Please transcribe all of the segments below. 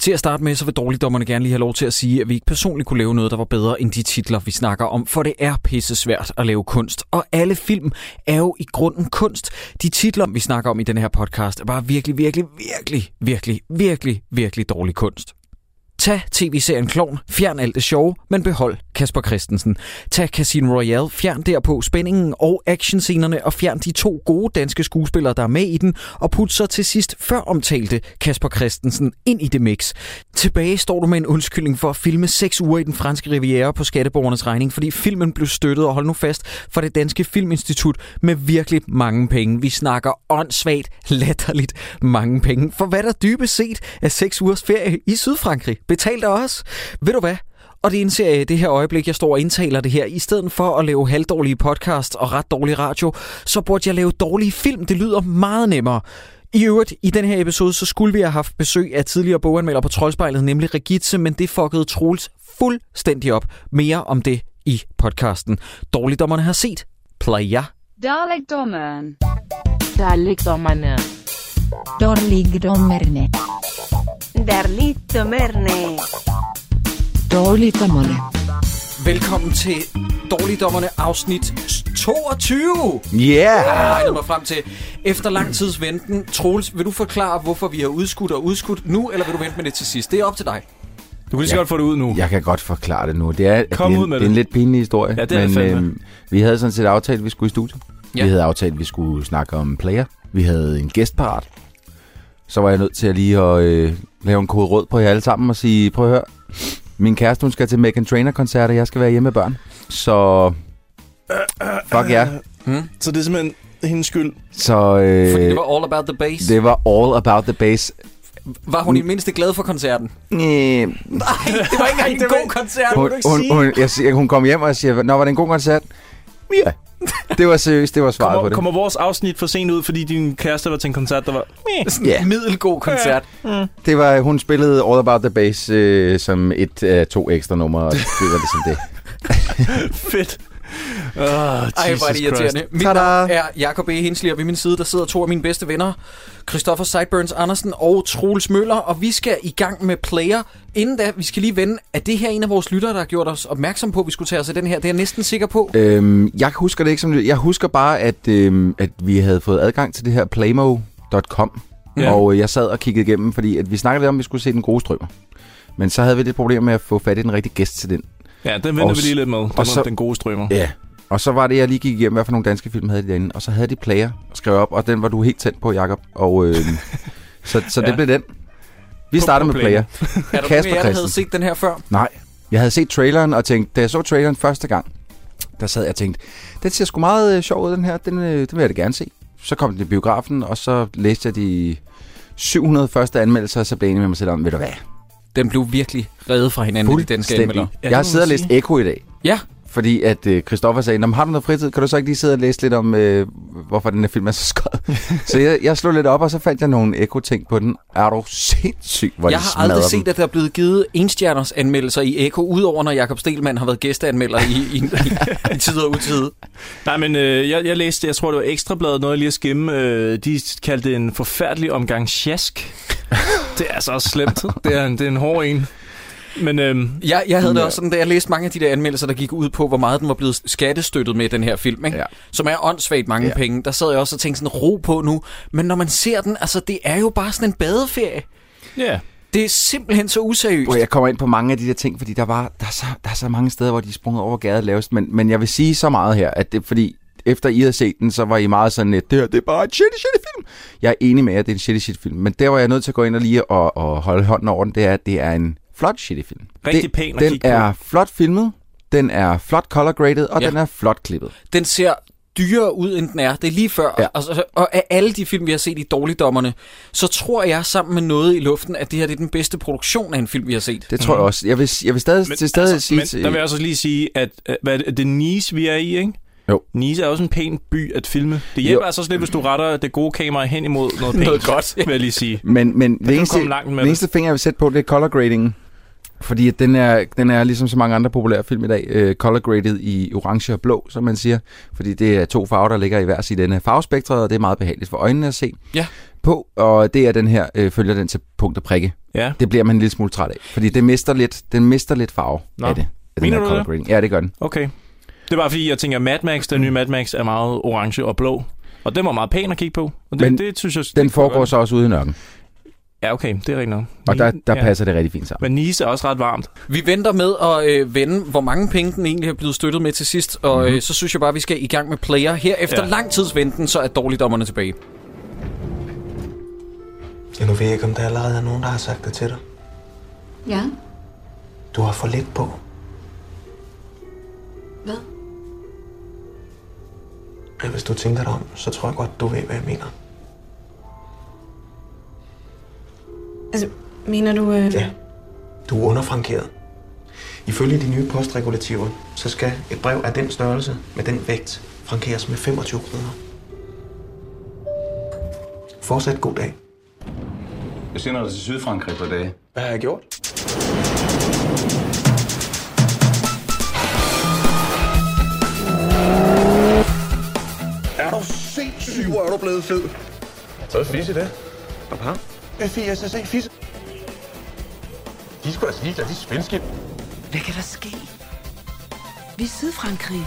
Til at starte med, så vil dårligdommerne gerne lige have lov til at sige, at vi ikke personligt kunne lave noget, der var bedre end de titler, vi snakker om, for det er pisse svært at lave kunst. Og alle film er jo i grunden kunst. De titler, vi snakker om i den her podcast, er bare virkelig, virkelig, virkelig, virkelig, virkelig, virkelig dårlig kunst. Tag tv-serien Klovn, fjern alt det sjove, men behold Kasper Christensen. Tag Casino Royale, fjern derpå spændingen og actionscenerne, og fjern de to gode danske skuespillere, der er med i den, og put så til sidst før omtalte Kasper Christensen ind i det mix. Tilbage står du med en undskyldning for at filme 6 uger i den franske riviera på skatteborgernes regning, fordi filmen blev støttet, og hold nu fast, for det danske filminstitut med virkelig mange penge. Vi snakker åndssvagt, latterligt mange penge. For hvad der dybest set er 6 ugers ferie i Sydfrankrig, betalt af os. Ved du hvad? Og det indser jeg i det her øjeblik, jeg står og indtaler det her. I stedet for at lave halvdårlige podcast og ret dårlig radio, så burde jeg lave dårlige film. Det lyder meget nemmere. I øvrigt, i den her episode, så skulle vi have haft besøg af tidligere boganmelder på Troldspejlet, nemlig Regitze, men det fuckede Troels fuldstændig op. Mere om det i podcasten. Dårligdommerne har set. Playa. Dalekdommeren. Dårligdommerne. Dårligdommerne. Darligdommerne. Dårligdommerne. Velkommen til Dårligdommerne afsnit 22. Yeah! Jeg regnede mig frem til. Efter lang tids venten, Troels, vil du forklare, hvorfor vi har udskudt og udskudt nu, eller vil du vente med det til sidst? Det er op til dig. Du kan lige så godt få det ud nu. Jeg kan godt forklare det nu. Det er, Kom det er, ud med det er en det. lidt pinlig historie. Ja, det er det men øhm, fandme. vi havde sådan set aftalt, at vi skulle i studiet. Ja. Ja. Vi havde aftalt, at vi skulle snakke om player. Vi havde en gæstparat. Så var jeg nødt til at lige at øh, lave en kode rød på jer alle sammen og sige, prøv at høre, min kæreste hun skal til Megan Trainer-koncert, og jeg skal være hjemme med børn. Så fuck ja. Så det er simpelthen hendes skyld. Så Fordi det øh, var all about the bass. Det... det var all about the bass. Var hun i det mindste glad for koncerten? Øh, Nej, det var ikke engang en god koncert. hun, hun, hun, jeg, siger- hun kom hjem og siger, Nå, var det en god koncert? Ja. Det var seriøst, det var svaret på Kommer, det. kommer vores afsnit for sent ud, fordi din kæreste var til en koncert, der var... Sådan en Ja. middelgod koncert. Det var, hun spillede All About The Bass øh, som et af to ekstra numre, og det var det som det. Fedt. Oh, Ej, hvor er det irriterende. Mit Tada! navn er Jakob E. Hensli, og ved min side, der sidder to af mine bedste venner, Christoffer Sideburns Andersen og Troels Møller, og vi skal i gang med Player. Inden da, vi skal lige vende, at det her en af vores lyttere, der har gjort os opmærksom på, at vi skulle tage os af den her. Det er jeg næsten sikker på. øhm, jeg husker det ikke som det. Jeg husker bare, at, øhm, at vi havde fået adgang til det her playmo.com, Ja. ja. og øh, jeg sad og kiggede igennem, fordi at vi snakkede lidt om, at vi skulle se den gode strømmer. Men så havde vi lidt problemer med at få fat i den rigtige gæst til den. Ja, den venter Og vi lige lidt med. Den, og så- var den gode strømmer. Ja. Og så var det, jeg lige gik igennem, hvad for nogle danske film havde de derinde. Og så havde de player skrevet op, og den var du helt tændt på, Jakob. Og, øhm, så, så det Ja. blev den. Vi På- starter på med player. Er der nogen af Kasper jer, der havde Christensen. set den her før? Nej. Jeg havde set traileren og tænkte, da jeg så traileren første gang, der sad jeg og tænkte, den ser sgu meget øh, sjov ud, den her. Den, øh, den vil jeg da gerne se. Så kom den i biografen, og så læste jeg de 700 første anmeldelser, og så blev jeg enig med mig selv om, ved du hvad, Den blev virkelig reddet fra hinanden i de danske anmelder. Ja, det jeg har må siddet og man læst sige. Echo i dag. Ja. Fordi at øh, Christoffer sagde, "Nå, men har du noget fritid? Kan du så ikke lige sidde og læse lidt om, øh, hvorfor den her film er så skød? så jeg, jeg slog lidt op, og så fandt jeg nogle Echo-ting på den. Er du sindssyg, hvor Jeg de har aldrig smadrer dem. set, at der er blevet givet enstjerners anmeldelser i Eko, udover når Jakob Stelman har været gæsteanmelder i, i, i, i tid og utid. Nej, men øh, jeg, jeg læste, jeg tror, det var Ekstrabladet, noget jeg lige at skimme. Øh, de kaldte det en forfærdelig omgang sjask. det er altså også slemt. Det er, en, det er en hård en. Men øhm, Jeg, jeg havde det også sådan, da jeg læste mange af de der anmeldelser, der gik ud på, hvor meget den var blevet skattestøttet med, den her film, ikke? Ja. Ja. som er åndssvagt mange ja. Ja. penge. Der sad jeg også og tænkte sådan, ro på nu. Men når man ser den, altså det er jo bare sådan en badeferie. ja, Det er simpelthen så useriøst. Hvor jeg kommer ind på mange af de der ting, fordi der, var, der, er, så, der er så mange steder, hvor de er sprunget over gaden lavest. Men, men jeg vil sige så meget her, at det fordi efter I havde set den, så var I meget sådan, at det her det er bare en shitty, shitty film. Jeg er enig med jer, at det er en shitty, shitty film. Men der, hvor jeg er nødt til at gå ind og lige og, og holde hånden over den, det er, at det er en flot shitty film. Rigtig det, pæn at Den kigge på. er flot filmet, den er flot color graded, og Ja. ja. den er flot klippet. Den ser dyrere ud, end den er. Det er lige før. Ja. Ja. Og, og af alle de film, vi har set i Dårligdommerne, så tror jeg sammen med noget i luften, at det her det er den bedste produktion af en film, vi har set. Det tror jeg også. Jeg vil, jeg vil stadig, Mhm. Men, til stadig altså, sige... men til- der vil jeg også lige sige, at øh, hvad, er det det er Nice, vi er i, ikke? Jo. Nice er også en pæn by at filme. Det hjælper Jo. altså også lidt, hvis du retter det gode kamera hen imod noget pænt. Noget godt. vil jeg lige sige. Men, men det, du eneste, komme langt med det det. eneste finger, jeg vil sætte på, det er color gradingen. Fordi at den er, den er ligesom så mange andre populære film i dag, øh, color graded i orange og blå, som man siger. Fordi det er to farver, der ligger i hver sit ende af farvespektret, og det er meget behageligt for øjnene at se Ja. på. Og det er den her, øh, følger den til punkt og prikke. Ja. Det bliver man en lille smule træt af, fordi det mister lidt, den mister lidt farve Nå. af det. af den Mener her du color det? grading. Ja, det gør den. Okay. Det var fordi, jeg tænker, Mad Max, den nye Mad Max, er meget orange og blå. Og den var meget pæn at kigge på. Og det, Men det synes jeg... Den det kunne foregår godt- så også ude i nørken, Ja, okay. Det er rigtigt nok. og der, der Ja. passer det rigtig fint sammen. Men Nice er også ret varmt. Vi venter med at øh, vende, hvor mange penge den egentlig er blevet støttet med til sidst, og mm-hmm. øh, så synes jeg bare, vi skal i gang med player. Her efter ja. Ja. lang tids venten, så er dårligdommerne tilbage. Ja, nu ved jeg ikke, om der allerede er nogen, der har sagt det til dig. Ja? Du har for lidt på. Hvad? Men hvis du tænker dig om, så tror jeg godt, du ved, hvad jeg mener. Altså, mener du... Øh... Ja. Du er underfrankeret. Ifølge de nye postregulativer, så skal et brev af den størrelse med den vægt frankeres med 25 kroner. Fortsat god dag. Jeg sender dig til Sydfrankrig på dage. Hvad har jeg gjort? Er du sindssyg, hvor er du blevet fed? Så er fisse det. FISSA fisse. De skulle da sige, at de svenske. Hvad kan der ske? Vi er Sydfrankrig.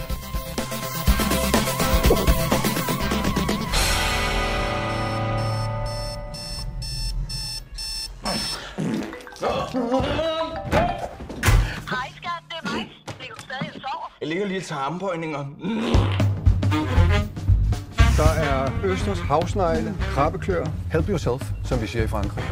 Jeg ligger lige til armbøjninger. Der er Østers havsnegle, krabbeklør. Help yourself, som vi siger i Frankrig.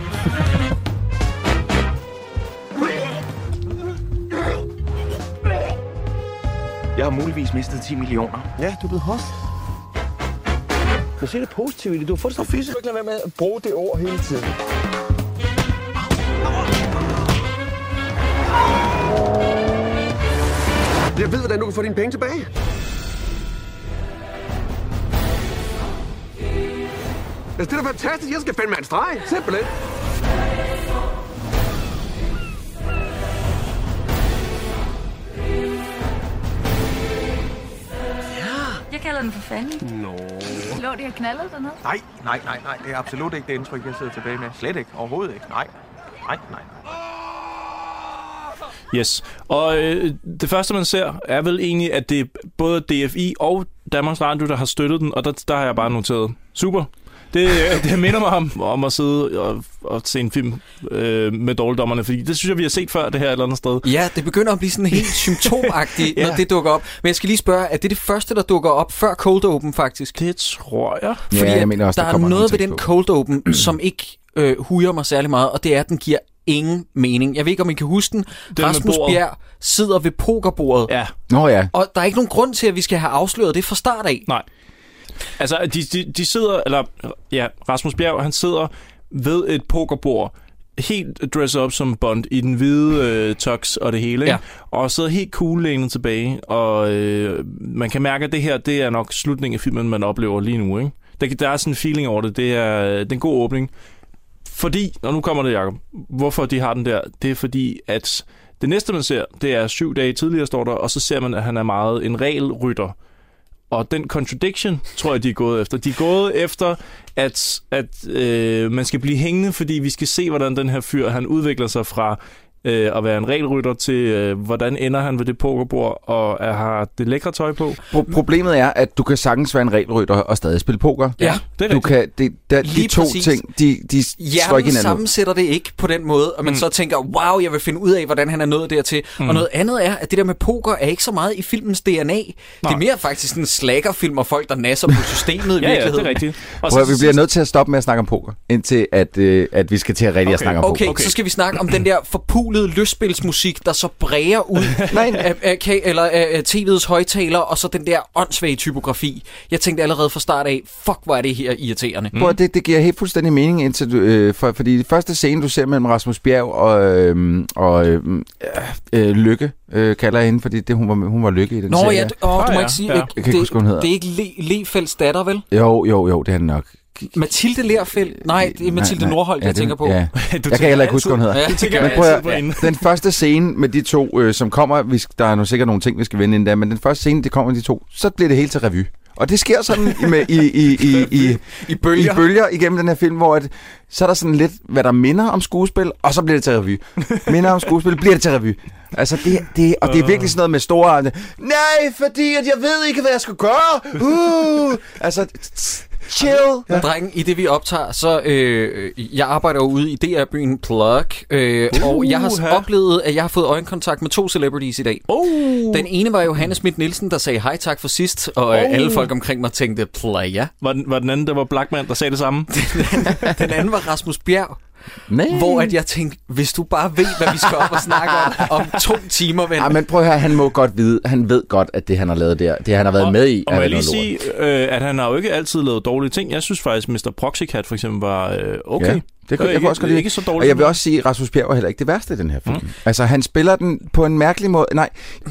Jeg har muligvis mistet 10 millioner. Ja, du er blevet host. Men se det positive i det. Du har fået det fisse. Du kan lade være med at bruge det ord hele tiden. Jeg ved, hvordan du kan få dine penge tilbage. Altså, det er da fantastisk. Jeg skal fandme have en streg. Simpelthen. Jeg kalder den for Fanny. Nå. Lå de og knaldede dernede? Nej, nej, nej, nej. Det er absolut ikke det indtryk, jeg sidder tilbage med. Slet ikke. Overhovedet ikke. Nej. Nej, nej. Yes. Og øh, det første, man ser, er vel egentlig, at det er både DFI og Danmarks Radio, der har støttet den, og der, der har jeg bare noteret. Super. Det, øh, det minder mig om, om at sidde og, og se en film øh, med dårligdommerne, fordi det synes jeg, vi har set før, det her et eller andet sted. Ja, det begynder at blive sådan helt symptomagtigt, ja. Ja. når det dukker op. Men jeg skal lige spørge, er det det første, der dukker op før Cold Open faktisk? Det tror jeg. Fordi ja, at jeg mener også, der, der, er kommer noget ved tekst den på. Cold Open, som ikke øh, hujer mig særlig meget, og det er, at den giver ingen mening. Jeg ved ikke, om I kan huske den. med den Rasmus bordet. Bjerg sidder ved pokerbordet, ja. Ja, Nå ja, og der er ikke nogen grund til, at vi skal have afsløret det fra start af. nej. Altså, de, de, de sidder, eller ja, Rasmus Bjerg, han sidder ved et pokerbord, helt dress up som Bond i den hvide øh, tux og det hele, Ja. ja. og sidder helt cool lænet tilbage, og øh, man kan mærke, at det her, det er nok slutningen af filmen, man oplever lige nu, ikke? Der, der er sådan en feeling over det, det er, øh, det er en god åbning. Fordi, og nu kommer det, Jacob, hvorfor de har den der, det er fordi, at det næste, man ser, det er syv dage tidligere, står der, og så ser man, at han er meget en regelrytter. Og den contradiction, tror jeg, de er gået efter. De er gået efter, at, at øh, man skal blive hængende, fordi vi skal se, hvordan den her fyr, han udvikler sig fra øh, at være en regelrytter til, øh, hvordan ender han ved det pokerbord, og er, har det lækre tøj på. Pro- Mm. problemet er, at du kan sagtens være en regelrytter og stadig spille poker. Ja, det er du rigtigt. kan, det, der, de Lige to præcis. ting, de, de slår ikke Hjernen hinanden ud. sammensætter det ikke på den måde, og man mm. så tænker, wow, jeg vil finde ud af, hvordan han er nået dertil. Mm. Og noget andet er, at det der med poker er ikke så meget i filmens DNA. Nej. Det er mere faktisk en slackerfilm og folk, der nasser på systemet i Ja, ja, det virkeligheden. er rigtigt. Og Prøv, at, til vi bliver sidst- nødt til at stoppe med at snakke om poker, indtil at, øh, at vi skal til at rigtig at Okay. snakke om Okay, okay, Okay. så skal vi snakke om den der forpulede lystspilsmusik, der så bræger ud af, af, ka- eller af, af tv'ets højtaler, og så den der åndssvage typografi. Jeg tænkte allerede fra start af, fuck, hvor er det her irriterende. poker. Prøv, at- det, det giver helt fuldstændig mening, indtil du, øh, for, fordi det første scene, du ser mellem Rasmus Bjerg og, øh, og øh, øh, Lykke, øh, kalder jeg hende, fordi det, hun, var, hun var Lykke i den Nå serie. ja, d- åh, du Ah, må ja, ikke sige... ja. øh, Jeg kan ikke huske, hvad hun hedder. det er ikke Le, Lefelds datter, vel? Jo, jo, jo, det er det nok. Mathilde Lerfeldt? Nej, det er Mathilde Nordholt, jeg det- tænker på. Ja. Du Jeg kan heller ikke huske, hvad hun hedder. Ja, Det tænker Men jeg prøv altid at, på hende. den første scene med de to, øh, som kommer, vi, sk- der er nu sikkert nogle ting, vi skal vende inden da, men den første scene, det kommer de to, så bliver det hele til revy. Og det sker sådan i, med, i, i, i, i, I i bølger. bølger igennem den her film, hvor at, så er der sådan lidt, hvad der minder om skuespil, og så bliver det til revy. Minder om skuespil, bliver det til revy. Altså, det, det, og det er virkelig sådan noget med store arme. Nej, fordi at jeg ved ikke, hvad jeg skal gøre. Uh! Altså, chill. Ja. Drengen, i det vi optager, så øh, jeg arbejder jo ude i DR-byen Plug, øh, og jeg har s- Uha. oplevet, at jeg har fået øjenkontakt med to celebrities i dag. Oh. Den ene var Johannes Schmidt Nielsen, der sagde hej tak for sidst, og øh, Oh. alle folk omkring mig tænkte, playa. Var, den, var den anden, der var Blackman, der sagde det samme? Den anden var Rasmus Bjerg, Nej. hvor at jeg tænkte, hvis du bare ved, hvad vi skal op og snakke om om to timer, ven. Ja, men prøv at høre, han må godt vide, han ved godt, at det, han har lavet der, det, han har været Og- med i, Og er må jeg lige noget lort. sige, øh, at han har jo ikke altid lavet dårlige ting. Jeg synes faktisk, Mr. Proxycat for eksempel var øh, okay. Ja, det kunne, Øh, jeg ikke- kunne også godt lide. Ikke så dårligt. og jeg som- vil også sige, at Rasmus Bjerg var heller ikke det værste i den her film. Mm. Altså, han spiller den på en mærkelig måde. Nej,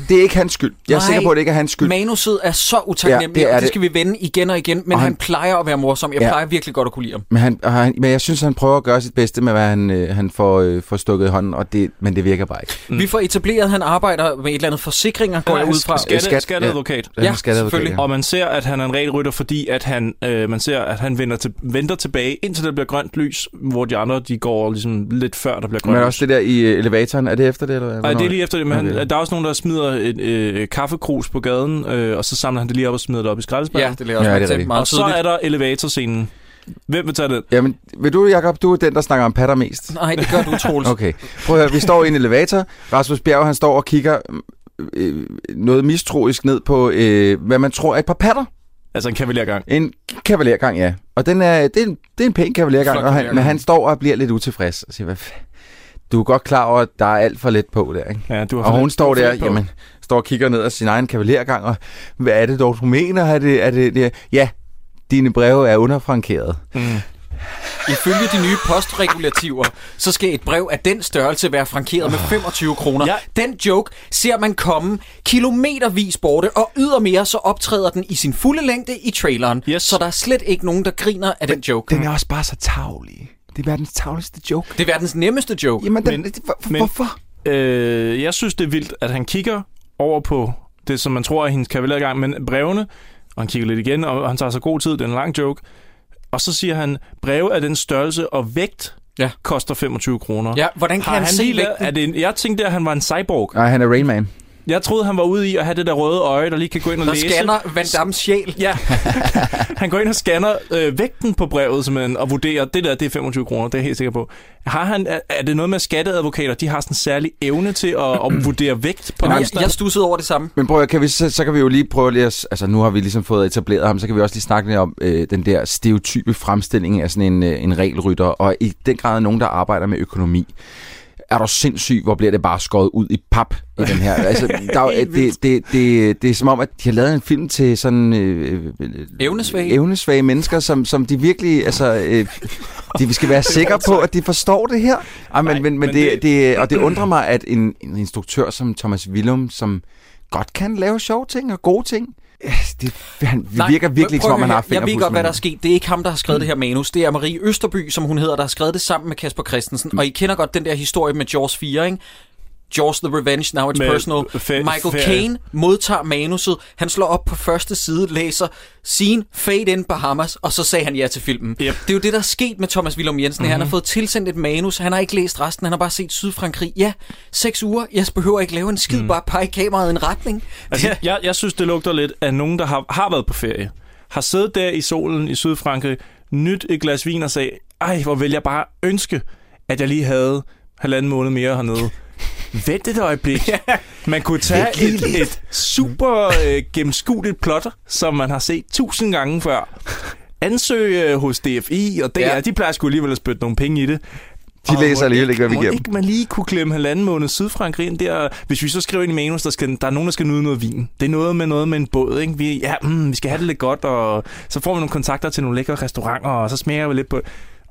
det er ikke hans skyld. Jeg er Nej. sikker på, at det ikke er hans skyld. Manuset er så utaknemmelig, ja, Ja, det det, er og det det. skal vi vende igen og igen, men og Og han, han- han plejer at være morsom. Jeg ja. Ja. plejer virkelig godt at kunne lide ham. Men, han, og han, men jeg synes, han prøver at gøre sit bedste med, hvad han, øh, han får, øh, får stukket i hånden, og det, men det virker bare ikke. Mm. Vi får etableret, at han arbejder med et eller andet forsikringer, går jeg ud fra. Skat- Skatte, ja. skat, skatteadvokat. Han Ja, er skatteadvokat, selvfølgelig. Og man ser, at han er en ren rytter, fordi at han, øh, man ser, at han vender, til, venter tilbage, indtil der bliver grønt lys, hvor de andre de går ligesom lidt før, der bliver Ja. Men grønt lys. også det der i øh, elevatoren, er det efter det? Eller hvad? Nej, det Hvornår er lige efter det, men Okay. han, der er også nogen, der smider et øh, kaffekrus på gaden, øh, og så samler han det lige op og smider det op i skraldespanden. Ja, det lærer også Ja, ja, det er til rigtigt. meget og så tydeligt. er der elevatorscenen. Hvem vil tage den? Jamen, vil du, Jacob, du er den, der snakker om patter mest. Nej, det gør du, Troels. okay. Okay. Prøv at høre, vi står i en elevator. Rasmus Bjerg, han står og kigger øh, noget mistroisk ned på, øh, hvad man tror er et par patter. Altså en kavalergang. En kavalergang, ja. Og den er, det, er en, det er en pæn kavalergang, Flot og han, kavalergang. men han står og bliver lidt utilfreds. Og siger, hvad fa- du er godt klar over, at der er alt for let på der, ikke? Ja, du har Og fået- hun står du har der, fået på. jamen, står og kigger ned ad sin egen kavalergang, og hvad er det dog, du mener? Er det, er det, det ja, dine breve er underfrankeret. Ifølge de nye postregulativer, så skal et brev af den størrelse være frankeret med 25 kroner. Ja. Ja. Den joke ser man komme kilometervis borte, og ydermere så optræder den i sin fulde længde i traileren. Yes. Så der er slet ikke nogen, der griner af den joke. Den er også bare så tavlig. Det er verdens tavligste joke. Det er verdens nemmeste joke. Jamen, den, Men- det- hvor, men- hvorfor? Øh, jeg synes, det er vildt, at han kigger over på det, som man tror er hendes kavalergang, men brevene, og han kigger lidt igen, og han tager sig god tid, det er en lang joke, og så siger han, breve af den størrelse og vægt Ja. koster 25 kroner. Ja, hvordan kan Har han, han se lige lavet, vægten? er det en, jeg tænkte, at han var en cyborg. Nej, han er Rain Man. Jeg troede, han var ude i at have det der røde øje, der lige kan gå ind og Der læse. scanner Van Dammes sjæl. Ja, han går ind og scanner øh, vægten på brevet simpelthen, og vurderer, det der, det er 25 kroner, det er jeg helt sikker på. Har han, er, er det noget med at skatteadvokater, de har sådan en særlig evne til at, at vurdere vægt på Jeg, genstande? jeg stussede over det samme. Men prøv at- kan vi, så, så kan vi jo lige prøve lige at... s- Altså, nu har vi ligesom fået etableret ham, så kan vi også lige snakke lidt om øh, den der stereotype fremstilling af sådan en, øh, en regelrytter, og i den grad nogen, der arbejder med økonomi. Er du sindssyg, hvor bliver det bare skåret ud i pap i den her? Altså, der, er jo- det, det, det, det, det er som om, at de har lavet en film til sådan... Øh, øh, Evnesvage. evnesvage mennesker, som, som de virkelig... Altså, øh, de, vi skal være sikre på, at de forstår det her. Ej, men, Nej, men, men men det, det- det, og det undrer mig, at en, en instruktør som Thomas Willum, som godt kan lave sjove ting og gode ting, øh, det, han Nej, virker virkelig ikke, prøv som om han at har høre, Jeg ved fingerpulsen godt, hvad med. der er sket. Det er ikke ham, der har skrevet det her manus. Det er Marie Østerby, som hun hedder, der har skrevet det sammen med Kasper Christensen. Og I kender godt den der historie med Jaws 4, ikke? Jaws The Revenge, Now It's Med Personal. fe- Michael ferie. Caine modtager manuset. Han slår op på første side, læser scene, fade in Bahamas, og så sagde han ja til filmen. Yep. Det er jo det, der er sket med Thomas Willum Jensen. Mm-hmm. Mhm. Han har fået tilsendt et manus. Han har ikke læst resten. Han har bare set Sydfrankrig. Ja, seks uger. Jeg behøver ikke lave en skid, mm. bare pege kameraet i en retning. Altså, Det- jeg, jeg synes, det lugter lidt af nogen, der har, har været på ferie, har siddet der i solen i Sydfrankrig, nyt et glas vin og sagde, ej, hvor vil jeg bare ønske, at jeg lige havde halvanden måned mere hernede. Vent et øjeblik. Man kunne tage et, et super øh, gennemskueligt plot, som man har set tusind gange før. Ansøge øh, hos DFI og DR, Ja. ja. de plejer sgu alligevel at spytte nogle penge i det. De Og læser må alligevel ikke, hvad vi må giver dem. ikke man lige kunne klemme halvanden måned Sydfrankrig ind der. Hvis vi så skriver ind i manus, der, skal, der er nogen, der skal nyde noget vin. Det er noget med noget med en båd, ikke? Vi, ja, mm, vi skal have det lidt godt, og så får vi nogle kontakter til nogle lækre restauranter, og så smager vi lidt på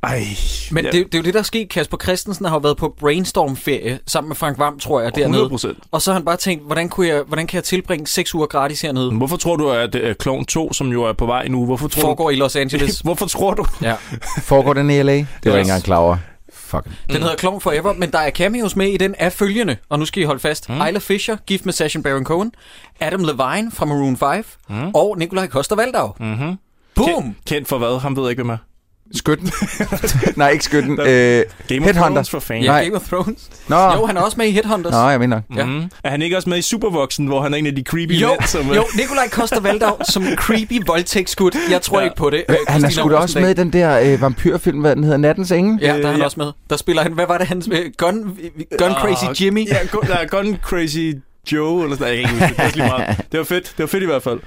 Ej. Men ja, det, det er jo det, der er sket. Kasper Christensen har jo været på brainstorm-ferie sammen med Frank Vam, tror jeg, dernede. 100 procent. Og så har han bare tænkt, hvordan, kunne jeg, hvordan kan jeg tilbringe seks uger gratis hernede? Hvorfor tror du, at uh, Clone 2, som jo er på vej nu, hvorfor tror Foregår i Los Angeles. du... hvorfor tror du? Ja. Foregår den i LA? Det var jeg ikke Yes. engang klar over. Fuck. Den hedder Clone Forever, men der er cameos med i den af følgende, og nu skal I holde fast. Mm. Isla Fisher, gift med Sacha Baron Cohen, Adam Levine fra Maroon 5, mm. og Nikolaj Koster-Valdau. Mm. Mm-hmm. Boom! Mhm. Kendt for hvad? Ham ved jeg ikke, hvem er. Skytten? Nej, ikke skytten. Øh, Game of Headhunter. Thrones for fan. Ja, Nej. Ah. Game of Thrones. Nå, Jo, han er også med i Headhunters. Nå, jeg mener. Ja. Mm. Er han ikke også med i Supervoksen, hvor han er en af de creepy Jo, mænd, som... øh, jo, Nikolaj Koster-Valdau som creepy voldtægtsskud. Jeg tror Ja. ja. ikke på det. Øh, Han er Christina sgu da også Rosendal. med i den der øh, vampyrfilm, hvad den hedder, Nattens Engel. Ja, der er Øh, han ja. også med. Der spiller han, hvad var det, han spil- Gun, øh, Øh, Gun Crazy Jimmy. Ja, go, der er Gun Crazy Joe, eller sådan noget. Jeg kan ikke huske det. Det, er også lige meget. det var fedt. Det var fedt i hvert fald.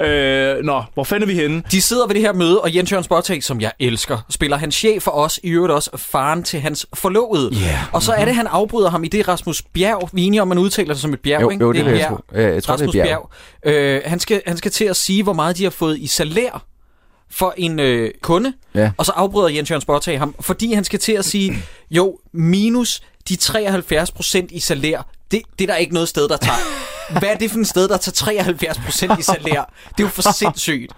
Øh, nå, hvor fanden er vi henne? De sidder ved det her møde, og Jens Jørgen Spotting, som jeg elsker, spiller hans chef for os, i øvrigt også faren til hans forlovede. Yeah. Og så er det, han afbryder ham i det Rasmus Bjerg. Vi er enige om, man udtaler sig som et bjerg, Jo, ikke? jo, det er vil jeg tro. Øh, Jeg tror, det er Rasmus Bjerg. Bjerg. Øh, han, skal, han skal til at sige, hvor meget de har fået i salær for en øh, kunde. Ja. Og så afbryder Jens Jørgen Sportag ham, fordi han skal til at sige, jo, minus de 73 procent i salær, det, det er der ikke noget sted, der tager. Hvad er det for et sted, der tager 73 procent i salær? Det er jo for sindssygt.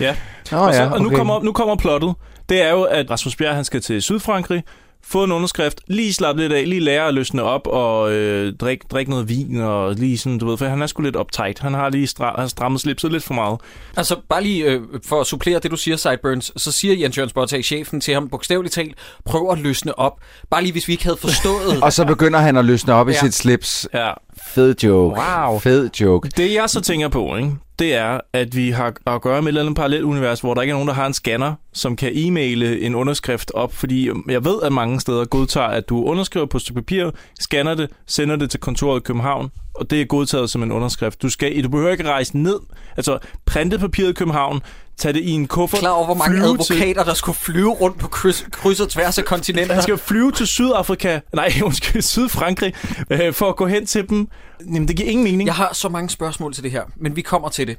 Ja. Nå, Og, så, ja, og nu, okay. kommer, nu kommer plottet. Det er jo, at Rasmus Bjerg han skal til Sydfrankrig, få en underskrift, lige slappe lidt af, lige lære at løsne op og øh, drikke drik noget vin og lige sådan, du ved, for han er sgu lidt uptight. Han har lige stra- han strammet slipset lidt for meget. Altså, bare lige øh, for at supplere det, du siger, Sideburns, så siger Jens Jørgen Sportag, chefen til ham, bogstaveligt talt, prøv at løsne op. Bare lige, hvis vi ikke havde forstået. Og så begynder han at løsne op i Ja. sit slips. Ja. Fed joke. Wow. Fed joke. Det jeg så tænker på, ikke, det er, at vi har at gøre med et eller andet parallelt univers, hvor der ikke er nogen, der har en scanner, som kan e-maile en underskrift op, fordi jeg ved, at mange steder godtager, at du underskriver på et stykke papir, scanner det, sender det til kontoret i København, og det er godtaget som en underskrift. Du, skal, du behøver ikke rejse ned, altså printe papiret i København, tage det i en kuffert, klar over, hvor mange flyve til- advokater, der skulle flyve rundt på kryds, kryds og tværs af kontinenter. Han skal flyve til Sydafrika, nej, undskyld, Sydfrankrig, øh, for at gå hen til dem. Jamen, det giver ingen mening. Jeg har så mange spørgsmål til det her, men vi kommer til det.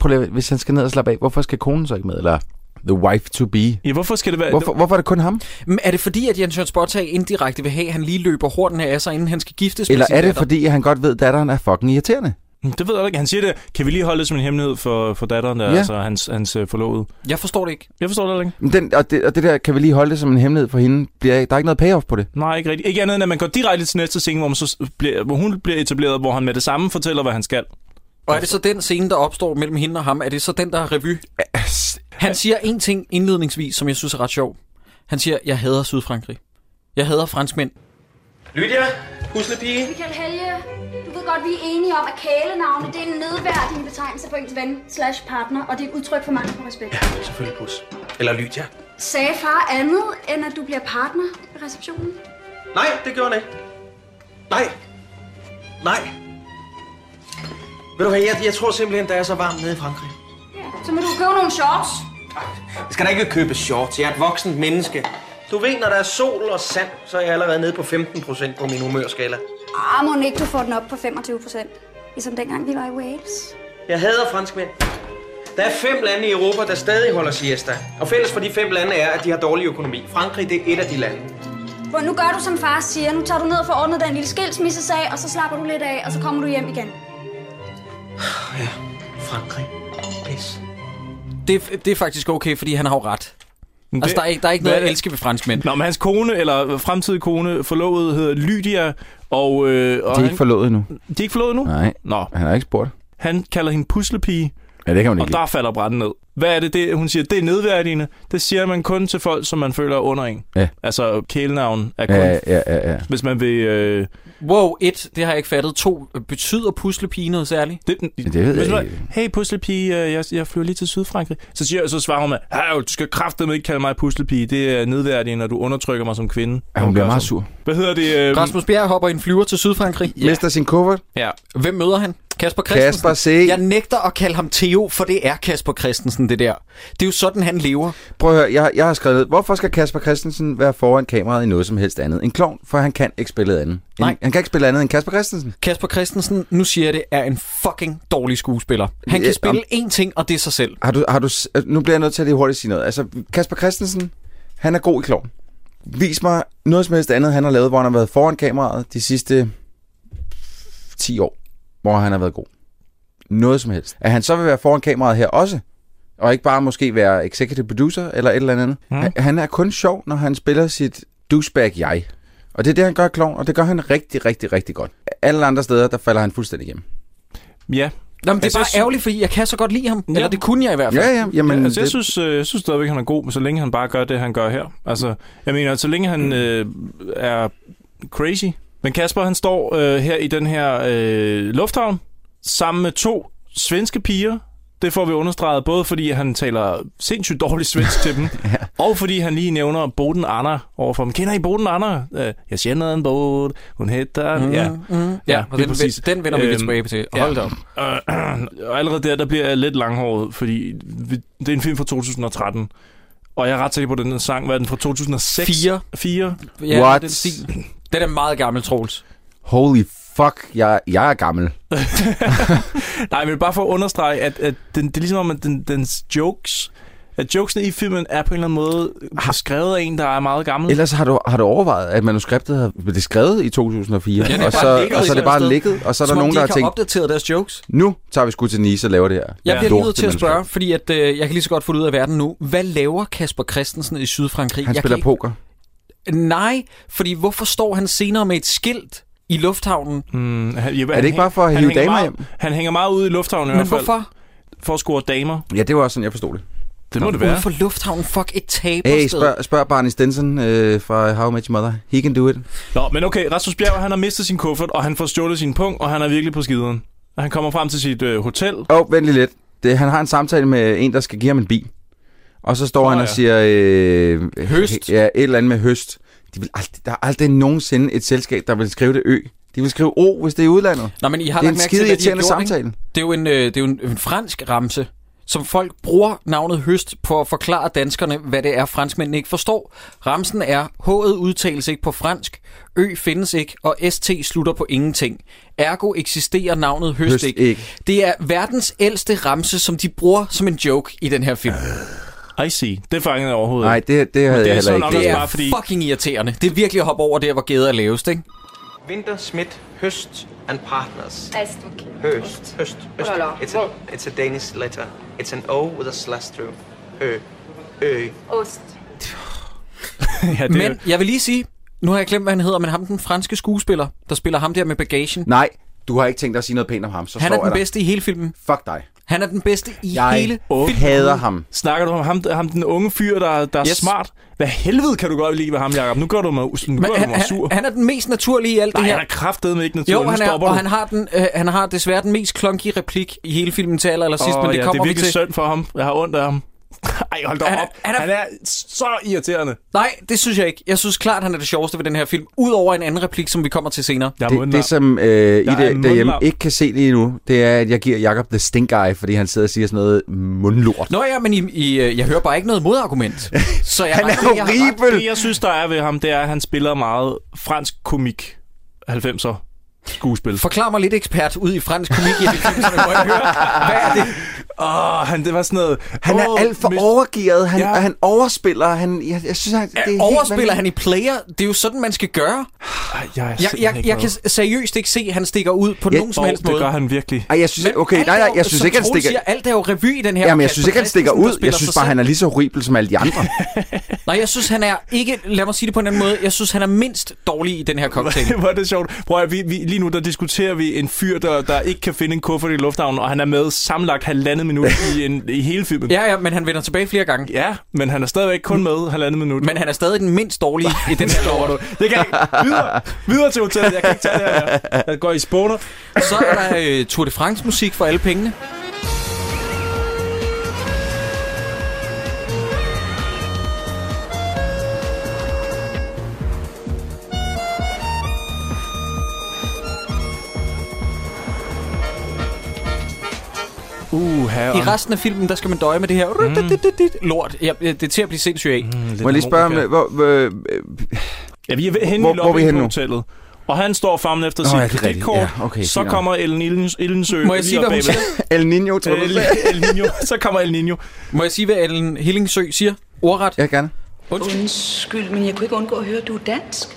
Prøv lige, at- hvis han skal ned og slappe af, hvorfor skal konen så ikke med? Eller the wife to be? Ja, hvorfor skal det være... Hvorfor, hvorfor er det kun ham? Men er det fordi, at Jens Jørgen Spottag indirekte vil have, at han lige løber horten af sig, inden han skal giftes Eller med sin er det, datter? fordi han godt ved, at datteren er fucking irriterende? Hmm, Det ved jeg ikke. Han siger det. Kan vi lige holde det som en hemmelighed for, for datteren, der, ja. Ja. altså hans, hans øh, forlovede? Jeg forstår det ikke. Jeg forstår det heller ikke. Men Den, og, det, og det der, kan vi lige holde det som en hemmelighed for hende? Bliver, der er ikke noget payoff på det. Nej, ikke rigtigt. Ikke andet end, at man går direkte til næste scene, hvor, man så s- bliver, hvor hun bliver etableret, hvor han med det samme fortæller, hvad han skal. Og er det så den scene, der opstår mellem hende og ham? Er det så den, der er revy? Han siger en ting indledningsvis, som jeg synes er ret sjov. Han siger, jeg hader Sydfrankrig. Jeg hader franskmænd. Lydia, huslepige. Michael Helge, du ved godt, vi er enige om, at kælenavne det er en nedværdigende betegnelse for ens ven slash partner, og det er et udtryk for mangel på respekt. Ja, selvfølgelig pus. Eller Lydia. Sagde far andet, end at du bliver partner ved receptionen? Nej, det gjorde han ikke. Nej. Nej. Ved du hvad, jeg, jeg tror simpelthen, der er så varmt nede i Frankrig. Så må du købe nogle shorts. Jeg skal da ikke købe shorts. Jeg er et voksent menneske. Du ved, når der er sol og sand, så er jeg allerede nede på 15 procent på min humørskala. Ah, må ikke du får den op på 25 procent. Ligesom dengang vi var i Wales. Jeg hader franskmænd. Der er fem lande i Europa, der stadig holder siesta. Og fælles for de fem lande er, at de har dårlig økonomi. Frankrig, det er et af de lande. Hvor nu gør du som far siger, nu tager du ned og får ordnet den lille skilsmissesag, og så slapper du lidt af, og så kommer du hjem igen. Frankrig. Pis. Det, det er faktisk okay, fordi han har jo ret. Altså, der er, ikke- der er ikke noget Hvad- at elske ved franskmænd. Nå, men hans kone, eller fremtidig kone, forlovede, hedder Lydia, og, øh, og De er han, ikke forlovet endnu. de er ikke forlovet nu? Nej, Nå, han har ikke spurgt. han kalder hende puslepige, Ja, det kan man og ikke lide. der falder branden ned. Hvad er det, det, hun siger? Det er nedværdigende. Det siger man kun til folk, som man føler er under en. Ja. Altså, kælenavn er kun... Ja, Ja. ja, ja, ja. Hvis man vil... Øh, Wow, et, det har jeg ikke fattet. To, betyder puslepige noget særligt? Det, Men det ved Hvis jeg man- ikke. Hey, puslepige, øh, jeg, jeg flyver lige til Sydfrankrig. Så, siger, så svarer hun med, hey, du skal kraftedeme ikke kalde mig puslepige. Det er nedværdigende, når du undertrykker mig som kvinde. Ja, hun bliver gør meget sådan. sur. Hvad hedder det? Øh, Rasmus Bjerg hopper i en flyver til Sydfrankrig. Øhm. Ja. Mister sin kuffert. Ja. Hvem møder han? Kasper Christensen. Kasper C. Jeg nægter at kalde ham Theo, for det er Kasper Christensen, det der. Det er jo sådan, han lever. Prøv at høre, jeg, jeg har skrevet ned. Hvorfor skal Kasper Christensen være foran kameraet i noget som helst andet? En klovn, for han kan ikke spille andet. Nej. En, han kan ikke spille andet end Kasper Christensen. Kasper Christensen, nu siger jeg det, er en fucking dårlig skuespiller. Han Ja, kan spille én ting, og det er sig selv. øh, Har du, har du, s- nu bliver jeg nødt til at lige hurtigt sige noget. Altså, Kasper Christensen Han er god i klovn. Vis mig noget som helst andet, han har lavet, hvor han har været foran kameraet de sidste 10 år, hvor han har været god. Noget som helst. At han så vil være foran kameraet her også, og ikke bare måske være executive producer eller et eller andet. Mm. Hmm. Han, han er kun sjov, når han spiller sit douchebag jeg. Og det er det, han gør i klovn, og det gør han rigtig, rigtig, rigtig godt. Alle andre steder, der falder han fuldstændig igennem. Ja. Nå, men det Altså, er jeg bare sy- ærgerligt, fordi jeg kan så godt lide ham. Ja. Eller det kunne jeg i hvert fald. Ja, ja, jamen, Men altså, jeg det- synes, øh, jeg synes stadigvæk, han er god, så længe han bare gør det, han gør her. Altså, jeg mener, så længe han øh, er crazy. Men Kasper, han står øh, her i den her øh, lufthavn sammen med to svenske piger. Det får vi understreget, både fordi han taler sindssygt dårligt svensk til dem, og fordi han lige nævner Boden Anna overfor dem. Kender I Boden Anna? Øh, jeg kender en Bod, hun hedder... Mm. Ja. Mm. Ja, Ja, og lige den, præcis. den vender vi lidt Øhm, tilbage til. Hold da op. Og, Øh, og allerede der, der bliver jeg lidt langhåret, fordi vi- det er en film fra 2013. Og jeg er ret sikker på, at den her sang, hvad er den fra 2006? Fire. 4. Ja, What? Den, stil. den er meget gammel, Troels. Holy fuck, jeg, jeg er gammel. Nej, men bare for at understrege, at, at den, det er ligesom om, at den, dens jokes, at jokesene i filmen er på en eller anden måde skrevet af en, der er meget gammel. Ellers har du, har du overvejet, at manuskriptet har blev det skrevet i 2004, Ja, det er og, bare så, ligget og et så eller er det bare andet ligget, og så er der Som om nogen, de der har ikke tænkt, opdateret deres jokes. nu tager vi sgu til Nice og laver det her. Jeg Ja. bliver lige nødt Lorte til at mennesker. spørge, fordi at, øh, jeg kan lige så godt få det ud af verden nu. Hvad laver Kasper Christensen i Sydfrankrig? Han jeg spiller kan poker. Ikke... Nej, fordi hvorfor står han senere med et skilt i lufthavnen? Mm, han, ja, er det ikke bare for at hive damer meget, hjem? Han hænger meget ude i lufthavnen i Men hvert fald, hvorfor? for at score damer. Ja, det var også sådan, jeg forstod det. Det må det Ude være. for lufthavnen, fuck et tabersted. Hey, spørg, spørg Barney Stinson øh, fra How I Met Your Mother. He can do it. Nå, men okay, Rasmus Bjerg, han har mistet sin kuffert, og han får stjålet sin punkt, og han er virkelig på skideren. Og Han kommer frem til sit øh, hotel, Åh, oh, vent lige lidt. Det, han har en samtale med en, der skal give ham en bil. Og så står Nå, oh, han og ja. siger... Øh, Høst. Ja, et eller andet med høst. De vil aldrig, der er aldrig nogensinde et selskab, der vil skrive det ø. De vil skrive o, hvis det er i udlandet. Nå, men I har det er lagt en mærke skide til, hvad de har irriterende gjort, samtale. Ikke? Det er jo en, øh, det er jo en, en fransk ramse, som folk bruger navnet høst på at forklare danskerne, hvad det er, franskmændene ikke forstår. Ramsen er, H'et udtales ikke på fransk, Ø findes ikke, og ST slutter på ingenting. Ergo eksisterer navnet høst, Høst ikke. ikke. Det er verdens ældste ramse, som de bruger som en joke i den her film. I see. Det fangede jeg overhovedet Nej, ikke. det, det havde det jeg er heller sådan ikke. nok Det Det også er- bare er fordi- fucking irriterende. Det er virkelig at hoppe over der, hvor gæder er lavest, ikke? Winter Smith Høst and Partners. Altså, okay. Høst. Høst. Høst. Nå, nå. It's a, it's a Danish letter. It's an O with a slash through. Ø. Ø. Ost. ja, det, Men jeg vil lige sige, nu har jeg glemt, hvad han hedder, men ham den franske skuespiller, der spiller ham der med bagagen. Nej, du har ikke tænkt dig at sige noget pænt om ham. Så Han slår er den jeg dig. bedste i hele filmen. Fuck dig. Han er den bedste i Jeg hele hader ham. Snakker du om ham, ham den unge fyr, der, der yes. er Yes. smart? Hvad helvede kan du godt lide ved ham, Jacob? Nu gør du mig, nu Men gør han, du mig han, sur. han er den mest naturlige i alt Nej, det her. han er kraftedeme ikke naturlig. jo, han nu er, stopper og du. han har, den, øh, han har desværre den mest klonky replik i hele filmen til aller, aller sidst, Åh, men det ja, kommer det er vi virkelig til. synd for ham. Jeg har ondt af ham. Ej, hold da Han er- op. han er- han er så irriterende. Nej, det synes jeg ikke. Jeg synes klart, han er det sjoveste ved den her film, udover en anden replik, som vi kommer til senere. Jeg er Det, mundlam. det som øh, I er det, derhjemme mundlam. ikke kan se lige nu, det er, at jeg giver Jakob the stink eye, fordi han sidder og siger sådan noget mundlort. Nå ja, men I, I, øh, jeg hører bare ikke noget modargument. Så jeg Han regner er med, jeg har ret. horribel! Det, jeg synes, der er ved ham, det er, at han spiller meget fransk komik. 90'er skuespil. Forklar mig lidt ekspert ud i fransk komik i 90'erne, hvor jeg hører, hvad er det? Åh, oh, han, det var sådan noget... Han er Åh, alt for mis- overgearet, han, Ja. ja. og han overspiller. Han, jeg, jeg synes, han, det er helt Overspiller vanvittigt. Altså, han i player? Det er jo sådan, man skal gøre. Ej, jeg, er Jeg, simpelthen jeg, ikke jeg med. kan seriøst ikke se, at han stikker ud på Ja, nogen som Åh, helst måde. Det gør han virkelig. Ej, jeg synes, Men okay, alt nej, er nej, jo- jeg synes som ikke, han Troels stikker... Siger, alt er jo revy i den her. Jamen, jeg Kasper synes ikke, han stikker Christensen, der ud. Jeg spiller synes sig bare, selv. han er lige så horribel som alle de andre. Nej, jeg synes, han er ikke... Lad mig sige det på en anden måde. Jeg synes, han er mindst dårlig i den her cocktail. Hvor er det sjovt. Prøv at, vi, vi, lige nu der diskuterer vi en fyr, der, der ikke kan finde en kuffert i lufthavnen, og han er med sammenlagt halvandet minut i, en, i hele filmen. Ja, ja, men han vender tilbage flere gange. ja, men han er stadigvæk Mm. kun med halvandet minut. Men han er stadig den mindst dårlige i den her Lover du. Det kan jeg ikke. Videre, videre til hotellet. Jeg kan ikke tage det her. mere. Jeg går i spåner. Så er der øh, Tour de France-musik for alle pengene. Uh, I resten af filmen, der skal man døje med det her lort. Ja, øh, det er til at blive sindssyg af. Må jeg lige spørge om... øh, Hvor, øh, Ja, vi er Hvor- henne i hvor er vi lobbyen henne på nu? hotellet. Og han står frem efter Nå, sit ja, det er rigtigt. kreditkort. Ja, okay, så fint nok. kommer Ellen Ilden- Ildensø Må jeg sige, hvad hun siger? øh, El Nino, tror du? El, El Nino. Så kommer El Nino. Må jeg sige, hvad Ellen Hillingsø siger? Ordret. Ja, gerne. Undskyld. Undskyld, men jeg kunne ikke undgå at høre, at du er dansk.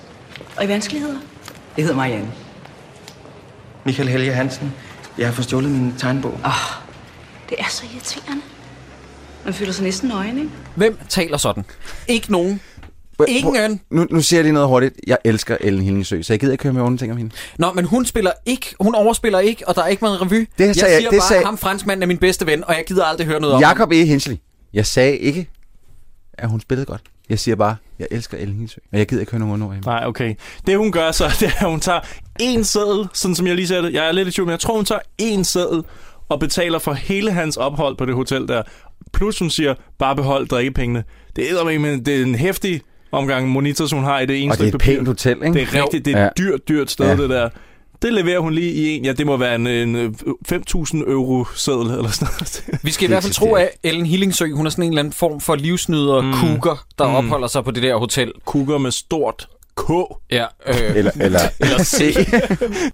Og i vanskeligheder? Jeg hedder Marianne. Michael Helge Hansen. Jeg har forstjålet min tegnbog. Oh. Det er så irriterende. Man føler sig næsten nøgen, ikke? Hvem taler sådan? Ikke nogen. Ingen. Nu, nu siger jeg lige noget hurtigt. Jeg elsker Ellen Hillingsø, så jeg gider ikke høre mere onde ting om hende. Nå, men hun spiller ikke, hun overspiller ikke, og der er ikke været en revy. Det jeg sagde jeg- siger det bare, sagde- ham franskmanden er min bedste ven, og jeg gider aldrig høre noget om ham. Jakob E. Hensley. Jeg sagde ikke, at hun spillede godt. Jeg siger bare, jeg elsker Ellen Hilsø. Og jeg gider ikke høre nogen onde ord af hende. Nej, okay. Det hun gør så, det er, at hun tager en seddel, sådan som jeg lige sagde det. Jeg er lidt i tvivl, men jeg tror, hun tager en seddel og betaler for hele hans ophold på det hotel der. Plus hun siger, bare behold drikkepengene. Det er, eddermame- men det er en hæftig omgang monitors, hun har i det ene Og det er stykke et papir. pænt hotel, ikke? Det er rigtigt, det er Ja. et dyrt, dyrt sted, Ja. ja. det der. Det leverer hun lige i en, ja, det må være en, en øh, 5.000 euro seddel eller sådan noget. Vi skal i Det hvert fald tro, eksisterer at Ellen Hillingsø, hun er sådan en eller anden form for livsnyder mm. kuger, der mm. opholder sig på det der hotel. Kugger med stort K. Ja, øh, Eller, eller, eller C.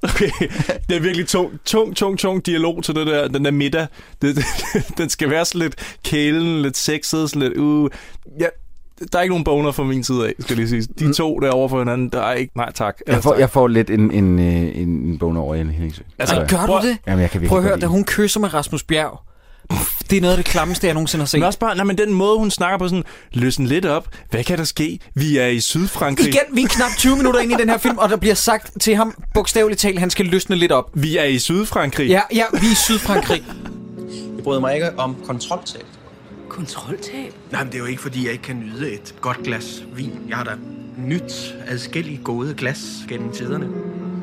Okay, det er virkelig tung, tung, tung, tung dialog til det der, den der middag. Det, det, den skal være sådan lidt kælen, lidt sexet, sådan lidt uh. Ja, der er ikke nogen boner fra min side af, skal lige sige. De to derovre for hinanden, der er ikke... Nej, tak. Mm. Jeg får, jeg får lidt en, en, øh, en, en bone over Ellen Hillingsø. Altså, Så- gør prøv- du det? Jamen, jeg kan virkelig Prøv at godt høre, lide da hun kysser med Rasmus Bjerg, det er noget af det klammeste, jeg nogensinde har set. Men også bare, nej, men den måde, hun snakker på sådan, løsne lidt op, hvad kan der ske? Vi er i Sydfrankrig. Igen, vi er knap 20 minutter ind i den her film, og der bliver sagt til ham, bogstaveligt talt, han skal løsne lidt op. Vi er i Sydfrankrig. Ja, ja, vi er i Sydfrankrig. Jeg bryder mig ikke om kontroltab. Kontroltab? Nej, men det er jo ikke, fordi jeg ikke kan nyde et godt glas vin. Jeg har da nyt adskillige gode glas gennem tiderne.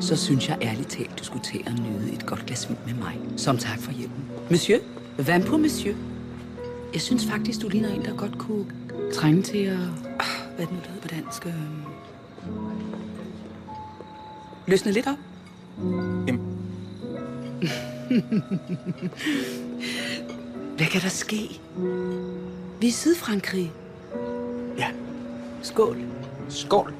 Så synes jeg ærligt talt, du skulle til at nyde et godt glas vin med mig. Som tak for hjælpen. Monsieur, vand på monsieur. Jeg synes faktisk, du ligner en, der godt kunne trænge til at... Ah, Hvad er det nu, der hedder på dansk? øhm, Løsne lidt op. Hvad kan der ske? Vi er i Sydfrankrig. Ja. Skål. Skål.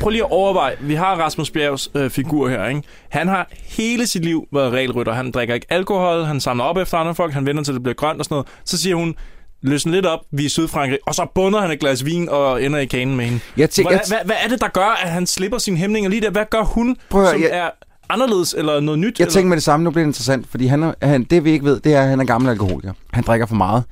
Prøv lige at overveje, vi har Rasmus Bjergs øh, figur her, ikke? Han har hele sit liv været regelrytter. Han drikker ikke alkohol, han samler op efter andre folk, han venter til det bliver grønt og sådan noget. Så siger hun, løsne lidt op, vi er i Sydfrankrig, og så bunder han et glas vin og ender i kanen med hende. Jeg tænker- hvad, hvad, hvad er det, der gør, at han slipper sine hæmninger lige der? Hvad gør hun, Prøv at som høre, jeg- er anderledes eller noget nyt? Jeg eller- tænker med det samme, nu bliver det interessant, fordi han er, han, det vi ikke ved, det er, at han er gammel alkoholiker. Han drikker for meget.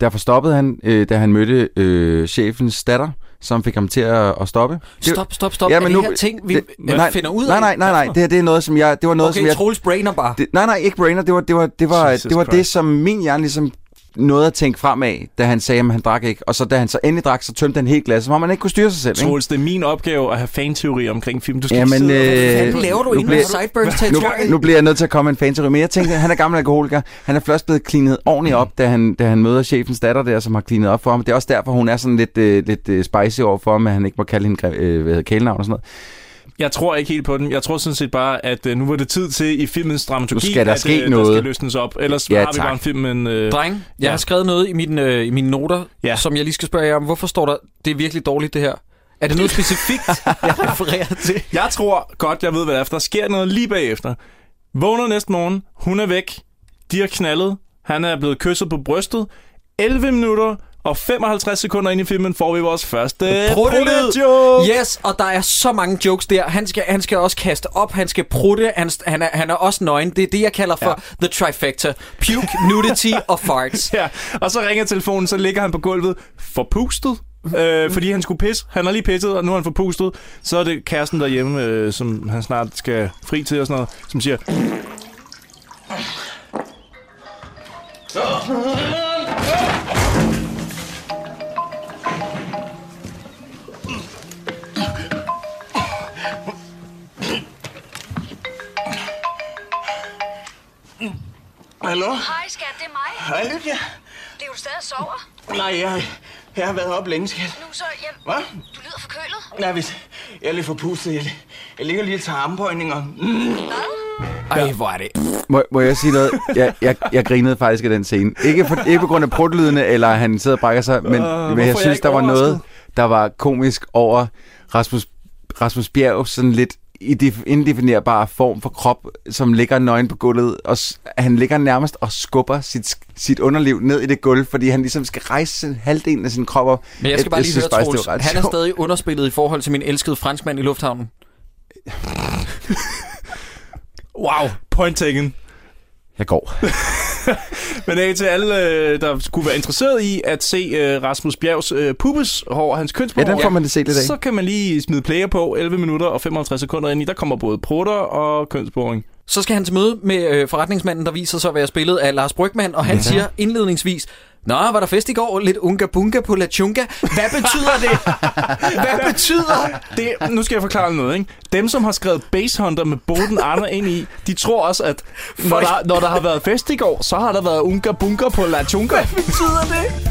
Derfor stoppede han, øh, da han mødte øh, chefens datter, som fik ham til at, at stoppe. Det- Stop, stop, stop. er det her ting, vi nej, finder ud af? Nej, nej, nej, nej. Det, her, det er noget, som jeg... Det var noget, Okay, som jeg, Troels brainer bare. det, nej, nej, ikke brainer. Det var det, var, det, var, Jesus det, var det Christ. som min hjerne ligesom nåede at tænke fremad, da han sagde, at han drak ikke. Og så da han så endelig drak, så tømte han helt glasset, som om han ikke kunne styre sig selv. Ikke? Troels, det er min opgave at have fanteori omkring film. Du skal Jamen, ikke sidde og- øh, Hvad fanden laver du nu inden bliver- for sideburns Nu, territoriet? nu bliver jeg nødt til at komme med en fanteori, men jeg tænkte, at han er gammel alkoholiker. Han er først blevet klinet ordentligt op, da han, da han møder chefens datter der, som har klinet op for ham. Det er også derfor, hun er sådan lidt, øh, lidt øh, spicy over for ham, at han ikke må kalde hende gre- øh, hvad hedder, kælenavn og sådan noget. Jeg tror ikke helt på den. Jeg tror sådan set bare, at øh, nu var det tid til i filmens dramaturgi, Nu skal der at, ske øh, der noget. skal løsnes op. Ellers Ja, ja, har vi tak. bare en film med en... Øh, Dreng, jeg Ja. har skrevet noget i mine, øh, i mine noter, Ja. som jeg lige skal spørge jer om. Hvorfor står der, det er virkelig dårligt det her? Er det noget specifikt, jeg refererer til? Jeg tror godt, jeg ved, hvad der er, for der sker noget lige bagefter. Vågner næste morgen, hun er væk, de har knaldet, han er blevet kysset på brystet. 11 minutter og 55 sekunder ind i filmen får vi vores første Pruttelyd. pruttelyd. Yes, og der er så mange jokes der. Han skal, han skal også kaste op, han skal prutte, han, han, er, han er også nøgen. Det er det, jeg kalder for ja. the trifecta. Puke, nudity og farts. Ja, og så ringer telefonen, så ligger han på gulvet forpustet. Øh, fordi han skulle pisse. Han har lige pisset, og nu er han forpustet. Så er det kæresten derhjemme, øh, som han snart skal fri til og sådan noget, som siger... Hallo? Hej skat, det er mig. Hej, Lydia. Ligger du stadig og sover? Nej, jeg, jeg har været op længe, skat. Nu så, jamen, Hvad? du lyder forkølet. Nej, hvis jeg er lidt forpustet. Jeg, jeg ligger lige og tager armbøjninger. Mm. Ej, hvor er det. Må, må jeg sige noget? Jeg, jeg, jeg grinede faktisk af den scene. Ikke, for, ikke på grund af prutlydene, eller han sidder og brækker sig, men, Øh, hvorfor men er jeg jeg synes, ikke der var noget, overrasket? der var komisk over Rasmus, Rasmus Bjerg, sådan lidt idef- indefinerbar form for krop, som ligger nøgen på gulvet. Og s- han ligger nærmest og skubber sit, sk- sit underliv ned i det gulv, fordi han ligesom skal rejse sin- halvdelen af sin krop op. Men jeg skal bare lige synes høre, faktisk, Troels, det var ret han er sjovt. stadig underspillet i forhold til min elskede franskmand i lufthavnen. Wow, point taken. Jeg går. Men af til alle, øh, der skulle være interesseret i at se øh, Rasmus Bjergs øh, pubes hår, hans kønsbehår. Ja, den får man da set lidt af. Så kan man lige smide player på 11 minutter og 55 sekunder ind i. Der kommer både prutter og kønsboring. Så skal han til møde med øh, forretningsmanden, der viser sig at være spillet af Lars Brygman, og han ja. Ja. siger indledningsvis, Nå, var der fest i går? Lidt unga bunga på la chunga. Hvad betyder det? Hvad betyder det? Nu skal jeg forklare noget, ikke? Dem, som har skrevet Base Hunter med Boden Arne ind i, de tror også, at når der, når der har været fest i går, så har der været unga bunga på la chunga. Hvad betyder det?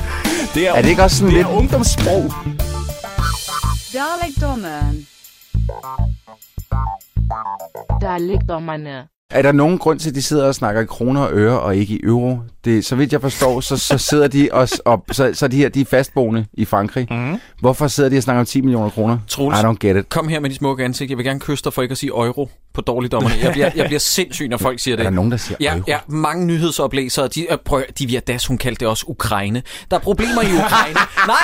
Det er, Er det ikke også sådan det lidt- er ungdomssprog. Dalekdommeren. Dalekdommerne. Er der nogen grund til, at de sidder og snakker i kroner og øre og ikke i euro? Det, så vidt jeg forstår, så, så sidder de og, og så, så de her, de er fastboende i Frankrig. Mm. Hvorfor sidder de og snakker om 10 millioner kroner? Troels, I don't get it. Kom her med de smukke ansigt. Jeg vil gerne kysse dig for ikke at sige euro på dårligdommerne. Jeg bliver, jeg bliver sindssyg, når folk siger det. Er der nogen, der siger ja, euro? Ja, mange nyhedsoplæsere. De, øh, prøv, at høre, Divya Das, hun kaldte det også Ukraine. Der er problemer i Ukraine. Nej,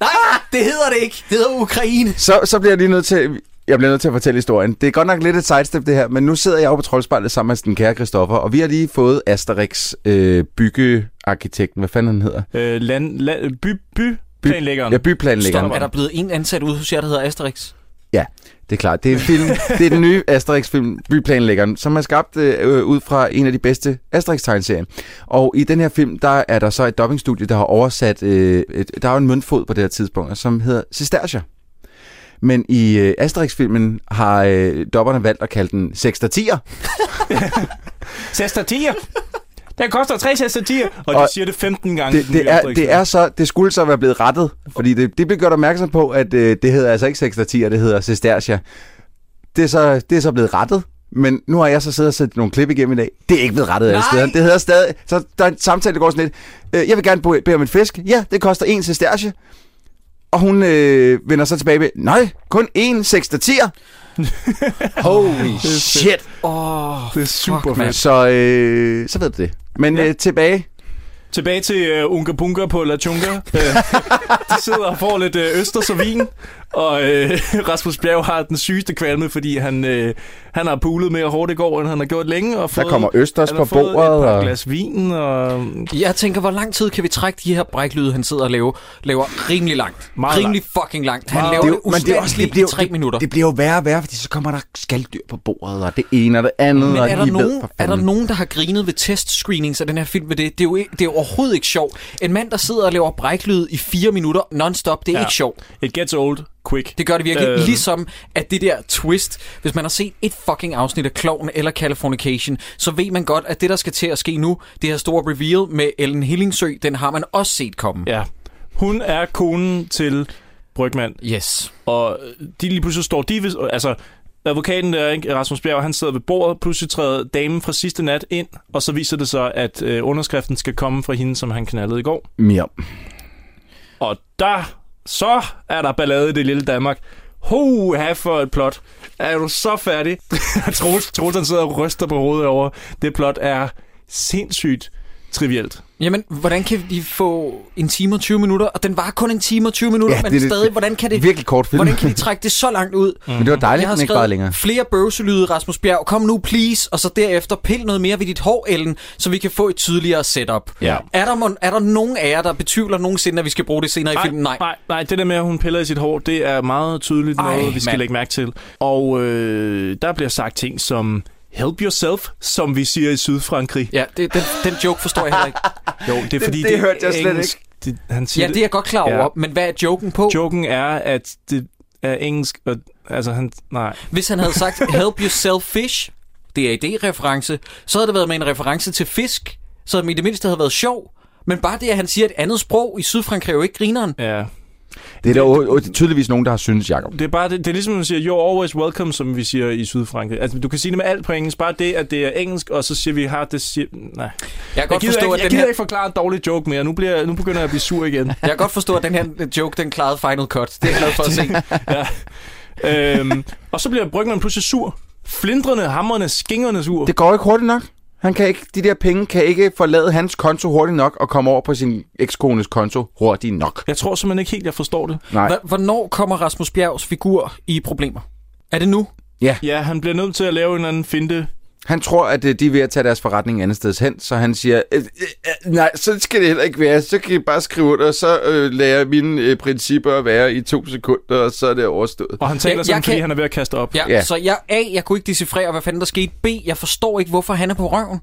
nej, det hedder det ikke. Det hedder Ukraine. Så, så bliver jeg lige nødt til... Jeg bliver nødt til at fortælle historien. Det er godt nok lidt et sidestep, det her, men nu sidder jeg jo på troldspejlet sammen med den kære Christoffer, og vi har lige fået Asterix øh, byggearkitekten, hvad fanden han hedder. Øh, land, land, by, by, planlæggeren. Ja, byplanlæggeren. Stop, er der blevet en ansat ude hos jer, der hedder Asterix? Ja, det er klart. Det er, en film, det er den nye Asterix-film, Byplanlæggeren, som er skabt øh, ud fra en af de bedste Asterix-tegneserier. Og i den her film, der er der så et dubbingstudie, der har oversat... Øh, et, der er jo en møntfod på det her tidspunkt, som hedder Cistercia. Men i øh, Asterix-filmen har øh, dobberne valgt at kalde den Sextertier. Sester 10'er. Den koster 3 sester 10'er, og de Og siger det 15 gange. i Det, den nye det, er, Asterix. det, er så, det skulle så være blevet rettet, fordi det, det blev gjort opmærksom på, at øh, det hedder altså ikke Sextertier, det hedder Cistercia. Det er, så, det er så blevet rettet, men nu har jeg så siddet og set nogle klip igennem i dag. Det er ikke blevet rettet alle Nej! steder. Det hedder stadig... Så der er en samtale, der går sådan lidt. Øh, jeg vil gerne bo- bede om en fisk. Ja, det koster en Cistercia. Og hun øh, vender så tilbage med, nej, kun én Sextertier. Holy shit. Åh, oh, det er super Men Så, øh, så ved du det. Men ja. øh, tilbage. Tilbage til uh, Unga Bunga på La Chunga. Øh, de sidder og får lidt uh, østers og vin, og øh, Rasmus Bjerg har den sygeste kvalme, fordi han, øh, han har pulet mere hårdt i går, end han har gjort længe. Og fået, kommer østers han har på fået bordet, Et par og- glas vin, og... mm, Jeg tænker, hvor lang tid kan vi trække de her bræklyde, han sidder og laver, laver rimelig langt. Meget rimelig fucking langt. Han laver det, jo- det ustandsligt i tre minutter. Det bliver jo værre og værre, fordi så kommer der skalddyr på bordet, og det ene og det andet, Men og er der, de ved nogen, for er der fanden. nogen, der har grinet ved testscreenings af den her film med det? Det er jo, ikke, det er jo overhovedet ikke sjovt. En mand, der sidder og laver bræklyd i fire minutter non-stop, det er ja. Ja. ikke sjovt. It gets old quick. Det gør det virkelig. Øh. Øh. Ligesom at det der twist, hvis man har set et fucking afsnit af Kloven eller Californication, så ved man godt, at det, der skal til at ske nu, det her store reveal med Ellen Hillingsø, den har man også set komme. Ja. Hun er konen til Brygmand. Yes. Og de lige pludselig står de ved, altså advokaten der, ikke? Rasmus Bjerg, han sidder ved bordet, pludselig træder damen fra sidste nat ind, og så viser det sig, at øh, underskriften skal komme fra hende, som han knaldede i går. Ja. Og der, så er der ballade i det lille Danmark. Hoha for et plot. Er du så færdig? Troels, Troels han sidder og ryster på hovedet over. Det plot er sindssygt trivielt. Jamen, hvordan kan de få en time og 20 minutter? Og den var kun en time og 20 minutter, Ja, ja, men det er det- stadig, hvordan kan det... virkelig kort film. Mm. Hvordan kan de trække det så langt ud? Men det var dejligt, Jeg har den ikke skrevet varede længere. Flere bøvselyde, Rasmus Bjerg. Kom nu, please. Og så derefter pil noget mere ved dit hår, Ellen, så vi kan få et tydeligere setup. Ja. Er der, mon- er der nogen af jer, der betvivler nogensinde, at vi skal bruge det senere i filmen? Nej. nej, nej, det der med, at hun piller i sit hår, det er meget tydeligt Ej, noget, vi skal mand. lægge mærke til. Og øh, der bliver sagt ting som help yourself, som vi siger i Sydfrankrig. Ja, det, den, den joke forstår jeg heller ikke. Jo, det er fordi... det hørte jeg slet engelsk, Det, han siger Ja, det er jeg godt klar over, men hvad er joken på? Joken er, at det er engelsk, og, altså han... Nej. Hvis han havde sagt, help yourself fish, DAD-reference, så havde det været med en reference til fisk, så havde det i det mindste havde været sjov. Men bare det, at han siger et andet sprog i Sydfrankrig, er jo ikke grineren. Ja. Det er der jo jo tydeligvis nogen, der har synes, Jacob. Det er bare det, det er ligesom, man siger, you're always welcome, som vi siger i Sydfrankrig. Altså, du kan sige det med alt på engelsk. Bare det, at det er engelsk, og så siger vi, har det siger... Nej. Jeg kan godt gider forstå, ikke, at jeg den gider her- ikke forklare en dårlig joke mere. Nu, bliver, nu begynder jeg at blive sur igen. Jeg kan godt forstå, at den her joke, den klarede Final Cut. Det er jeg glad for at se. ja. øhm, og så bliver brygmanden pludselig sur. Flindrende, hammerne, skingerne sur. Det går ikke hurtigt nok. Han kan ikke, de der penge kan ikke forlade hans konto hurtigt nok og komme over på sin ekskones konto hurtigt nok. Jeg tror simpelthen ikke helt, jeg forstår det. Nej. Hva- Hvornår kommer Rasmus Bjergs figur i problemer? Er det nu? Ja. Ja, han bliver nødt til at lave en eller anden finte. Han tror, at øh, de er ved at tage deres forretning andet sted hen, så han siger, øh, øh, øh, nej, så skal det heller ikke være, så kan I bare skrive under, og så øh, lader jeg mine øh, principper være i to sekunder, og så er det overstået. Og han taler Ja, ja, sådan, jeg fordi kan- han er ved at kaste op. Ja, Ja. ja. Så jeg, A, jeg kunne ikke decifrere, hvad fanden der skete. B, jeg forstår ikke, hvorfor han er på røven.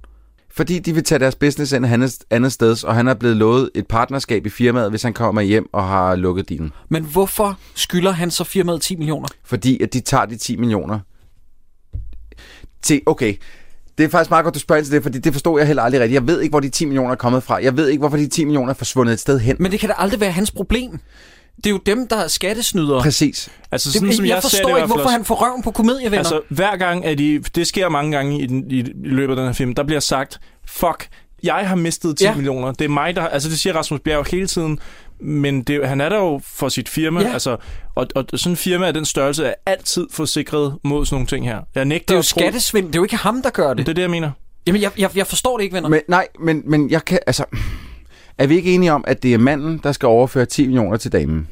Fordi de vil tage deres business ind andet, andet sted, og han er blevet lovet et partnerskab i firmaet, hvis han kommer hjem og har lukket din. Men hvorfor skylder han så firmaet 10 millioner? Fordi at de tager de 10 millioner. Til, okay, det er faktisk meget godt, du spørger ind til det, fordi det forstod jeg heller aldrig rigtigt. Jeg ved ikke, hvor de 10 millioner er kommet fra. Jeg ved ikke, hvorfor de 10 millioner er forsvundet et sted hen. Men det kan da aldrig være hans problem. Det er jo dem, der er skattesnydere. Præcis. Altså, sådan, Det, som jeg, jeg, jeg ser det, i forstår hvert ikke, fald hvorfor også. han får røven på komedievenner. Altså, hver gang, at I, det sker mange gange i, den, i, i løbet af den her film, der bliver sagt, fuck, jeg har mistet 10 ja. Ja. millioner. Det er mig, der... Altså, det siger Rasmus Bjerg hele tiden, men det, han er der jo for sit firma, ja. Ja. altså, og, og sådan en firma af den størrelse er altid forsikret mod sådan nogle ting her. Jeg nægter det er jo at tro- skattesvind. Det er jo ikke ham, der gør det. Det er det, jeg mener. Jamen, jeg, jeg, jeg forstår det ikke, venner. Men, nej, men, men jeg kan, altså... Er vi ikke enige om, at det er manden, der skal overføre 10 millioner til damen?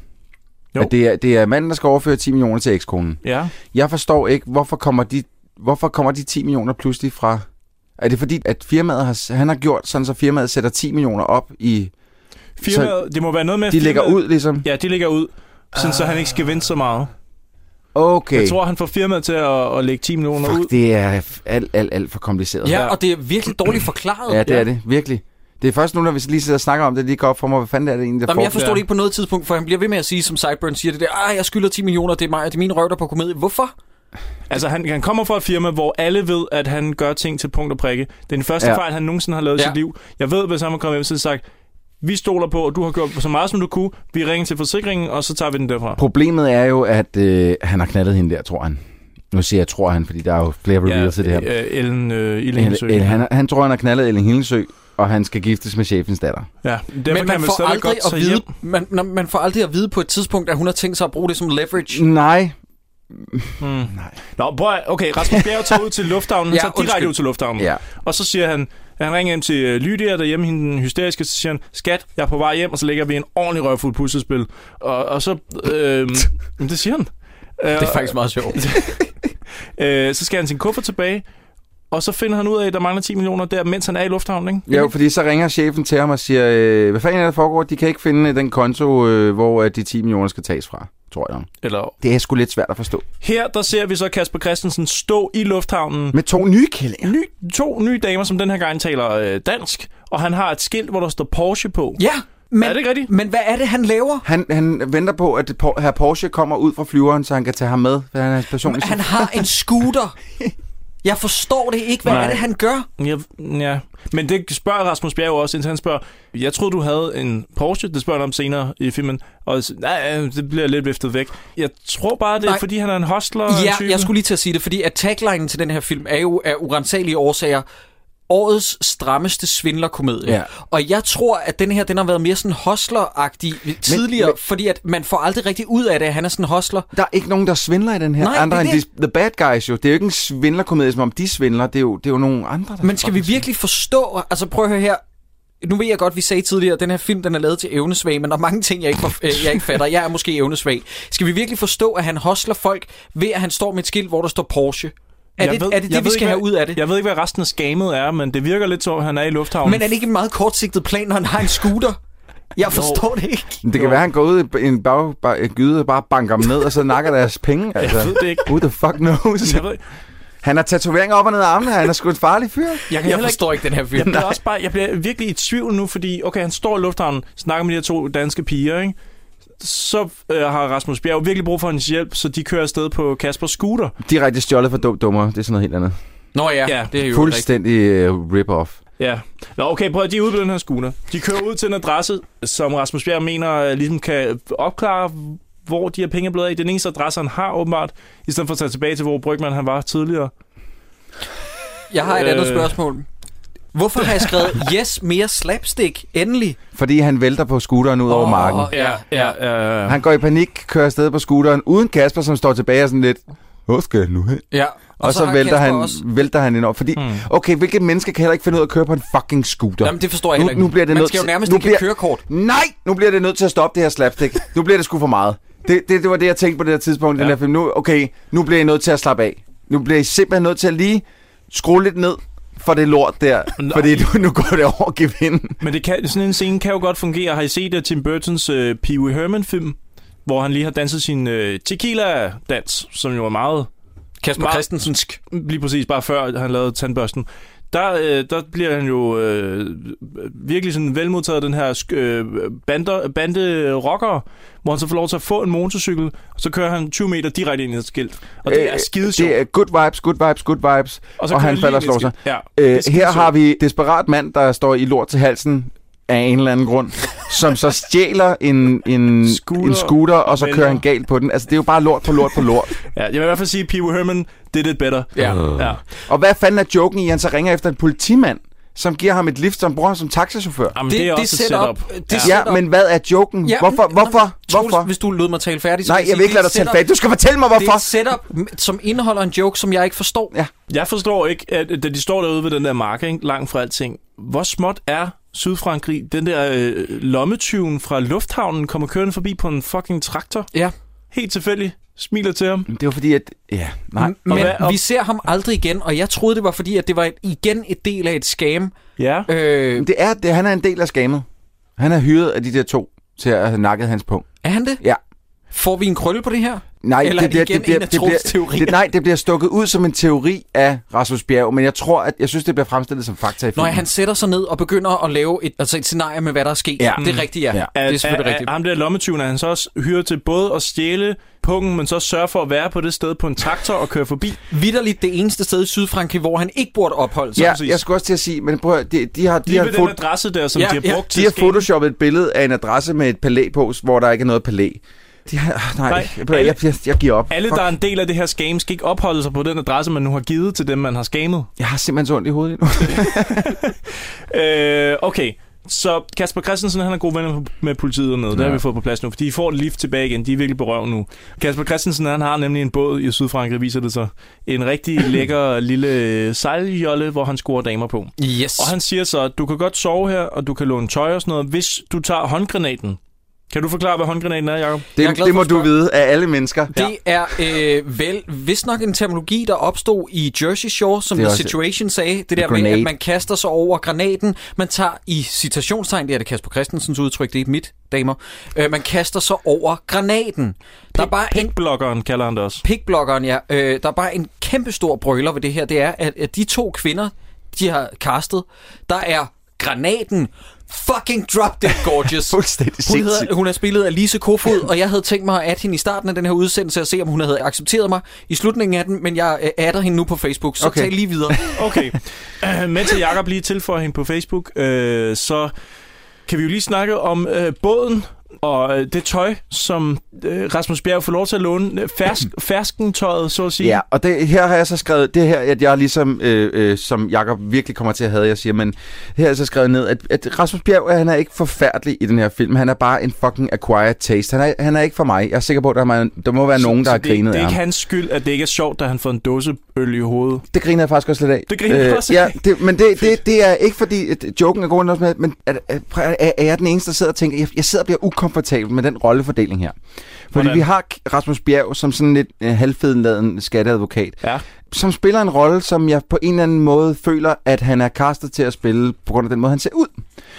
Jo. At det er, det er manden, der skal overføre 10 millioner til ekskonen? Ja. Jeg forstår ikke, hvorfor kommer de, hvorfor kommer de 10 millioner pludselig fra... Er det fordi, at firmaet har, han har gjort sådan, så firmaet sætter 10 millioner op i... Firmaet, det må være noget med... at De lægger firmaet- ud, ligesom? Ja, de lægger ud, sådan, så han ikke Ah. skal vente så meget. Okay. Jeg tror, han får firmaet til at, at lægge 10 millioner ud. Fuck, det er f- alt, alt, alt for kompliceret. Ja, og det er virkelig dårligt forklaret. ja det er det. Virkelig. Det er først nu, når vi lige sidder og snakker om det, lige går op for mig, hvad fanden er det egentlig, der Jamen, jeg foregår? forstår det ikke på noget tidspunkt, for han bliver ved med at sige, som Sideburn siger det der, ah, jeg skylder 10 millioner, det er mig, og det er min røv, der er på komedie. Hvorfor? Altså, han, han kommer fra et firma, hvor alle ved, at han gør ting til punkt og prikke. Det er den første ja. Ja. fejl, han nogensinde har lavet i Ja. sit liv. Jeg ved, hvis han var kommet hjem, så havde jeg sagt, vi stoler på, at du har gjort så meget, som du kunne. Vi ringer til forsikringen, og så tager vi den derfra. Problemet er jo, at øh, han har knaldet hende der, tror han. Nu siger jeg, tror han, fordi der er jo flere reveals til det her. øh, Ellen øh, Ildingsø. El, el, han, han tror, han har knaldet Ellen Hillesø, og han skal giftes med chefens datter. Ja, derfor Men kan man man får, stadig aldrig godt at tage vide, hjem. man, når- man får aldrig at vide på et tidspunkt, at hun har tænkt sig at bruge det som leverage. Nej, Nå, prøv at, okay, Rasmus Bjerg tager ud til lufthavnen. Han Ja, tager direkte undskyld. ud til lufthavnen. Ja. Og så siger han, at han ringer hjem til øh, Lydia derhjemme, hende den hysteriske, så siger han, skat, jeg er på vej hjem, og så lægger vi en ordentlig røvfuld puslespil. Og, og så, øh, det siger han. Det er faktisk meget sjovt. Øh, så skal han sin kuffert tilbage, og så finder han ud af, at der mangler 10 millioner der, mens han er i lufthavnen, ikke? jo, fordi så ringer chefen til ham og siger, øh, hvad fanden er der foregår? De kan ikke finde øh, den konto, øh, hvor øh, de 10 millioner skal tages fra, tror jeg. Eller... Det er sgu lidt svært at forstå. Her, der ser vi så Kasper Christensen stå i lufthavnen. Med to nye kællinger. Ny, to nye damer, som den her gang taler øh, dansk, og han har et skilt, hvor der står Porsche på. Ja, men, Er det ikke rigtigt? men hvad er det, han laver? Han, han venter på, at Po- herr Porsche kommer ud fra flyveren, så han kan tage ham med. for Han er hans personlige Han har en scooter. Jeg forstår det ikke. Hvad Nej. Nej. er det, han gør? Ja, ja. Men det spørger Rasmus Bjerg jo også, indtil han spørger, jeg troede, du havde en Porsche, det spørger han om senere i filmen, og s- nej, øh, det bliver lidt viftet væk. Jeg tror bare, det er, nej. Nej. fordi han er en hostler. Ja, en type. jeg skulle lige til at sige det, fordi at taglinen til den her film er jo af urensagelige årsager årets strammeste svindlerkomedie. Ja. Og jeg tror, at den her, den har været mere sådan hostleragtig tidligere, men- men, fordi at man får aldrig rigtig ud af det, at han er sådan en hostler. Der er ikke nogen, der svindler i den her. Nej, andre det er end de, The Bad Guys jo. Det er jo ikke en svindlerkomedie, som om de svindler. Det er jo, det er jo nogle andre, der Men skal vi virkelig forstå, altså prøv at høre her, nu ved jeg godt, vi sagde tidligere, at den her film, den er lavet til evnesvag, men der er mange ting, jeg ikke, for, øh, jeg ikke fatter. Jeg er måske evnesvag. Skal vi virkelig forstå, at han hostler folk ved, at han står med et skilt, hvor der står Porsche? Er Jeg det, er det jeg det, vi ikke, skal have hvad- ud af det? Jeg ved ikke, hvad resten af skamet er, men det virker lidt som, om han er i lufthavnen. Men er det ikke en meget kortsigtet plan, når han har en scooter? Jeg forstår det ikke. Det kan være, han går ud i en bag, bag, gyde og bare banker dem ned, og så nakker deres penge. Altså. ved det ikke. Who the fuck knows? Jeg, ved, ikke. Han har tatoveringer op og ned af armene. Han er sgu en farlig fyr. Jeg, jeg forstår ikke den her jeg, film. bliver også bare, jeg bliver virkelig i tvivl nu, fordi okay, han står i lufthavnen, snakker med de her to danske piger, ikke? så øh, har Rasmus Bjerg virkelig brug for hans hjælp, så de kører afsted på Kaspers scooter. Direkte stjålet fra dum dummer. Det er sådan noget helt andet. Nå ja, Ja, det er jo rigtigt. Fuldstændig uh, rip-off. Ja. Nå, okay, prøv at de er ude på den her scooter. De kører ud til en adresse, som Rasmus Bjerg mener øh, ligesom kan opklare, hvor de her penge er blevet af. Den eneste adresse, han har åbenbart, i stedet for at tage tilbage til, hvor Brygman han var tidligere. Jeg har et andet Øh. spørgsmål. Hvorfor har jeg skrevet, yes, mere slapstick, endelig? Fordi han vælter på scooteren ud oh, over marken. Ja, ja, øh, ja, ja. Han går i panik, kører afsted på scooteren, uden Kasper, som står tilbage og sådan lidt, hvor skal jeg nu hen? Ja. Og, og så, så har vælter, Kasper han, også- vælter han ind over. Fordi, hmm. okay, hvilket menneske kan heller ikke finde ud af at køre på en fucking scooter? Jamen, det forstår jeg nu, heller ikke. Nu bliver det Man nødt skal jo til- nærmest nu ikke have kørekort. Nej, nu bliver det nødt til at stoppe det her slapstick. nu bliver det sgu for meget. Det, det, det var det, jeg tænkte på det her tidspunkt. Ja. Den her film. Nu, okay, nu bliver I nødt til at slappe af. Nu bliver I simpelthen nødt til at lige skrue lidt ned for det lort der. Nå. Fordi nu, nu går det over gevinden. Men det kan, sådan en scene kan jo godt fungere. Har I set uh, Tim Burtons uh, Pee Wee Herman-film, hvor han lige har danset sin uh, tequila-dans, som jo er meget... Kasper meget- Christensensk. Lige præcis, bare før han lavede tandbørsten. Der, øh, der bliver han jo øh, virkelig sådan velmodtaget af den her sk- øh, bander, bande rocker, hvor han så får lov til at få en motorcykel, og så kører han 20 meter direkte ind i et skilt. Og det Øh, er skide sjovt. Det er good vibes, good vibes, good vibes. Og Og, så og kører han lige falder og ind slår i sig. et skidt. Ja, det er øh, skide her har sjovt. vi desperat mand, der står i lort til halsen af en eller anden grund, som så stjæler en, en, Scooter. scooter, en scooter, og så Vælter. kører han galt på den. Altså, det er jo bare lort på lort på lort. Ja, jeg vil i hvert fald sige, at Pee Wee Herman did it better. Ja. ja. og hvad fanden er joken i, at han så ringer efter en politimand, som giver ham et lift, som bruger ham som taxachauffør? Jamen, det, det er også et setup. Det er Ja, men hvad er joken? Ja, hvorfor? Hvorfor? Troels, hvorfor? hvis du lød mig tale færdig, så Nej, jeg vil ikke lade dig tale færdig. Du skal fortælle mig, Det er hvorfor. et setup, m- som indeholder en joke, som jeg ikke forstår. Ja. Jeg forstår ikke, at da de står derude ved den der mark, ikke, langt fra alting, hvor småt er Sydfrankrig? Den der øh, lommetyven fra lufthavnen kommer kørende forbi på en fucking traktor. Ja. Helt tilfældigt. Smiler til ham. Det var fordi, at... Ja, nej. Men hvad- vi ser ham aldrig igen, og jeg troede, det var fordi, at det var et, igen et del af et scam. Ja. Øh, Det er, det, han er en del af skamet. Han er hyret af de der to til at have nakket hans punkt. er han det? Ja. Får vi en krølle på det her? Nej, Eller det bliver, igen det bliver, en af det Troels bliver, teorier. det, nej, det bliver stukket ud som en teori af Rasmus Bjerg, men jeg tror, at jeg synes, det bliver fremstillet som fakta i Når filmen. han sætter sig ned og begynder at lave et, altså et scenarie med, hvad der er sket. Ja. Det er rigtigt, ja. Ja. ja. Det er selvfølgelig rigtigt. Ham der lommetyven er han så også hyret til både at stjæle pungen, men så sørge for at være på det sted på en traktor og køre forbi. Vitterligt det eneste sted i Sydfrankrig, hvor han ikke burde opholde sig. ja, præcis. jeg skulle også til at sige, men prøv at, høre, de, de har, de Lige har, ved den fot, adresse der, som Ja, de har ja. brugt de til har at scanne. photoshoppet et billede af en adresse med et palæ på, hvor der ikke er noget palæ. De har, ah, nej, Nej, nej jeg, jeg, jeg, jeg giver op. Alle, Fuck, der er en del af det her scam, skal ikke opholde sig på den adresse, man nu har givet til dem, man har scamet. Jeg har simpelthen så ondt i hovedet nu. Øh, okay. Så Kasper Christensen, han er gode venner med politiet dernede. Ja. Det har Ja. vi fået på plads nu, for de får et lift tilbage igen. De er virkelig på røv nu. Kasper Christensen, han har nemlig en båd i Sydfrankrig, viser det sig. En rigtig lækker lille sejljolle, hvor han scorer damer på. Yes. Og han siger så, at du kan godt sove her, og du kan låne tøj og sådan noget, hvis du tager håndgranaten. Kan du forklare, hvad håndgranaten er, Jacob? Jeg er Det, glad det for må at du spørge. vide af alle mennesker. Det er øh, vel, vist nok en terminologi, der opstod i Jersey Shore, som Det er The også- Situation sagde. Det der med, Grenade. at man kaster sig over granaten. Man tager i citationstegn, det er det Kasper Christensens udtryk, det er ikke mit, damer. Øh, man kaster sig over granaten. Der er bare en Pinkblokkeren kalder han det også. pikblokkeren, ja. Øh, der er bare en kæmpe stor brøler ved det her. Det er, at, at de to kvinder, de har castet, der er granaten fucking drop dead gorgeous. Fuldstændig hun, hedder, sindssygt. hun er spillet af Lise Kofod, og jeg havde tænkt mig at hende i starten af den her udsendelse og se, om hun havde accepteret mig i slutningen af den, men jeg øh, adder hende nu på Facebook, så okay. Okay. tag lige videre. Okay. Øh, Mens jeg Jacob lige tilføjer hende på Facebook, øh, så kan vi jo lige snakke om øh, båden og øh, det tøj, som øh, Rasmus Bjerg får lov til at låne. Fersk, ferskentøjet, så at sige. Ja, og det, her har jeg så skrevet, det her, at jeg ligesom, øh, øh, som Jakob virkelig kommer til at have, jeg siger, men her har jeg så skrevet ned, at, at Rasmus Bjerg, øh, han er ikke forfærdelig i den her film. Han er bare en fucking acquired taste. Han er, han er ikke for mig. Jeg er sikker på, at der, er, der må være Så- nogen, der så har det, grinet Det er af ikke ham. hans skyld, at det ikke er sjovt, da han får en dåse øl i hovedet. Det griner jeg faktisk også lidt af. Øh, Det griner jeg også ja, af. det, men det, det, det, er ikke fordi, at joken er god nok med, men er, er, er, er jeg den eneste, der sidder og tænker, jeg, jeg sidder og bliver ukomfortabel med den rollefordeling her. Fordi Hvordan? vi har Rasmus Bjerg som sådan lidt øh, halvfedenladen skatteadvokat, Ja. som spiller en rolle, som jeg på en eller anden måde føler, at han er castet til at spille, på grund af den måde, han ser ud.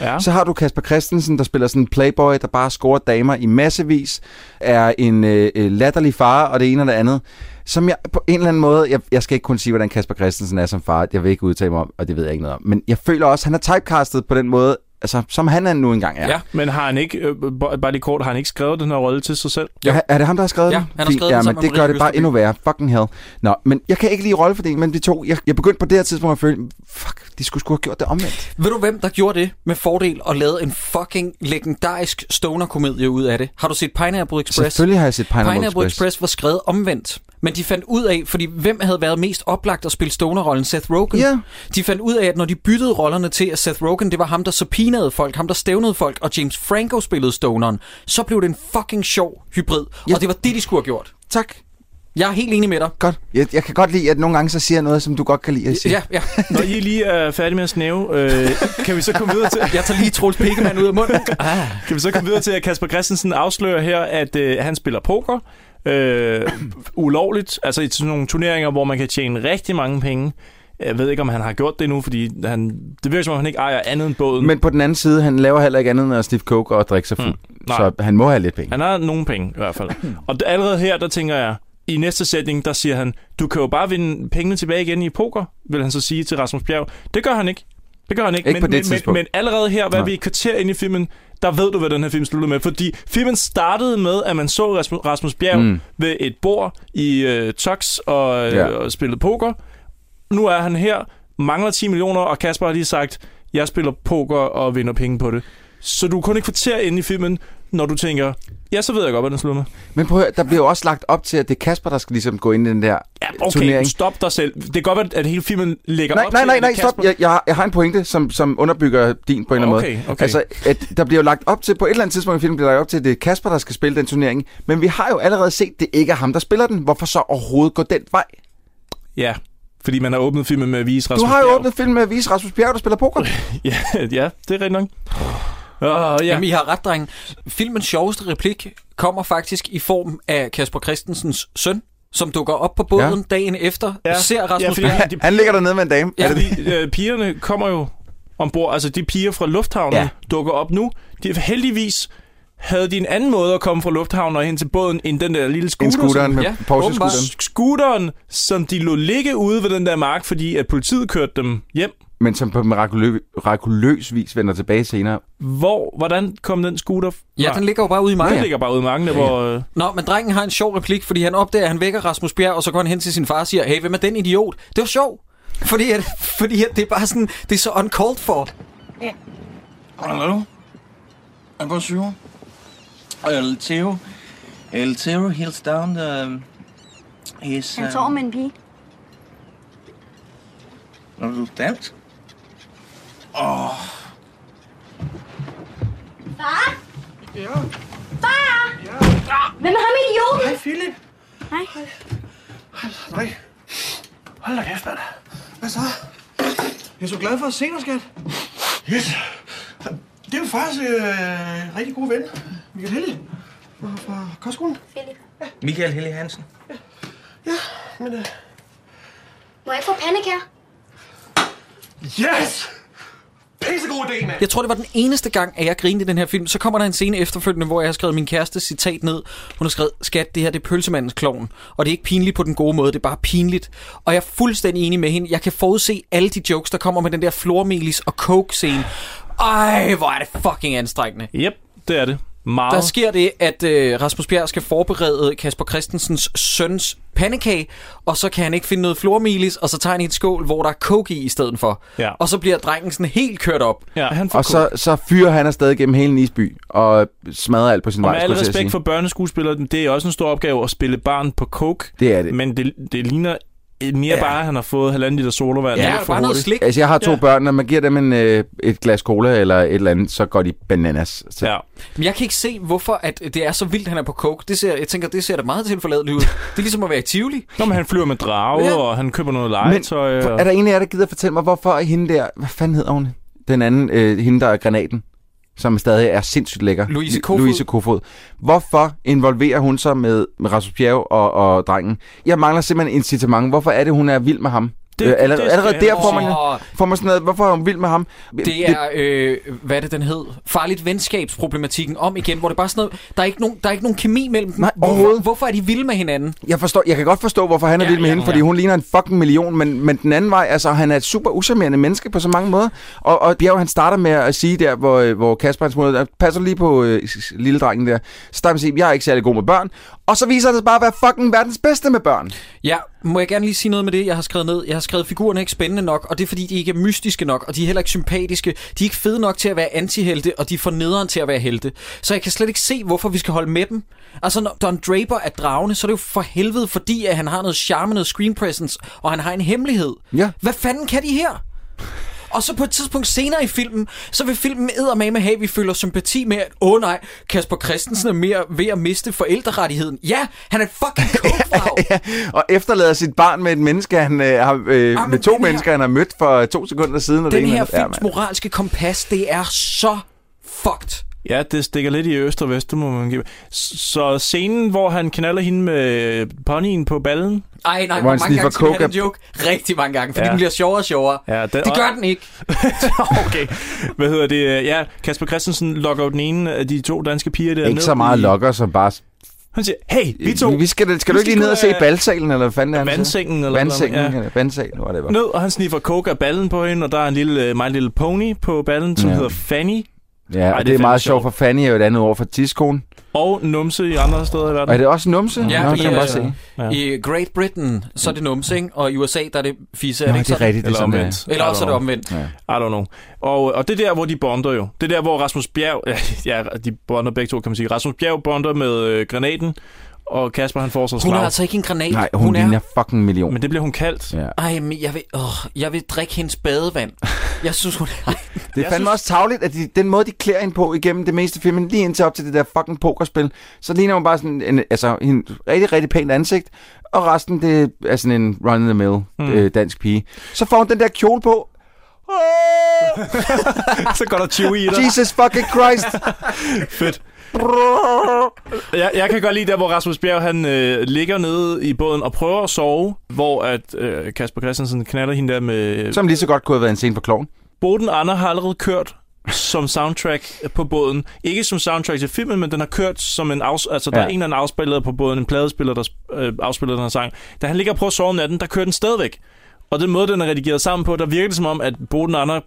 ja. Ja. Så har du Kasper Christensen, der spiller sådan en playboy, der bare scorer damer i massevis, er en øh, øh, latterlig far og det ene og det andet. Som jeg på en eller anden måde, jeg, jeg skal ikke kun sige, hvordan Kasper Christensen er som far, jeg vil ikke udtale mig om, og det ved jeg ikke noget om. Men jeg føler også, at han er typecastet på den måde, altså, som han er nu engang er. Ja. Men har han ikke, øh, b- bare lige kort, har han ikke skrevet den her rolle til sig selv? Jo. Ja. Er det ham, der har skrevet Ja, den? han har Fint. skrevet den ja, sammen men med det gør Marie det bare Østerby. endnu værre. Fucking hell. Nå, men jeg kan ikke lide rollefordelingen mellem de to. Jeg, jeg begyndte på det her tidspunkt at føle, fuck, De skulle sgu have gjort det omvendt. Ved du hvem, der gjorde det med fordel og lavede en fucking legendarisk stoner-komedie ud af det? Har du set Pineapple Express? Selvfølgelig har jeg set Pineapple Pineapple Express. Express var skrevet omvendt. Men de fandt ud af, fordi hvem havde været mest oplagt at spille stoner-rollen? Seth Rogen. Ja. De fandt ud af, at når de byttede rollerne til, at Seth Rogen, det var ham, der subpoenaede folk, ham, der stævnede folk, og James Franco spillede stoneren, så blev det en fucking sjov hybrid. Ja. Og det var det, de skulle have gjort. Tak. Jeg er helt enig med dig. Godt. Jeg, jeg kan godt lide, at nogle gange så siger jeg noget, som du godt kan lide at sige. Ja, ja. Når I lige er færdige med at snæve, øh, kan vi så komme videre til... Jeg tager lige Troels Pikkemann ud af munden. Ah. Kan vi så komme videre til, at Kasper Christensen afslører her, at øh, han spiller poker øh, ulovligt, altså i sådan nogle turneringer, hvor man kan tjene rigtig mange penge. Jeg ved ikke, om han har gjort det nu, fordi han, det virker som om, han ikke ejer andet end båden. Men på den anden side, han laver heller ikke andet end at stifte coke og drikke sig fuld. Mm. nej. Så han må have lidt penge. Han har nogle penge i hvert fald. Og d- allerede her, der tænker jeg, i næste sætning, der siger han, du kan jo bare vinde pengene tilbage igen i poker, vil han så sige til Rasmus Bjerg. Det gør han ikke. Det gør han ikke. Ikke på men, det men, men, tidspunkt. men allerede her, hvad Nej. vi er et kvarter inde i filmen, der ved du, hvad den her film slutter med. Fordi filmen startede med, at man så Rasmus, Rasmus Bjerg mm. Mm. ved et bord i øh, Tux og, øh, Ja. og spillede poker. Nu er han her, mangler 10 millioner, og Kasper har lige sagt, jeg spiller poker og vinder penge på det. Så du er kun et kvarter inde i filmen, når du tænker, ja, så ved jeg godt, hvad den slutter med. Men prøv at høre, der bliver jo også lagt op til, at det er Kasper, der skal ligesom gå ind i den der Ja, okay, turnering. stop dig selv. Det kan godt være, at hele filmen ligger Nej, op nej, til, nej, at nej, Kasper- stop. Jeg, jeg, har- jeg har en pointe, som, som underbygger din på en eller anden Okay, måde. okay. Altså, at der bliver jo lagt op til, på et eller andet tidspunkt i filmen bliver der lagt op til, at det er Kasper, der skal spille den turnering. Men vi har jo allerede set, at det ikke er ham, der spiller den. Hvorfor så overhovedet gå den vej? Ja, fordi man har åbnet filmen med at vise Rasmus Du har jo Bjerg. åbnet filmen med at vise Rasmus Bjerg, der spiller poker. ja, ja, det er rigtigt nok. Uh, ja. Jamen, I har ret, drenge. Filmens sjoveste replik kommer faktisk i form af Kasper Christensens søn, som dukker op på båden ja. dagen efter, ja. ser Rasmus fordi ja, han- de, Han ligger dernede med en dame. ja, Er det det? fordi, øh, pigerne kommer jo ombord, altså de piger fra lufthavnen ja. Ja. dukker op nu. De, heldigvis havde de en anden måde at komme fra lufthavnen og hen til båden, end den der lille scooter. En scooteren som, med Ja, Porsche-scooteren. Sk- scooteren, som de lå ligge ude ved den der mark, fordi at politiet kørte dem hjem. Men som på mirakulø- mirakuløs vis vender tilbage senere. Hvor, hvordan kom den scooter? ja, den ligger jo bare ude i den marken. ligger bare ude i marken, der, hvor... Øh, Nå, men drengen har en sjov replik, fordi han opdager, at han vækker Rasmus Bjerg, og så går han hen til sin far og siger, hey, hvem er den idiot? Det var sjovt. Fordi, at, fordi at det er bare sådan, det er så uncalled for. Hallo? Jeg går syv. Og El Theo. El Theo, heels down. øh- The, his, Han sover med en pige. Når du dansk? Åh, oh, Far? Far? Hvem er ham idioten? hej Philip. Nej. Nej. Hold da kæft, mand. Hvad så? Jeg er så glad for at se dig, skat. Yes. Det er jo faktisk øh, rigtig god ven. Michael Helle. Fra, fra kostskolen. Philip, Michael Helle Hansen. Ja, men... Øh... må jeg få panik her? Yes! Pissegod idé, mand! Jeg tror, det var den eneste gang, at jeg grinede i den her film. Så kommer der en scene efterfølgende, hvor jeg har skrevet min kæreste citat ned. Hun har skrevet, skat, det her det er pølsemandens klovn. Og det er ikke pinligt på den gode måde, det er bare pinligt. Og jeg er fuldstændig enig med hende. Jeg kan forudse alle de jokes, der kommer med den der flormelis og coke-scene. Ej, hvor er det fucking anstrengende. Yep, det er det. Meget. Der sker det, at øh, Rasmus Bjerg skal forberede Kasper Christensens søns pandekage, og så kan han ikke finde noget flormelis, og så tager han i en skål, hvor der er coke i i stedet for. Ja. Og så bliver drengen sådan helt kørt op. ja, han får Og så, så fyrer han afsted gennem hele Nisby og smadrer alt på sin Og vej. med al skulle jeg til at sige. respekt for børneskuespillere, det er også en stor opgave at spille barn på coke. Det er det. Men det, det ligner øh, mere ja. Ja. bare, at han har fået halvanden liter sodavand. Ja, Alt bare noget slik. Altså, jeg har to Ja. ja. børn, og man giver dem en, øh, et glas cola eller et eller andet, så går de bananas. Så, Ja. Men jeg kan ikke se, hvorfor at øh, det er så vildt, han er på coke. Det ser, jeg tænker, det ser da meget tilforladeligt ud. Det er ligesom at være i Tivoli. Nå, men han flyver med drage, Ja. ja. og han køber noget Men legetøj. for, og- er der en af jer, der gider fortælle mig, hvorfor er hende der... Hvad fanden hedder hun? Den anden, øh, hende der er granaten, som stadig er sindssygt lækker. Louise Lu- Kofod. Louise Kofod. Hvorfor involverer hun sig med, med Rasmus Bjerg og, og drengen? Jeg mangler simpelthen incitament. Hvorfor er det, hun er vild med ham? Det- Det, øh, allerede, det skal allerede jeg der også får man, sige. får man sådan noget, hvorfor er hun vild med ham? Det er, øh, hvad er det den hed? Farligt venskabsproblematikken om igen, hvor det bare er sådan noget, der er ikke nogen, der er ikke nogen kemi mellem dem. Nej, hvorfor, overhovedet. hvorfor er de vilde med hinanden? Jeg, forstår, jeg kan godt forstå, hvorfor han er Ja, ja, vild ja, med ja, hende, fordi ja. ja. hun ligner en fucking million, men, men den anden vej, altså han er et super usammerende menneske på så mange måder. Og, og Bjerg, han starter med at sige der, hvor, øh, hvor Kasper hans mor, passer lige på øh, s- s- lille drengen der, så starter han med at sige, jeg er ikke særlig god med børn, Og så viser det sig bare at være fucking verdens bedste med børn. Ja, må jeg gerne lige sige noget med det, jeg har skrevet ned? Jeg har skrevet, figurerne er ikke spændende nok, og det er fordi, de ikke er mystiske nok, og de er heller ikke sympatiske. De er ikke fede nok til at være antihelte, og de er for nederen til at være helte. Så jeg kan slet ikke se, hvorfor vi skal holde med dem. Altså, når Don Draper er dragende, så er det jo for helvede, fordi at han har noget charme, noget screen presence, og han har en hemmelighed. Ja. Hvad fanden kan de her? Og så på et tidspunkt senere i filmen, så vil filmen eddermame have, at vi føler sympati med, at åh oh, nej, Kasper Christensen er mere ved at miste forældrerettigheden. Ja, han er fucking kogefrag. Og efterlader sit barn med et menneske, han øh, har, øh, Ah, men med to den her- mennesker, han har mødt for to sekunder siden. og det Den ene her og det andet. Ja, films mand. moralske kompas, det er så fucked. Ja, det stikker lidt i øst og vest, det må man give. S- Så scenen, hvor han knaller hende med ponyen på ballen. Ej, nej, Hvor hvor mange han sniffer gange skal vi have coke den joke? Rigtig mange gange, fordi Ja. ja. den bliver sjovere og sjovere. Ja, den, Det gør den ikke. Mm-hmm. okay. Hvad hedder det? Ja, Kasper Christensen lokker jo den ene af de to danske piger der Ikke så meget lokker, som bare... Han siger, hey, vi to. Vi skal, skal du ikke lige ned og se balsalen, eller hvad fanden er han siger? Vandsengen eller Vandsengen, noget, ja. eller vandsalen, whatever. Ned, og han sniffer coke af ballen på hende, og der er en lille uh, My Little Pony på ballen, som Ja. ja. hedder Fanny. Ja, og Ej, det, det det er er meget fandme sjovt, for Fanny er jo et andet ord for tidskonen. Og numse i andre steder i verden. Og er det også numse? Ja, Nå, i, det kan man øh, bare se. Ja. I Great Britain, så er det numse, ikke? Og i USA, der er det fisse, er Nå, det ikke det er sådan? rigtigt, det er Eller sådan, det er. omvendt. Eller I også er det don't know. omvendt. Ja. I don't know. Og, øh, og det er der, hvor de bonder jo. Det er der, hvor Rasmus Bjerg... Ja, de bonder begge to, kan man sige. Rasmus Bjerg bonder med øh, granaten, og Kasper han får sig Hun er slag. altså ikke en granat. Nej, hun, hun er... ligner fucking million. Men det bliver hun kaldt. Ja. Ej, men jeg vil, åh, jeg vil drikke hendes badevand. Jeg synes, hun er... Det er Jeg fandme synes- også tavligt, at de, den måde, de klæder hende på igennem det meste af filmen, lige indtil op til det der fucking pokerspil, så ligner hun bare sådan en, altså, en rigtig, rigtig pænt ansigt, og resten, det er sådan en run-in-the-mill mm. øh, dansk pige. Så får hun den der kjole på. Åh, så går der 20 i dig. Jesus fucking Christ! Fedt. Jeg, jeg kan godt lide der, hvor Rasmus Bjerg han øh, ligger nede i båden og prøver at sove, hvor at øh, Kasper Christensen knaller hende der med... øh, Som lige så godt kunne have været en scene for kloven. Boden Ander har allerede kørt som soundtrack på båden. Ikke som soundtrack til filmen, men den har kørt som en afs- altså, der Ja. er en eller anden afspiller på båden, en pladespiller, der sp- øh, afspiller den her sang. Da han ligger og prøver at sove om natten, der kører den stadigvæk. Og den måde, den er redigeret sammen på, der virker det som om, at Boden Ander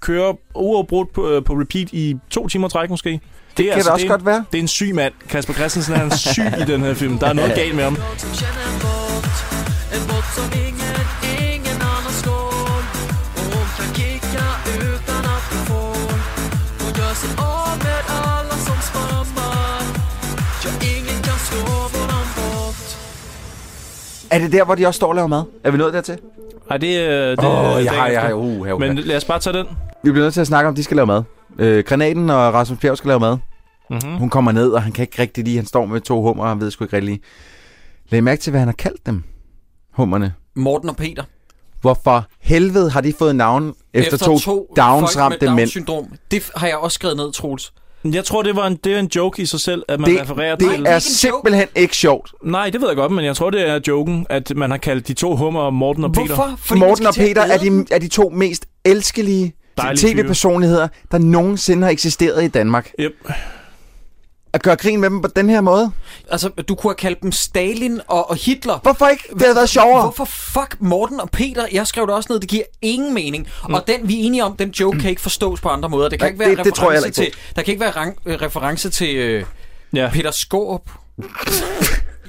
kører uafbrudt på, øh, på repeat i to timer træk måske. Det, det Kan det også det, er- godt være? det er en syg mand. Kasper Christensen han er syg i den her film. Der er noget galt med ham. Er det der, hvor de også står og laver mad? Er vi nået dertil? Ej, det, øh, det, Åh, det jeg har, jeg har, jo. uh, Men lad os bare tage den. Vi bliver nødt til at snakke om, at de skal lave mad. Øh, granaten og Rasmus Bjerg skal lave mad. Mm-hmm. Hun kommer ned, og han kan ikke rigtig lide. Han står med to hummer, og han ved sgu ikke rigtig lide. Læg mærke til, hvad han har kaldt dem. Hummerne. Morten og Peter. Hvorfor helvede har de fået navn efter, efter to, to folk med downsramte mænd? Down-syndrom. Det f- har jeg også skrevet ned, Troels. Jeg tror, det var en, det er en joke i sig selv, at man Det, refererer det til... er en joke. simpelthen ikke sjovt. Nej, det ved jeg godt, men jeg tror, det er joken, at man har kaldt de to hummer Morten og Peter. Hvorfor? Fordi man Morten skal og til at Peter æde er dem. de, er de to mest elskelige Dejlige fyre. tv-personligheder, der nogensinde har eksisteret i Danmark. Yep. At gøre grin med dem på den her måde? Altså, du kunne have kaldt dem Stalin og, og Hitler. Hvorfor ikke? Det havde været sjovere. Hvorfor fuck Morten og Peter? Jeg skrev det også ned, det giver ingen mening. Mm. Og den, vi er enige om, den joke kan ikke forstås på andre måder. Det kan Nej, ikke være det- det tror jeg reference heller til, Der kan ikke være rang, øh, reference til øh, Ja. Peter Skåb.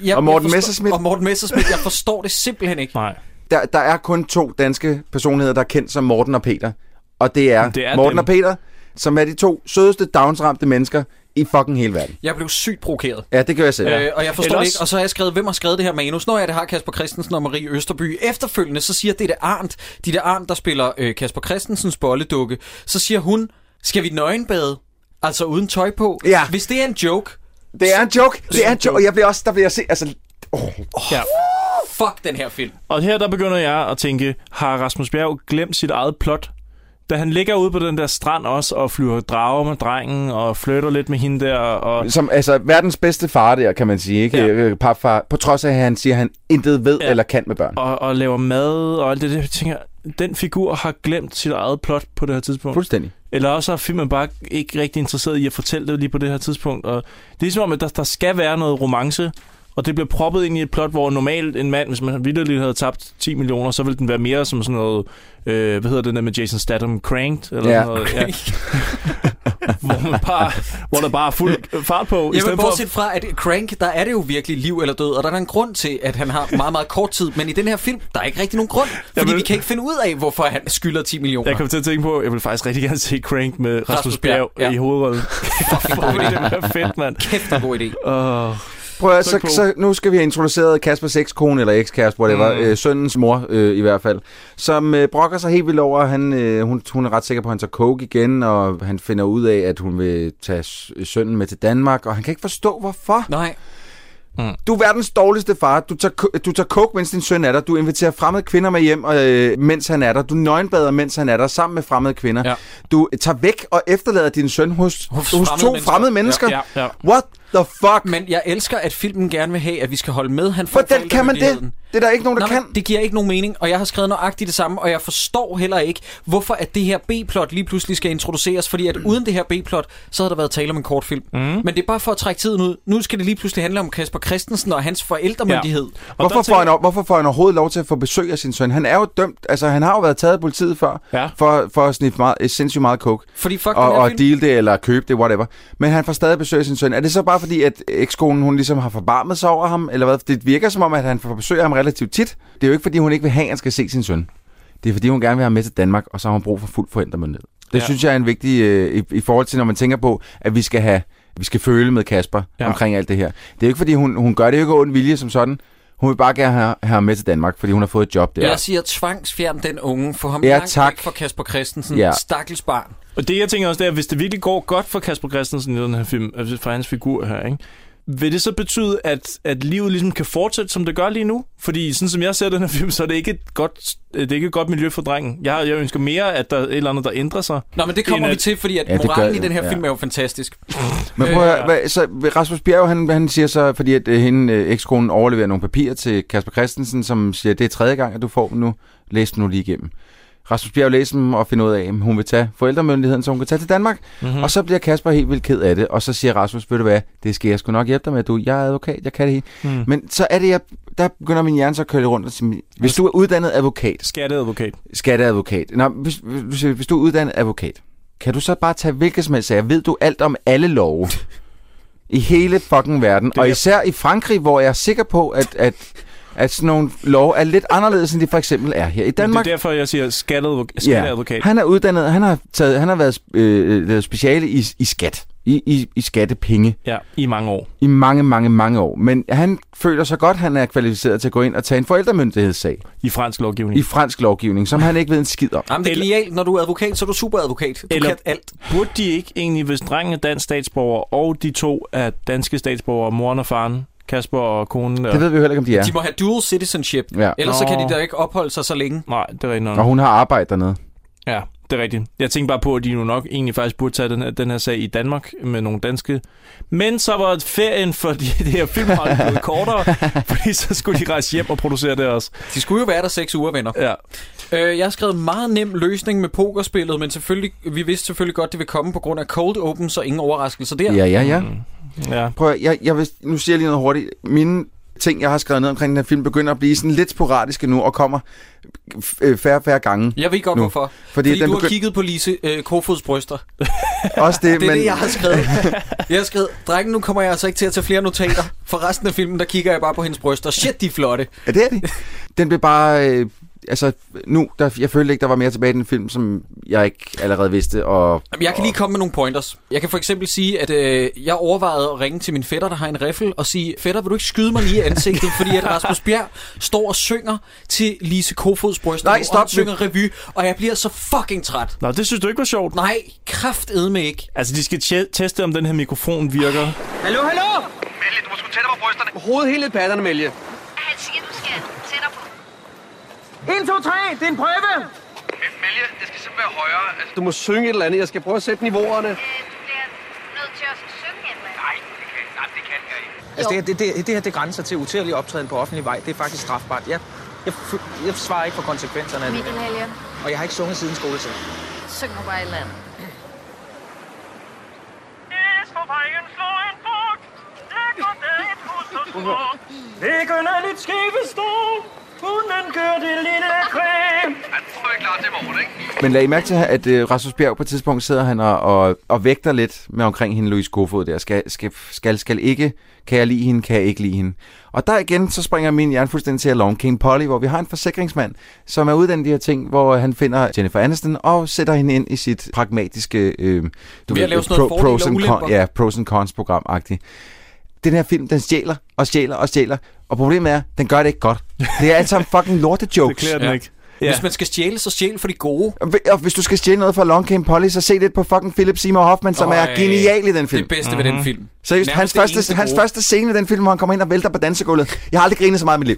Jeg, Og jeg Morten forstår- Messerschmidt. Og Morten Messerschmidt. Jeg forstår det simpelthen ikke. Nej. Der, der er kun to danske personligheder, der er kendt som Morten og Peter. Og det er, Det er Morten dem. og Peter, som er de to sødeste downsramte mennesker i fucking hele verden. Jeg blev sygt provokeret. Ja, det gør jeg selv. Ja. Øh, og jeg forstår Ellers... Ellers- det ikke, og så har jeg skrevet, hvem har skrevet det her manus? Når jeg det har Kasper Christensen og Marie Østerby. Efterfølgende, så siger det der Arndt, de der Arndt, der spiller øh, Kasper Christensens bolledukke, så siger hun, skal vi nøgenbade? Altså uden tøj på. Ja. Hvis det er en joke, Det er en joke. Det er en joke. Og jeg bliver også, der bliver jeg se, altså... Oh, Ja. fuck den her film. Og her der begynder jeg at tænke, har Rasmus Bjerg glemt sit eget plot? Da han ligger ude på den der strand også og flyver drager med drengen og flytter lidt med hende der. Og... som altså verdens bedste far der, kan man sige, ikke? Ja. Ja. Papfar, på trods af, at han siger, at han intet ved ja. Ja. eller kan med børn. Og, og laver mad og alt det der. Jeg tænker, den figur har glemt sit eget plot på det her tidspunkt. Fuldstændig. Eller også er filmen bare ikke rigtig interesseret i at fortælle det lige på det her tidspunkt. Og det er som om, at der, der skal være noget romance Og det bliver proppet ind i et plot, hvor normalt en mand, hvis man vidderligt havde tabt 10 millioner, så ville den være mere som sådan noget, øh, hvad hedder det der med Jason Statham, Cranked? Eller Ja. sådan noget. Ja. hvor, man bare, hvor der bare er fuld fart på. i Jamen, stedet for at- bortset fra, at Crank, der er det jo virkelig liv eller død, og der er der en grund til, at han har meget, meget kort tid. Men i den her film, der er ikke rigtig nogen grund, fordi Jamen- vi kan ikke finde ud af, hvorfor han skylder 10 millioner. Jeg kom til at tænke på, jeg vil faktisk rigtig gerne se Crank med Rasmus, Rasmus Rasmus Bjerg, Bjerg ja. ja. i hovedrollen. Fucking god idé. det er fedt, mand. Kæft, det er en god idé. Uh, Prøv at, så, Så så, klog. nu skal vi have introduceret Kaspers ekskone, eller ekskæreste, whatever, mm. øh, sønnens mor øh, i hvert fald, som øh, brokker sig helt vildt over, at han, øh, hun, hun er ret sikker på, at han tager coke igen, og han finder ud af, at hun vil tage s- sønnen med til Danmark, og han kan ikke forstå, hvorfor. Nej. Mm. Du er verdens dårligste far. Du tager, ko- du tager coke, mens din søn er der. Du inviterer fremmede kvinder med hjem, øh, mens han er der. Du nøgenbader, mens han er der, sammen med fremmede kvinder. Ja. Du tager væk og efterlader din søn hos, hos, hos to fremmede mennesker. Ja, ja, ja. What the fuck? Men jeg elsker, at filmen gerne vil have, at vi skal holde med. Han får Hvordan kan man det? forældremyndigheden. Det er der ikke nogen, Nå, der kan. men Det giver ikke nogen mening, og jeg har skrevet nøjagtigt det samme, og jeg forstår heller ikke, hvorfor at det her B-plot lige pludselig skal introduceres, fordi at uden det her B-plot, så havde der været tale om en kortfilm. Mhm. Mm. Men det er bare for at trække tiden ud. Nu skal det lige pludselig handle om Kasper Christensen og hans forældremyndighed. Ja. Og Hvorfor der får, han, tænker- o- hvorfor får han overhovedet lov til at få besøg af sin søn? Han er jo dømt, altså han har jo været taget af politiet før, Ja. for, for at sniffe meget, eh, sindssygt meget coke. Fordi fuck og, den her og film. deal det, eller købe det, whatever. Men han får stadig besøg af sin søn. Er det så bare fordi, at ekskonen hun ligesom har forbarmet sig over ham, eller hvad? Det virker som om, at han får besøg af ham relativt tit. Det er jo ikke fordi, hun ikke vil have, at han skal se sin søn. Det er fordi, hun gerne vil have ham med til Danmark, og så har hun brug for fuld forældremyndighed. Det ja. Ja. synes jeg er en vigtig, øh, i, i forhold til, når man tænker på, at vi skal have, vi skal føle med Kasper ja. Ja. omkring alt det her. Det er jo ikke fordi, hun, hun gør det jo ikke af ond vilje som sådan. Hun vil bare gerne have, have ham med til Danmark, fordi hun har fået et job der. Jeg siger tvangsfjern den unge, for ham Ja, langt tak. væk fra Kasper Christensen, Ja. ja. stakkels barn. Og det, jeg tænker også, det er, at hvis det virkelig går godt for Kasper Christensen i den her film, altså for hans figur her, ikke? vil det så betyde, at, at livet ligesom kan fortsætte, som det gør lige nu? Fordi sådan som jeg ser den her film, så er det ikke et godt, det er ikke et godt miljø for drengen. Jeg, jeg ønsker mere, at der er et eller andet, der ændrer sig. Nå, men det kommer En, vi at- til, fordi at Ja, ja, det gør moralen i jo, den her ja. ja. film er jo fantastisk. Men prøv at høre, hvad, så Rasmus Bjerg, han, han siger så, fordi at øh, hende, øh, ekskonen overleverer nogle papirer til Kasper Christensen, som siger, det er tredje gang, at du får dem nu. Læs dem nu lige igennem. Rasmus Bjerg læser dem og finder ud af, om hun vil tage forældremyndigheden, så hun kan tage til Danmark. Mm-hmm. Og så bliver Kasper helt vildt ked af det, og så siger Rasmus, ved du hvad, det skal jeg sgu nok hjælpe dig med, du, jeg er advokat, jeg kan det hele. Mm. Men så er det, jeg, der begynder min hjerne så at køre lidt rundt og sige, hvis du er uddannet advokat, Skatteadvokat. skatteadvokat. Nå, hvis, hvis, hvis du er uddannet advokat, kan du så bare tage hvilket som helst sager? Ved du alt om alle love i hele fucking verden? Og jeg- især i Frankrig, hvor jeg er sikker på, at, at, at sådan nogle love er lidt anderledes, end de for eksempel er her i Men det er Danmark. derfor, jeg siger skatteadvok- skatteadvokat. han er uddannet, han har, taget, han har været øh, lavet speciale i, i skat, i, i, i skattepenge Ja, i mange år. i mange, mange, mange år. Men han føler så godt, han er kvalificeret til at gå ind og tage en forældremyndighedssag I fransk lovgivning. i fransk lovgivning, som han ikke ved en skid om. Jamen, det er Eller- genialt. Når du er advokat, så er du superadvokat. Du Eller- kan alt. Burde de ikke egentlig, hvis drengen er dansk statsborger, og de to er danske statsborger, moren og faren, Kasper og konen? Der? Det ved vi jo heller ikke, om de er. De må have dual citizenship, Ja. ellers så kan Nå. de da ikke opholde sig så længe. Nej, det er rigtigt nok. Og hun har arbejdet dernede. Ja, det er rigtigt. Jeg tænkte bare på, at de jo nok egentlig faktisk burde tage den her, den her sag i Danmark med nogle danske. Men så var ferien for de, det her filmhold blevet kortere, fordi så skulle de rejse hjem og producere det også. De skulle jo være der seks uger, venner. Ja. Øh, jeg har skrevet en meget nem løsning med pokerspillet, men selvfølgelig, vi vidste selvfølgelig godt, det ville komme på grund af cold open, så ingen overraskelse der. Ja, ja, ja. Mm, Ja. Prøv at, jeg, jeg vil, nu siger jeg lige noget hurtigt. Mine ting, jeg har skrevet ned omkring den her film, begynder at blive sådan lidt sporadiske nu, og kommer f- øh, færre færre gange. Jeg ved godt, Nu. nu. hvorfor. Fordi, Fordi, Fordi den du har begynder kigget på Lise øh, Kofods bryster. også det, Det er men, men... det, jeg har skrevet. Jeg har skrevet, drengen, nu kommer jeg altså ikke til at tage flere notater. For resten af filmen, der kigger jeg bare på hendes bryster. Shit, de er flotte. Ja, det er det. Den blev bare... Øh, altså, nu, der, jeg følte ikke, der var mere tilbage i den film, som jeg ikke allerede vidste, og... Jamen, Jeg kan lige komme med nogle pointers. Jeg kan for eksempel sige, at øh, jeg overvejede at ringe til min fætter, der har en riffel, og sige, fætter, vil du ikke skyde mig lige i ansigtet, fordi at Rasmus Bjerg står og synger til Lise Kofods bryster, Nej, hvor stop han nu. synger revy, og jeg bliver så fucking træt. Nå, det synes du ikke var sjovt? Nej, kraftedme ikke. Altså, de skal tje- teste, om den her mikrofon virker. Hallo, hallo! Mælge, du må sgu tættere på brysterne. Hovedet helt lidt patterne, Mælge. Han siger, du skal tættere på. 1, 2, 3, det er en prøve! Mælge, det skal simpelthen være højere. Altså, Du må synge et eller andet, jeg skal prøve at sætte niveauerne. Du bliver nødt til at synge et eller nej, det kan, nej, det kan jeg ikke. Altså, det, her- det, det, det her, det grænser til utærlig optræden på offentlig vej. Det er faktisk strafbart. Jeg, jeg, f- jeg svarer ikke for konsekvenserne af det. Mikkel Helge, Og jeg har ikke sunget siden skoletid. syng nu bare et eller andet. Det står vejen, slå en bugt. Det går der et hus hos Begynder lidt skæve storm. Hunden gør det lille kræm. Men lad I mærke til, at øh, Rasmus Bjerg på et tidspunkt sidder han og, og, og vægter lidt med omkring hende Louise Kofod der. Skal, skal, skal, skal ikke, kan jeg lide hende, kan jeg ikke lide hende. Og der igen, så springer min hjerne fuldstændig til Along King Polly, hvor vi har en forsikringsmand, som er uddannet i de her ting, hvor øh, han finder Jennifer Aniston og sætter hende ind i sit pragmatiske øh, du Ved at lave sådan noget fordele pros, og and ulemper. con, ja, pros and cons program -agtigt. Den her film, den stjæler og stjæler og stjæler. Og problemet er, den gør det ikke godt. Det er alt sammen fucking lorte jokes. klæder den ikke. Hvis man skal stjæle, så stjæl for de gode. Og hvi- Og hvis du skal stjæle noget fra Long Came Polly, så se lidt på fucking Philip Seymour Hoffman, som er Øj, genial i den film. det bedste ved den Mhm. film. Seriøst, Nærmest hans det første, eneste hans gode. første scene i den film, hvor han kommer ind og vælter på dansegulvet. Jeg har aldrig grinet så meget i mit liv.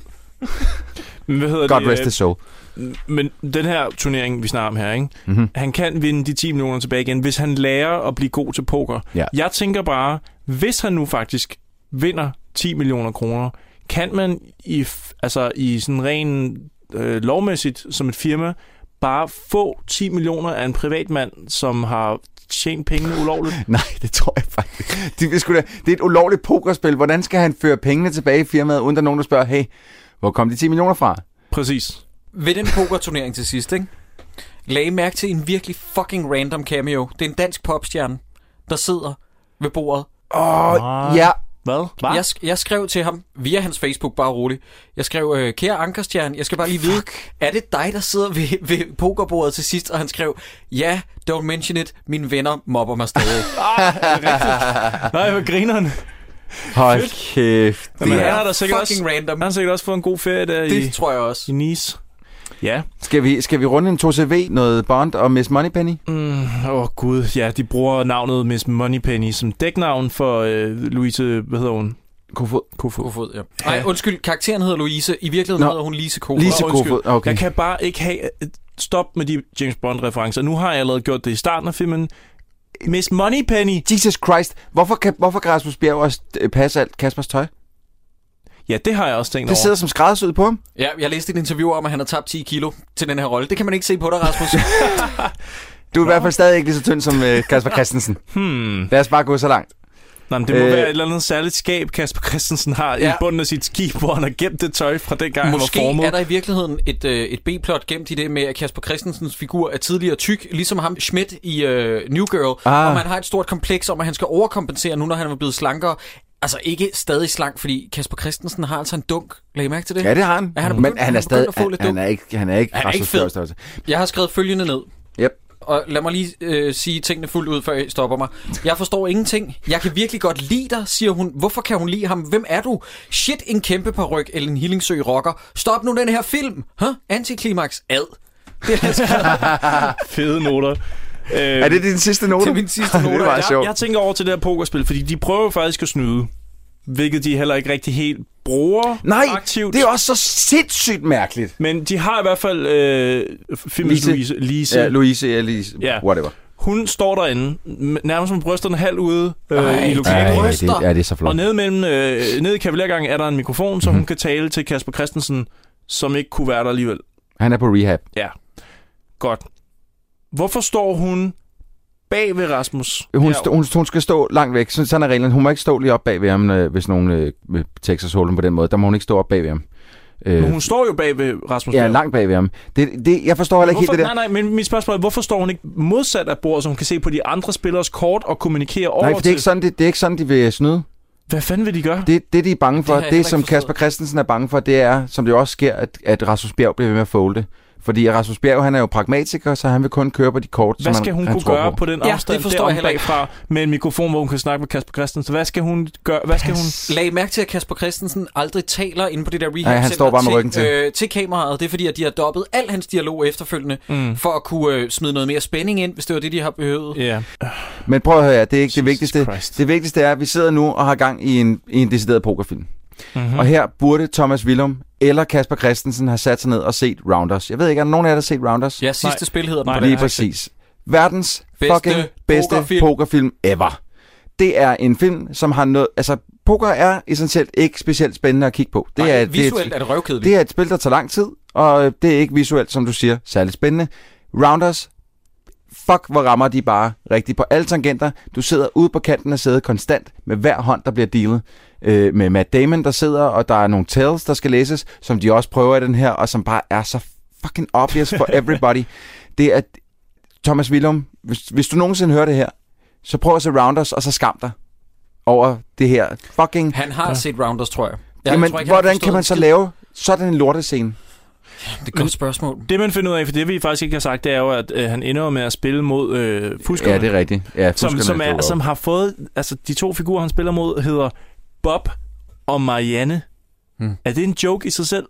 Men hvad hedder God det? øh, rest his soul. Men den her turnering, vi snakker om her, ikke? Mhm. han kan vinde de 10 millioner tilbage igen, hvis han lærer at blive god til poker. Ja. Jeg tænker bare, hvis han nu faktisk vinder 10 millioner kroner, kan man i, f- altså i sådan ren øh, lovmæssigt som et firma bare få 10 millioner af en privatmand, som har tjent pengene ulovligt? Nej, det tror jeg faktisk. Det, det, skulle, da- det er et ulovligt pokerspil. Hvordan skal han føre pengene tilbage i firmaet, uden der er nogen, der spørger, hey, hvor kom de 10 millioner fra? Præcis. Ved den pokerturnering til sidst, ikke? Lag I mærke til en virkelig fucking random cameo. Det er en dansk popstjerne, der sidder ved bordet. Åh, oh, ja. Hvad? Jeg, sk- jeg skrev til ham via hans Facebook, bare roligt. Jeg skrev, øh, kære Ankerstjerne, jeg skal bare lige vide, er det dig, der sidder ved, ved pokerbordet til sidst? Og han skrev, ja, yeah, don't mention it, mine venner mobber mig stadig. Nej, hvor grineren. Hold kæft. Jamen, Det han er har da sikkert fucking også, random. Han har sikkert også fået en god ferie der i, tror jeg også. i Nice. Ja. Skal vi, skal vi runde en 2CV, noget Bond og Miss Moneypenny? Mm, Åh oh, gud, ja, de bruger navnet Miss Moneypenny som dæknavn for øh, Louise, hvad hedder hun? Kofod. Kofod. Kofod, ja. Nej, undskyld, karakteren hedder Louise. I virkeligheden Nå. hedder hun Lise Kofod. Åh, undskyld. Jeg kan bare ikke have... øh, Stop med de James Bond-referencer. Nu har jeg allerede gjort det i starten af filmen. Miss Moneypenny. Jesus Christ, hvorfor kan, hvorfor kan Rasmus Bjerg også øh, passe alt Kaspers tøj? Ja, det har jeg også tænkt Det over. sidder som skræddersyet på ham. Ja, jeg læste et interview om, at han har tabt 10 kilo til den her rolle. Det kan man ikke se på dig, Rasmus. Du er i hvert fald stadig ikke lige så tynd som øh, Kasper Christensen. hmm. Lad os bare gå så langt. Nej, men det må Øh. øh... være et eller andet særligt skab, Kasper Christensen har ja. i Ja. bunden af sit skib, hvor han har gemt det tøj fra dengang, Måske han var formet. er der i virkeligheden et, øh, et B-plot gemt i det med, at Kasper Christensens figur er tidligere tyk, ligesom ham Schmidt i øh, New Girl, Ah. ah. og man har et stort kompleks om, at han skal overkompensere nu, når han er blevet slankere. Altså ikke stadig slank, fordi Kasper Christensen har altså en dunk. Lad I mærke til det? Ja, det har han. Ja, han er men begyndt, han er begyndt stadig... at få Han, lidt han dunk. er ikke, han er ikke Han er ikke Rasmus Bjergs fed. størrelse. Jeg har skrevet følgende ned. Yep. Og lad mig lige øh, sige tingene fuldt ud, før I stopper mig. Jeg forstår ingenting. Jeg kan virkelig godt lide dig, siger hun. Hvorfor kan hun lide ham? Hvem er du? Shit, en kæmpe paryk eller en Hillingsø rocker. Stop nu den her film. Huh? Antiklimaks. Ad. Det er, Fede noter. Øh, Er det din sidste note? Det er min sidste note. det er meget jeg, sjovt. jeg tænker over til det her pokerspil, fordi de prøver jo faktisk at snyde, hvilket de heller ikke rigtig helt bruger Nej, aktivt. det er også så sindssygt mærkeligt. Men de har i hvert fald øh, filmens Louise. Lise. Ja, Louise, ja, Lise. Ja. Whatever. Hun står derinde, m- nærmest med brysterne halvt ude øh, Ej, i lokalet. ej, det- ja, det er så flot. Mhm. Og nede, mellem, øh, nede i kavalergangen er der en mikrofon, så mm-hmm. hun kan tale til Kasper Christensen, som ikke kunne være der alligevel. Han er på rehab. Ja, godt. Hvorfor står hun bag ved Rasmus? Hun, herovre? st- hun, hun skal stå langt væk. Sådan, sådan er reglerne. Hun må ikke stå lige op bag ved ham, øh, hvis nogen øh, øh, Texas Hold'em på den måde. Der må hun ikke stå op bag ved ham. Øh, Men hun står jo bag ved Rasmus. ja, Bjerg. langt bag ved ham. Det, det, jeg forstår heller ikke helt Hvorfor, det der. nej, nej, men mit spørgsmål er, hvorfor står hun ikke modsat af bordet, så hun kan se på de andre spillers kort og kommunikere over Nej, for det er, ikke sådan, det, det er ikke sådan, de vil snyde. Hvad fanden vil de gøre? Det, det de er bange for, har det, jeg heller det ikke som forstået. Kasper Christensen er bange for, det er, som det også sker, at, at Rasmus Bjerg bliver ved med at folde. Fordi Rasmus Bjerg, han er jo pragmatiker, så han vil kun køre på de kort, Hvad som skal han, hun han kunne tror gøre på. på, på den Ja, det afstand forstår derom jeg heller ikke. bagfra med en mikrofon, hvor hun kan snakke med Kasper Christensen? Hvad skal hun gøre? Hvad skal hun... Lag mærke til, at Kasper Christensen aldrig taler inde på det der rehab Nej, han står bare med ryggen til. til. Øh, til kameraet. Det er fordi, at de har dobbet al hans dialog efterfølgende, Mm. mm. for at kunne øh, smide noget mere spænding ind, hvis det var det, de har behøvet. Ja. Men prøv at høre, her, det er ikke det vigtigste. Det vigtigste er, at vi sidder nu og har gang i en, i en decideret pokerfilm. Mhm. Mm-hmm. Og her burde Thomas Willum eller Kasper Christensen have sat sig ned og set Rounders. Jeg ved ikke, er der nogen af jer, der har set Rounders? Ja, sidste Nej. spil hedder den på den Lige her. præcis. Verdens Bedste fucking bedste pokerfilm. pokerfilm. pokerfilm ever. Det er en film, som har noget... Altså, poker er essentielt ikke specielt spændende at kigge på. Det Nej, er, visuelt det er det røvkedeligt. Det er et spil, der tager lang tid, og øh, det er ikke visuelt, som du siger, særligt spændende. Rounders, fuck, hvor rammer de bare rigtigt på alle tangenter. Du sidder ude på kanten af sædet konstant med hver hånd, der bliver dealet. øh, med Matt Damon, der sidder, og der er nogle tales, der skal læses, som de også prøver i den her, og som bare er så fucking obvious for everybody. det er, Thomas Willum, hvis, hvis du nogensinde hører det her, så prøv at se Rounders, og så skam dig over det her fucking... Han har ja. set Rounders, tror jeg. jeg Jamen, tror ikke, han har hvordan kan forstået man så skid. lave sådan en lortescene? Det er et godt spørgsmål. Det man finder ud af, for det vi faktisk ikke har sagt, det er jo, at øh, han ender jo med at spille mod øh, fuskerne. Ja, det er rigtigt. Ja, som, fuskerne som, dukker er, op. som har fået... Altså, de to figurer, han spiller mod, hedder Bob og Marianne. Hmm. Er det en joke i sig selv?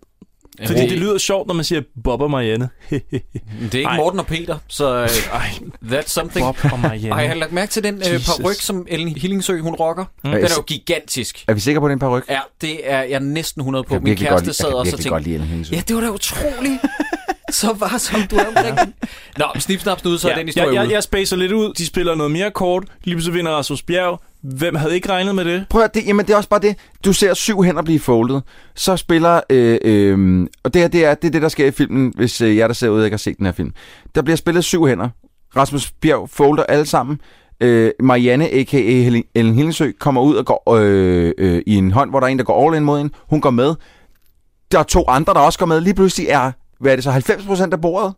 Ja, Fordi Øh, det- det, det lyder sjovt, når man siger Bob og Marianne. det er Det er ikke Ej. Morten og Peter, så øh, ej, that's something. Bob og Marianne. Ej, jeg har lagt mærke til den øh, Jesus. paryk, som Ellen Hillingsø, hun rocker. Mm. Den er jo gigantisk. Er vi sikre på, at det er en paryk? Ja, det er jeg er næsten 100 på. Jeg kan Min virkelig kæreste godt- sad jeg også kan og virkelig tænkte, godt lide Ellen Hillingsø. ja, det var da utroligt. så var som du er omkring. Nå, snipsnap snude, så er den historie jeg, jeg, ude. jeg spacer lidt ud. De spiller noget mere kort. Lige pludselig vinder Rasmus Bjerg. Hvem havde ikke regnet med det? Prøv at, det, jamen det er også bare det. Du ser syv hænder blive foldet. Så spiller... Øh, øh, og det, her, det, er, det er det, der sker i filmen, hvis øh, jer, der ser ud, ikke har set den her film. Der bliver spillet syv hænder. Rasmus Bjerg folder alle sammen. Øh, Marianne, a.k.a. Hel- Ellen Hillingsø, kommer ud og går øh, øh, i en hånd, hvor der er en, der går all in mod en. Hun går med. Der er to andre, der også går med. Lige pludselig er, hvad er det så, 90% af bordet?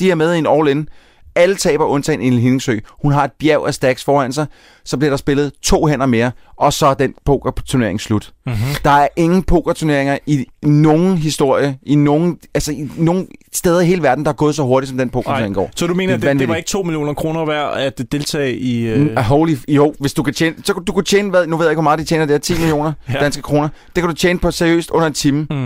De er med i en all-in. Alle taber undtagen Ellen Hillingsø. Hun har et bjerg af stacks foran sig. Så bliver der spillet to hænder mere, og så er den pokerturnering slut. Mm-hmm. Der er ingen pokerturneringer i nogen historie, i nogen, altså i nogen steder i hele verden, der er gået så hurtigt, som den pokerturnering går. Så du mener, at er det, det var vanvittigt. ikke 2 millioner kroner værd at deltage i... øh, Øh. Mm, ah, holy, f- jo, hvis du kan tjene, så kan- du kunne tjene, hvad, nu ved jeg ikke, hvor meget de tjener, det er 10 millioner Ja. ja. danske kroner. Det kan du tjene på seriøst under en time. Mm.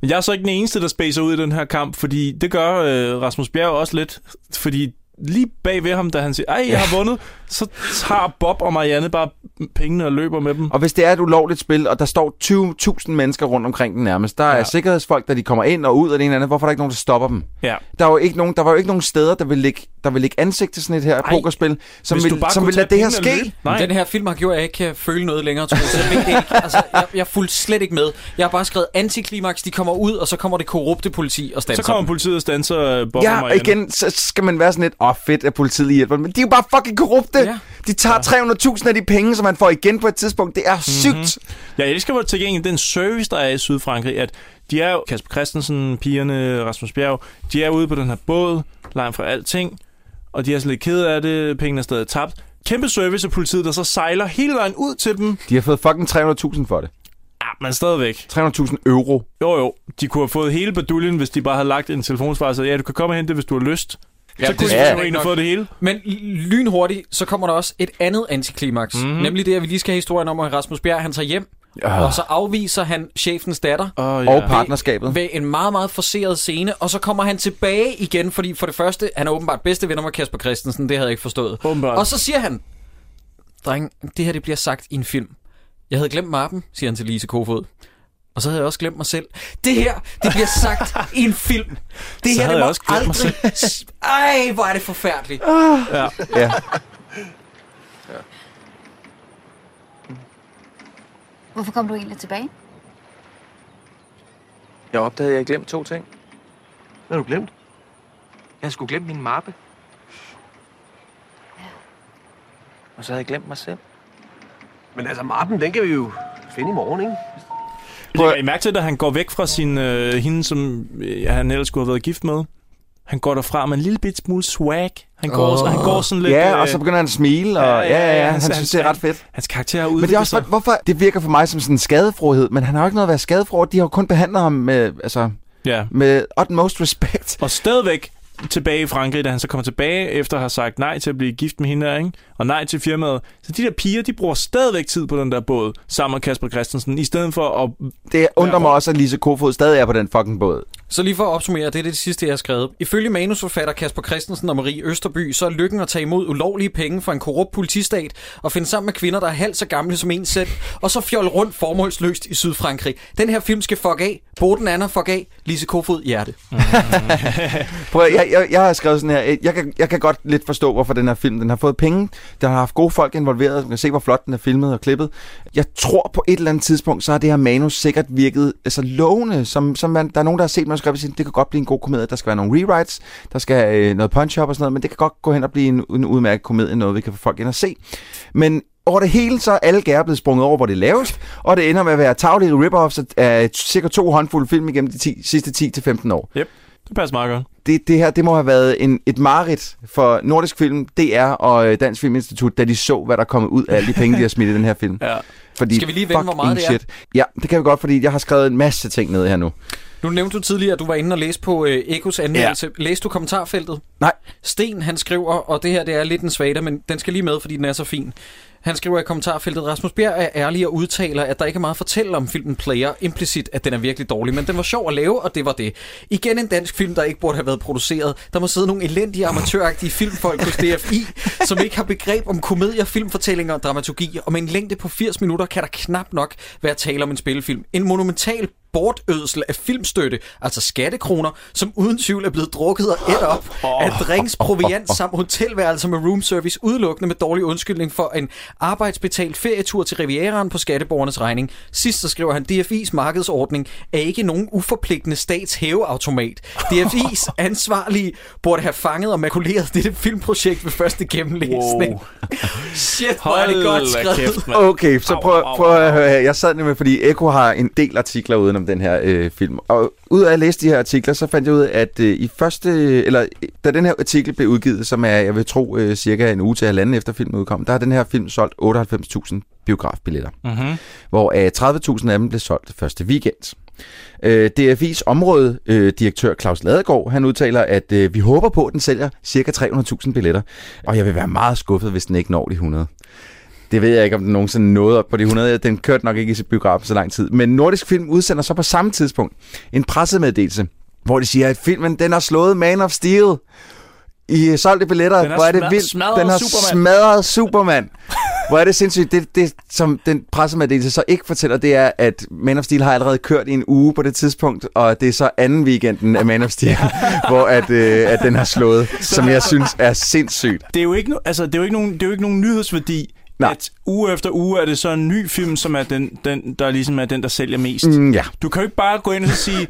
Men jeg er så ikke den eneste, der spacer ud i den her kamp, fordi det gør øh, Rasmus Bjerg også lidt. Fordi lige bag ved ham, da han siger, ej, jeg har vundet, så tager Bob og Marianne bare pengene og løber med dem. Og hvis det er et ulovligt spil, og der står 20.000 mennesker rundt omkring den nærmest, der ja. er sikkerhedsfolk, der de kommer ind og ud af det ene eller andet, hvorfor er der ikke nogen, der stopper dem? Ja. Der var, ikke nogen, der var jo ikke nogen steder, der ville lægge, der ville lægge ansigt til sådan et her Ej, pokerspil, som Hvis ville, du bare som kunne ville lade det tage her pengene og ske. løbe. Den her film har gjort, at jeg ikke kan føle noget længere, tror jeg. Så jeg, ved det ikke. Altså, jeg, jeg er fuldt slet ikke med. Jeg har bare skrevet antiklimaks, de kommer ud, og så kommer det korrupte politi og standser. Så kommer politiet og standser øh, Bob og Ja, og Marianne. igen, så skal man være sådan lidt, åh oh, fedt, at politiet hjælper dem." Men de er jo bare fucking korrupte. Ja. De tager 300.000 af de penge, som man får igen på et tidspunkt. Det er sygt. Mhm. Mm-hmm. Jeg elsker hvor til gengæld den service, der er i Sydfrankrig, at de er jo, Kasper Christensen, pigerne, Rasmus Bjerg, de er ude på den her båd, langt fra alting, og de er så lidt kede af det, pengene er stadig tabt. Kæmpe service af politiet, der så sejler hele vejen ud til dem. De har fået fucking 300.000 for det. Ja, men stadigvæk. 300.000 euro. Jo, jo. De kunne have fået hele baduljen, hvis de bare havde lagt en telefonsvar, så ja, du kan komme og hente det, hvis du har lyst. Ja, så kunne de jo egentlig have fået det hele. Men l- lynhurtigt, så kommer der også et andet antiklimaks. Mhm. Mm. Nemlig det, at vi lige skal have historien om, at Rasmus Bjerg han tager hjem. Ja. Og så afviser han chefens datter. Oh, ja. Og partnerskabet. Ved en meget, meget forseret scene. Og så kommer han tilbage igen, fordi for det første, han er åbenbart bedste venner med Kasper Christensen. Det havde jeg ikke forstået. Åbenbart. Og så siger han, dreng, det her det bliver sagt i en film. Jeg havde glemt mappen, siger han til Lise Kofod. Og så havde jeg også glemt mig selv. Det her, det bliver sagt i en film. Det Så her, havde det jeg må også glemt mig aldrig... Ej, hvor er det forfærdeligt. Ja. ja. Hvorfor kom du egentlig tilbage? Jeg opdagede, at jeg glemte to ting. Hvad har du glemt? Jeg skulle glemme min mappe. Og så havde jeg glemt mig selv. Men altså, mappen, den kan vi jo finde i morgen, ikke? Lægger I mærke til, at han går væk fra sin, øh, hende, som øh, han ellers skulle have været gift med? Han går derfra med en lille bit smule swag. Han går, oh. Åh. han går sådan lidt... øh, Ja, og så begynder han at smile, og øh, ja, ja, ja, han synes, det er ret fedt. Hans karakter er Men det er også, hvorfor det virker for mig som sådan en skadefrohed, men han har jo ikke noget at være skadet over. De har jo kun behandlet ham med, altså, Ja. med utmost respect. Og stadigvæk tilbage i Frankrig, da han så kommer tilbage efter at have sagt nej til at blive gift med hende der, ikke? og nej til firmaet. Så de der piger, de bruger stadigvæk tid på den der båd sammen med Kasper Christensen, i stedet for at... Det undrer mig også, at Lise Kofod stadig er på den fucking båd. Så lige for at opsummere, det er det sidste, jeg har skrevet. Ifølge manusforfatter Kasper Christensen og Marie Østerby, så er lykken at tage imod ulovlige penge fra en korrupt politistat og finde sammen med kvinder, der er halvt så gamle som en selv, og så fjolle rundt formålsløst i Sydfrankrig. Den her film skal fuck af. Boden Anna fuck af. Lise Kofod hjerte. Prøv, at- jeg, jeg, jeg har skrevet sådan her. øh, Jeg kan, jeg kan godt lidt forstå, hvorfor den her film den har fået penge. Den har haft gode folk involveret. Man kan se, hvor flot den er filmet og klippet. Jeg tror på et eller andet tidspunkt, så har det her manus sikkert virket altså, lovende. Som, som man, der er nogen, der har set mig og skrevet og siger, det kan godt blive en god komedie. Der skal være nogle rewrites, der skal øh, noget punch-up og sådan noget, men det kan godt gå hen og blive en, en udmærket komedie, noget vi kan få folk ind og se. Men over det hele, så er alle gær blevet sprunget over, hvor det er lavest, og det ender med at være taglige rip-offs af cirka to håndfulde film igennem de 10, sidste 10-15 år. Yep, det passer meget godt. Det, det her, det må have været en, et mareridt for Nordisk Film, DR og øh, Dansk Filminstitut, da de så, hvad der kom ud af alle de penge, de har smidt i den her film. Ja. Fordi Skal vi lige vende, hvor meget fucking det er? Shit. Ja, det kan vi godt, fordi jeg har skrevet en masse ting ned her nu. Nu nævnte du tidligere, at du var inde og læse på øh, Ekos anmeldelse. Ja. Læste du kommentarfeltet? Nej. Sten, han skriver, og det her det er lidt en svater, men den skal lige med, fordi den er så fin. Han skriver i kommentarfeltet, Rasmus Bjerg er ærlig og udtaler, at der ikke er meget at fortælle om filmen Player, implicit at den er virkelig dårlig, men den var sjov at lave, og det var det. Igen en dansk film, der ikke burde have været produceret. Der må sidde nogle elendige amatøragtige filmfolk hos DFI, som ikke har begreb om komedier, filmfortællinger og dramaturgi, og med en længde på 80 minutter kan der knap nok være tale om en spillefilm. En monumental bortødsel af filmstøtte, altså skattekroner, som uden tvivl er blevet drukket og ædt op af drinks, proviant samt hotelværelser med room service udelukkende med dårlig undskyldning for en arbejdsbetalt ferietur til Rivieraen på skatteborgernes regning. Sidst så skriver han, DFI's markedsordning er ikke nogen uforpligtende statshæveautomat. DFI's ansvarlige burde have fanget og makuleret dette filmprojekt ved første gennemlæsning. Wow. Shit, hvor er det godt skrevet. Okay, så prøv, prøv at høre her. Jeg sad nemlig, fordi Eko har en del artikler uden om den her øh, film. Og ud af at læse de her artikler, så fandt jeg ud af, at øh, i første, eller øh, da den her artikel blev udgivet, som er, jeg vil tro, øh, cirka en uge til halvanden efter filmen udkom, der har den her film solgt 98.000 biografbilletter. Mhm. Hvor øh, 30.000 af dem blev solgt første weekend. Øh, DFI's områdedirektør øh, direktør Claus Ladegaard, han udtaler, at øh, vi håber på, at den sælger cirka 300.000 billetter. Og jeg vil være meget skuffet, hvis den ikke når de 100. Det ved jeg ikke, om den nogensinde nåede op på de 100. Den kørte nok ikke i biografen så lang tid. Men Nordisk Film udsender så på samme tidspunkt en pressemeddelelse, hvor de siger, at filmen den har slået Man of Steel. I øh, solgte billetter. Den har Hvor er det smadret- vildt. smadret den har Superman. smadret Superman. Hvor er det sindssygt. Det, det, som den pressemeddelelse så ikke fortæller, det er, at Man of Steel har allerede kørt i en uge på det tidspunkt, og det er så anden weekenden af Man of Steel, hvor at, øh, at den har slået, som jeg synes er sindssygt. Det er jo ikke, no- altså, det er jo ikke, nogen, det er jo ikke nogen nyhedsværdi, Nej. at uge efter uge er det så en ny film, som er den, den der ligesom er den, der sælger mest. Mm, ja. Du kan jo ikke bare gå ind og så sige,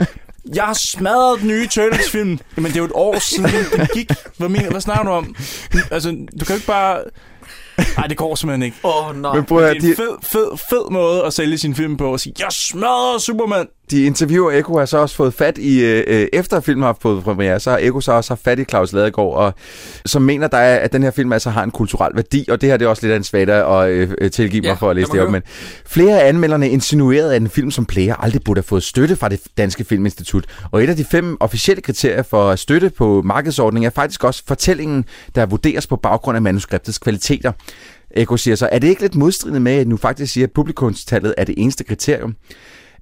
jeg har smadret den nye Turtles-film. Jamen, det er jo et år siden, den gik. Hvad, mener, hvad snakker du om? Altså, du kan jo ikke bare... Nej, det går simpelthen ikke. Åh, oh, nej. Men prøv at høre, det er en de- fed, fed, fed måde at sælge sin film på. At sige, jeg smadrer Superman. De interviewer Eko har så også fået fat i, øh, øh, efter filmen har haft fået premiere, så har Eko så også haft fat i Claus Ladegaard, og, som mener, der er, at den her film altså har en kulturel værdi, og det her det er også lidt af en svater at øh, øh, tilgive Ja, mig for at læse lad det mig op. Men flere af anmelderne insinuerede, at en film som Player aldrig burde have fået støtte fra det danske filminstitut. Og et af de fem officielle kriterier for støtte på markedsordningen er faktisk også fortællingen, der vurderes på baggrund af manuskriptets kvaliteter. Eko siger så, er det ikke lidt modstridende med, at nu faktisk siger, at publikumstallet er det eneste kriterium?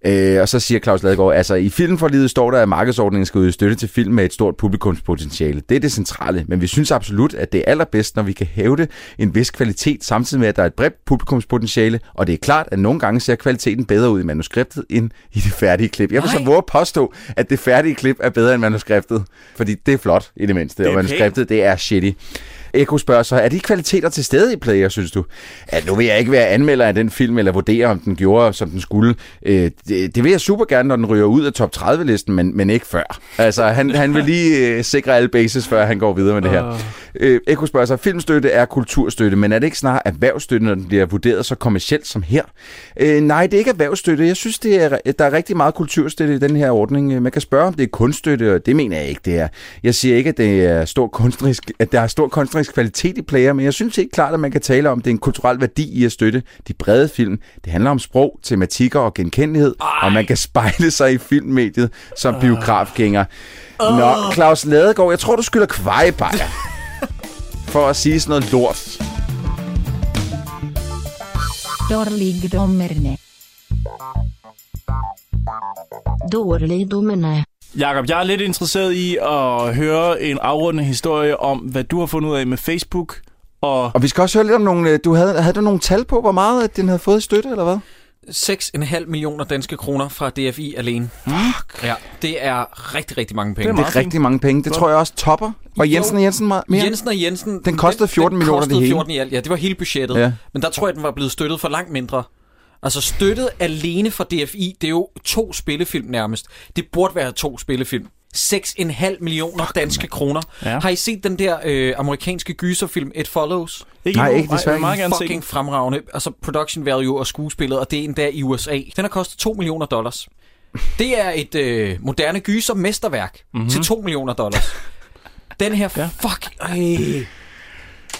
Øh, og så siger Claus Ladegaard, altså i filmforliget står der, at markedsordningen skal yde støtte til film med et stort publikumspotentiale. Det er det centrale, men vi synes absolut, at det er allerbedst, når vi kan hævde en vis kvalitet, samtidig med, at der er et bredt publikumspotentiale, og det er klart, at nogle gange ser kvaliteten bedre ud i manuskriptet end i det færdige klip. Jeg vil så våge at påstå, at det færdige klip er bedre end manuskriptet, fordi det er flot i det mindste, Det det er og manuskriptet pænt. det er shitty. Eko spørger så, er de kvaliteter til stede i Player, synes du? At nu vil jeg ikke være anmelder af den film, eller vurdere, om den gjorde, som den skulle. Øh, det, det vil jeg super gerne, når den ryger ud af top 30-listen, men, men ikke før. Altså, han, han vil lige øh, sikre alle bases, før han går videre med det her. Ah. Øh, Eko spørger så, filmstøtte er kulturstøtte, men er det ikke snarere erhvervsstøtte, når den bliver vurderet så kommercielt som her? Øh, nej, det er ikke erhvervsstøtte. Jeg synes, det er, der er rigtig meget kulturstøtte i den her ordning. Øh, Man kan spørge, om det er kunststøtte, og det mener jeg ikke, det er. Jeg siger ikke, at, det er stor kunstnerisk, at der er stor kunstnerisk kvalitet i player, men jeg synes helt klart, at man kan tale om, at det er en kulturel værdi i at støtte de brede film. Det handler om sprog, tematikker og genkendelighed, Ej. og man kan spejle sig i filmmediet som biografgænger. Nå, Claus Ladegaard, jeg tror, du skylder kvejebajer for at sige sådan noget lort. Dårligdommerne. Dårligdommerne. Jakob, jeg er lidt interesseret i at høre en afrundende historie om, hvad du har fundet ud af med Facebook. Og Og vi skal også høre lidt om nogle... øh, Du havde, havde du nogle tal på, hvor meget at den havde fået i støtte, eller hvad? 6,5 millioner danske kroner fra DFI alene. Fuck. Ja, det er rigtig, rigtig mange penge. det er rigtig mange penge. Det tror jeg også topper. Og Jo. Jensen og Jensen meget mere. Jensen og Jensen... Den kostede 14 den millioner, det kostede hele. 14 i alt, ja. Det var hele budgettet. Ja. Ja. Men der tror jeg, den var blevet støttet for langt mindre. Altså støttet alene fra DFI, det er jo to spillefilm nærmest. Det burde være to spillefilm. 6,5 millioner danske kroner. Ja. Har I set den der øh, amerikanske gyserfilm It Follows? Ikke Nej, endnu. ikke, desværre Jeg vil meget ikke. gerne se Fucking fucking fremragende. Altså production value og skuespillet, og det er endda i USA. Den har kostet 2 millioner dollars. Det er et øh, moderne gyser mesterværk mm-hmm. til 2 millioner dollars. Den her, fuck, ej. Ja,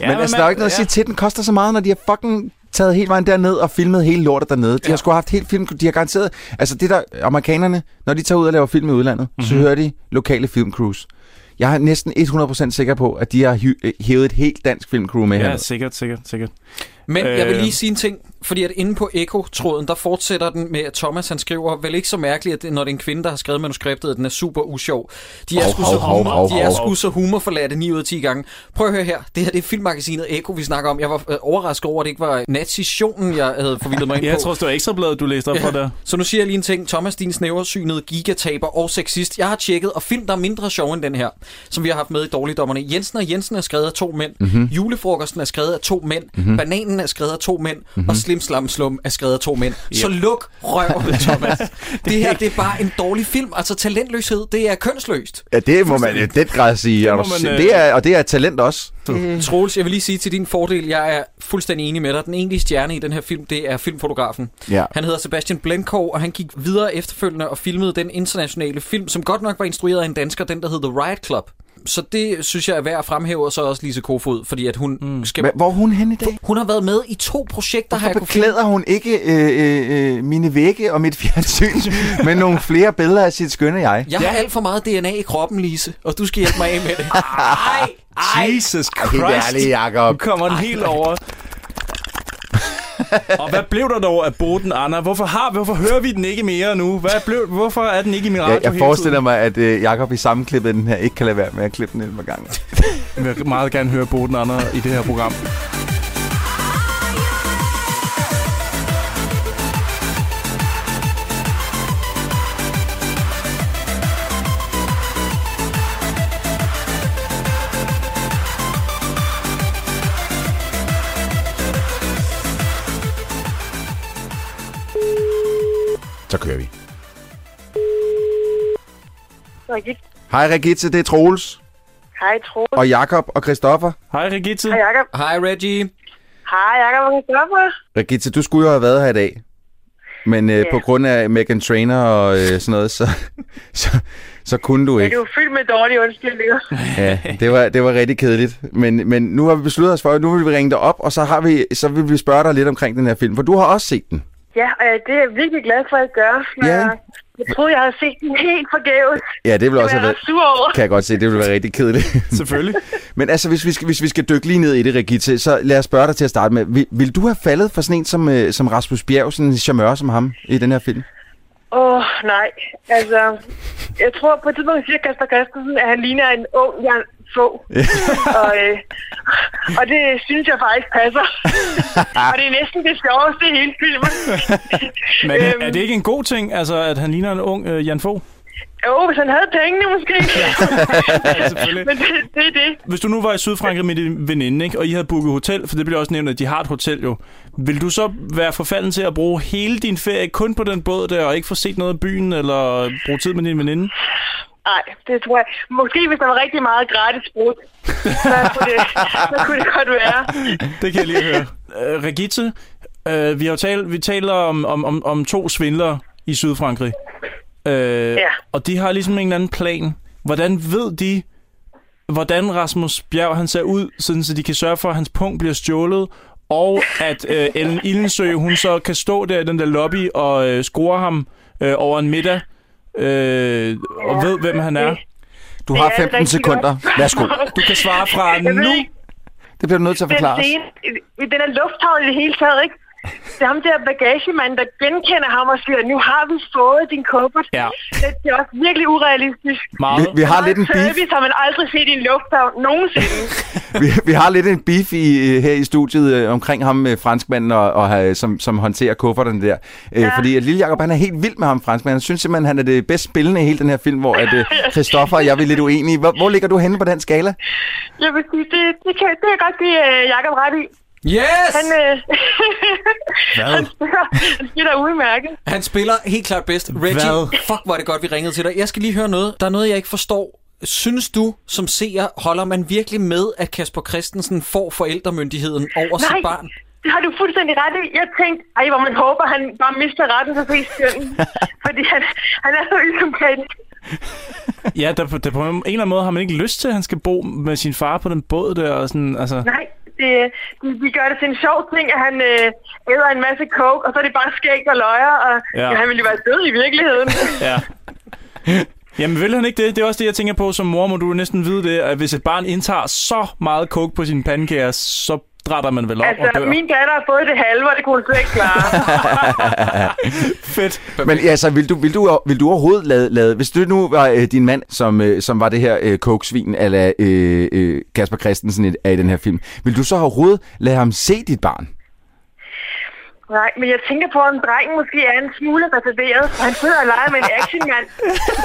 men altså, der er jo ikke noget at sige til, at den koster så meget, når de har fucking taget hele vejen derned og filmet hele lortet dernede. De har sgu haft helt film, de har garanteret... Altså det der, amerikanerne, når de tager ud og laver film i udlandet, mm-hmm. så hører de lokale filmcrews. Jeg er næsten 100% sikker på, at de har hy- øh, hævet et helt dansk filmcrew med Ja, her. sikkert, sikkert, sikkert. Men øh... jeg vil Øh, Øhm. lige sige en ting, fordi at inde på Eko-tråden, der fortsætter den med, at Thomas han skriver, vel ikke så mærkeligt, at det, når det er en kvinde, der har skrevet manuskriptet, at den er super usjov. De er Hov, sgu så hov, hov, humor- hov, de er hov. sgu så humorforladte 9 ud af 10 gange. Prøv at høre her, det her det er filmmagasinet Eko, vi snakker om. Jeg var øh, overrasket over, at det ikke var nazitionen, jeg havde forvildet mig ind Ja, på. jeg tror, også, det var ekstrabladet, du læste op ja. fra der. Så nu siger jeg lige en ting. Thomas, din snæversynede gigataber og sexist. Jeg har tjekket, og film, der er mindre sjov end den her, som vi har haft med i Dårligdommerne. Jensen og Jensen er skrevet af to mænd. Mm-hmm. Julefrokosten er skrevet af to mænd. Mm-hmm. Mhm. Bananen er skrevet af to mænd. Mm-hmm. Mhm. Og Slim Slam Slum er skrevet af to mænd. Ja. Så luk røven, Thomas. det her, det er bare en dårlig film. Altså talentløshed, det er kønsløst. Ja, det må man i den grad sige. Det må man, øh, det er, og det er et talent også. Mm. Troels, jeg vil lige sige til din fordel, jeg er fuldstændig enig med dig. Den egentlige stjerne i den her film, det er filmfotografen. Ja. Han hedder Sebastian Blenkov, og han gik videre efterfølgende og filmede den internationale film, som godt nok var instrueret af en dansker, den der hed The Riot Club. Så det synes jeg er værd at fremhæve, og så også Lise Kofod, fordi at hun mm. skal... Hva- Hvor er hun henne i dag? Hun har været med i to projekter, har jeg Hvorfor kunne finde. beklæder hun ikke øh, øh, øh, mine vægge og mit fjernsyn med nogle flere billeder af sit skønne jeg? Jeg har alt for meget DNA i kroppen, Lise, og du skal hjælpe mig af med det. Ej, ej. Jesus Ej, helt ærligt, Jacob. Nu kommer den helt over. og hvad blev der dog af Boden, Anna? Hvorfor, har, hvorfor hører vi den ikke mere nu? Hvad blev, hvorfor er den ikke i min radio Jeg, jeg forestiller mig, at øh, Jakob i sammenklippet af den her ikke kan lade være med at klippe den et par gange. mig... Jeg vil meget gerne høre Boden, Anna i det her program. Så kører vi. Rigtigt. Hej Regitze, det er Troels. Hej, Troels. Og Jakob og Christoffer. Hej Regitze. Hej, Jacob. Hej Reggie. Hej, Jacob. Hvad kan jeg gøre for dig? Regitze, du skulle jo have været her i dag. Men øh, Ja. på grund af Megan Trainer og øh, sådan noget, så, så, så kunne du Ja, ikke. du er fyldt med dårlige undskyldninger. Ja, det var, det var rigtig kedeligt. Men, men nu har vi besluttet os for, at nu vil vi ringe dig op, og så, har vi, så vil vi spørge dig lidt omkring den her film. For du har også set den. Ja, og øh, det er jeg virkelig glad for at gøre. Men Ja. Jeg troede, jeg havde set den helt forgæves. Ja, det vil også jeg have ret sur over. Kan jeg godt se, det vil være rigtig kedeligt. Selvfølgelig. Men altså, hvis vi, skal, hvis vi skal dykke lige ned i det, Regitze, så lad os spørge dig til at starte med. Vil, vil du have faldet for sådan en som, øh, som Rasmus Bjerg, sådan en charmeur som ham i den her film? Åh, oh, nej. Altså, jeg tror på et tidspunkt, siger Kasper Christensen, at han ligner en ung Jan Fogh. og, øh, og det synes jeg faktisk passer. og det er næsten det sjoveste i hele filmen. Men øhm. er det ikke en god ting, altså, at han ligner en ung øh, Jan Fogh? Jo, hvis han havde pengene måske. selvfølgelig. Men det, det er det. Hvis du nu var i Sydfrankrig med din veninde, ikke, og I havde booket hotel, for det bliver også nævnt, at de har et hotel jo, vil du så være forfalden til at bruge hele din ferie kun på den båd der, og ikke få set noget af byen, eller bruge tid med din veninde? Nej, det tror jeg. Måske hvis der var rigtig meget gratis brud, så kunne det, så kunne det godt være. Det kan jeg lige høre. Øh, Regitze, øh, vi har jo talt, vi taler om, om, om, om to svindlere i Sydfrankrig. Øh, Ja. Og de har ligesom en eller anden plan. Hvordan ved de, hvordan Rasmus Bjerg han ser ud, sådan så de kan sørge for, at hans punkt bliver stjålet, og at øh, Ellen Illensø, hun så kan stå der i den der lobby og øh, score ham øh, over en middag, øh, og ved, hvem han er. Du har 15 sekunder. Værsgo. Du kan svare fra Jeg ved nu. ikke, Det bliver du nødt til at den forklare os. scene, i den her lufthavn i det hele taget, ikke? Det er ham der bagagemand, der genkender ham og siger, nu har vi fået din kuffert. Ja. Det, det er også virkelig urealistisk. Meget. Vi- vi har lidt en beef. Service har man aldrig set i en lufthavn nogensinde. Vi, vi har lidt en beef i, øh, her i studiet øh, omkring ham, øh, franskmanden, og, og, øh, som, som håndterer kufferten der. Øh, Ja. Fordi at Lille Jacob, han er helt vild med ham, franskmanden. Han synes simpelthen, han er det bedst spillende i hele den her film, hvor at, øh, Christoffer og jeg er lidt uenige. Hvor, hvor ligger du henne på den skala? Jeg vil sige, det, det, kan, det kan jeg godt give uh, Jacob ret i. Yes! Han, øh, Hvad? han spiller udmærket. Han spiller helt klart bedst. Reggie, Hvad? fuck hvor er det godt, vi ringede til dig. Jeg skal lige høre noget. Der er noget, jeg ikke forstår. Synes du, som seer, holder man virkelig med, at Kasper Christensen får forældremyndigheden over Nej, sit barn? det har du fuldstændig ret i. Jeg tænkte, ej, hvor man håber, han bare mister retten til flest skønnen. fordi han, han er så usympatisk. Ja, der, der, på en eller anden måde har man ikke lyst til, at han skal bo med sin far på den båd der. Og sådan, altså. Nej, det, øh, de, de gør det til en sjov ting, at han øh, æder en masse coke, og så er det bare skægt og løjer, og Ja. ja. Ja, han ville jo være død i virkeligheden. Ja. Jamen vil han ikke det? Det er også det, jeg tænker på som mor, må du næsten vide det, at hvis et barn indtager så meget coke på sine pandekager, så drætter man vel op altså, og dør. min datter har fået det halve, og det kunne hun slet ikke klare. Fedt. Men altså, vil du, vil du, vil du overhovedet lade, lade... Hvis du nu var øh, din mand, som, øh, som var det her øh, koksvin, eller øh, øh, Kasper Christensen i, er i den her film, vil du så overhovedet lade ham se dit barn? Nej, men jeg tænker på, om drengen måske er en smule reserveret, for han sidder og leger med en actionmand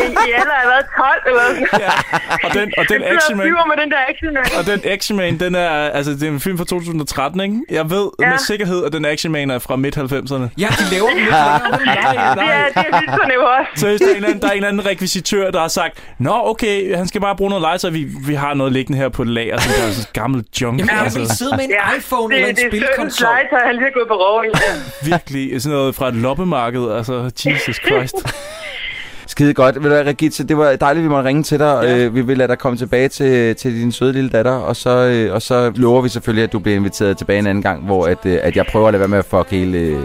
i, i alder af hvad, 12 eller sådan noget. Og den, og den Han sidder og actionman, flyver med den der actionmand. og den actionman, den er, altså det er en film fra 2013, ikke? Jeg ved ja. Ja. med sikkerhed, at den actionman er fra midt-90'erne. Ja, de laver dem lidt Ja, det er, det er vildt på niveau også. Så der er, en eller anden, der er en eller anden rekvisitør, der har sagt, Nå, okay, han skal bare bruge noget legetøj, vi, vi har noget liggende her på et lager, som der er sådan gammel junk. altså Jamen, han vil sidde med en iPhone eller en det, det er søndens spilkonsol. legetøj, han lige har gået på rov i. Virkelig sådan noget fra et loppemarked, altså Jesus Christ. Skide godt. Ved du hvad, Regitze, det var dejligt, vi måtte ringe til dig. Ja. Øh, vi vil lade dig komme tilbage til, til din søde lille datter, og så, øh, og så lover vi selvfølgelig, at du bliver inviteret tilbage en anden gang, hvor at, øh, at jeg prøver at lade være med at fuck hele, øh,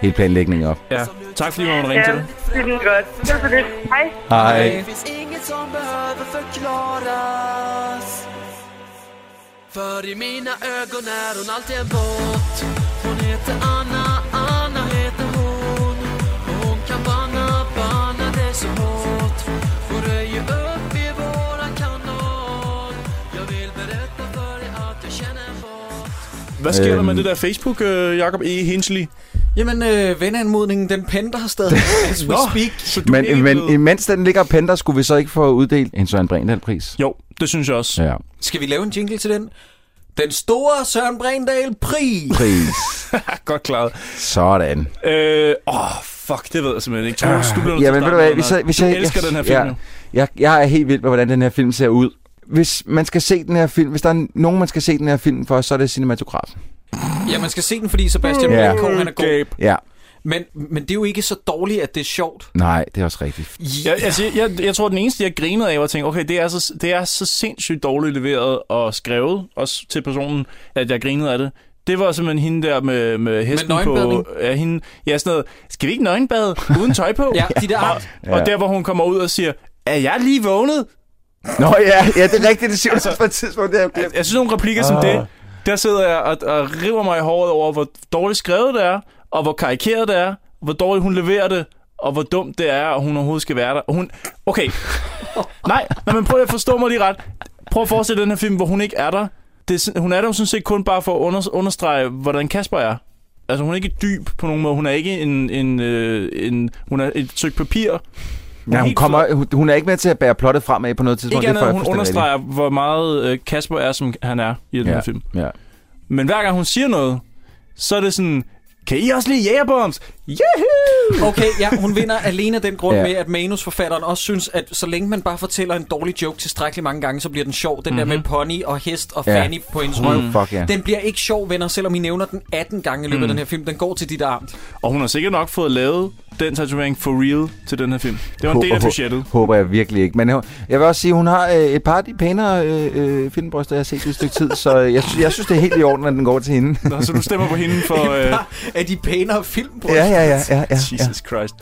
hele planlægningen op. Ja, tak fordi man måtte Ja, ringe til. det er vildt godt. Det var så lidt. Hej. Hej. Det finns inget som behöver förklaras För i mina ögon är hon alltid en båt Hon heter Anna, Anna heter hon Och hon kan banna, banna dig så hårt Och röjer upp i våran kanon Jag vill berätta för dig att jag känner en båt Hvad sker der med Øhm. det der Facebook, øh, Jakob E. Hensley? Jamen, øh, venanmodningen, den pendler stadig. As we Nå, speak. så du er ikke Men, men blevet- imens den ligger og penter, skulle vi så ikke få uddelt en Søren Brindahl-pris? Jo, det synes jeg også. Ja. Skal vi lave en jingle til den? Den store Søren Brindahl pris. Pris. Godt klaret. Sådan. Øh, åh, oh, fuck, det ved jeg simpelthen ikke. Troels, du bliver nødt Ah. til Ja, men at ved starte du hvad, med hvis noget. jeg, hvis du jeg, elsker jeg, den her film jeg, jo. jeg, jeg er helt vild med, hvordan den her film ser ud. Hvis man skal se den her film, hvis der er nogen, man skal se den her film for, så er det cinematografen. Ja, man skal se den, fordi Sebastian Ja. Blanco, han er god. Ja, Men, men det er jo ikke så dårligt, at det er sjovt. nej, det er også rigtigt. Jeg, altså, jeg, jeg, jeg tror, den eneste, jeg grinede af, var at tænke, okay, det er, så, det er så sindssygt dårligt leveret og skrevet, også til personen, at jeg grinede af det. Det var simpelthen hende der med, med hesten på... nøgenbadning? Ja, hende, ja, sådan noget, skal vi ikke nøgenbade uden tøj på? Ja, de der og, og der, hvor hun kommer ud og siger, er jeg lige vågnet? Nå ja, ja det er rigtigt, det siger du så på et tidspunkt. Det er Jeg, jeg synes, nogle replikker som Ah. det, der sidder jeg og, og river mig i håret over, hvor dårligt skrevet det er, og hvor karikeret det er, hvor dårligt hun leverer det, og hvor dumt det er, og hun overhovedet skal være der. Og hun... Okay. Nej, nej, men prøv at forstå mig lige ret. Prøv at forestille dig den her film, hvor hun ikke er der. Det, er sådan- hun er der jo sådan set kun bare for at under, understrege, hvordan Kasper er. Altså, hun er ikke dyb på nogen måde. Hun er ikke en... en, øh, en hun er et stykke papir. Ja, hun, helt kommer, hun, hun er ikke med til at bære plottet fremad på noget tidspunkt. Ikke det får andet, jeg hun fuldstændig understreger, hvor meget øh, Kasper er, som han er i den rigtigt. her film. Ja, ja. Men hver gang hun siger noget, så er det sådan, kan I også lide jægerbombs? Yahoo! Okay, ja, hun vinder alene af den grund Ja. ja. med, at manusforfatteren også synes, at så længe man bare fortæller en dårlig joke tilstrækkeligt mange gange, så bliver den sjov. Den mm-hmm. der med pony og hest og Ja. fanny på hendes Mm. røv. Fuck, ja. Mm. Den bliver ikke sjov, venner, selvom I nævner den 18 gange i løbet af den her film. Den går til dit armt. Og hun har sikkert nok fået lavet den tatovering for real til den her film. Det var en Håber- del af hå- budgettet. Håber jeg virkelig ikke. Men hun- jeg vil også sige, at hun har øh, et par af de pænere øh, øh, filmbryster, jeg har set i et stykke tid, så jeg, sy- jeg synes, det er helt i orden, at den går til hende. Nå, så du stemmer på hende for... Øh... Er de pænere film på? Ja, ja, ja, ja, ja, ja. Jesus Christ.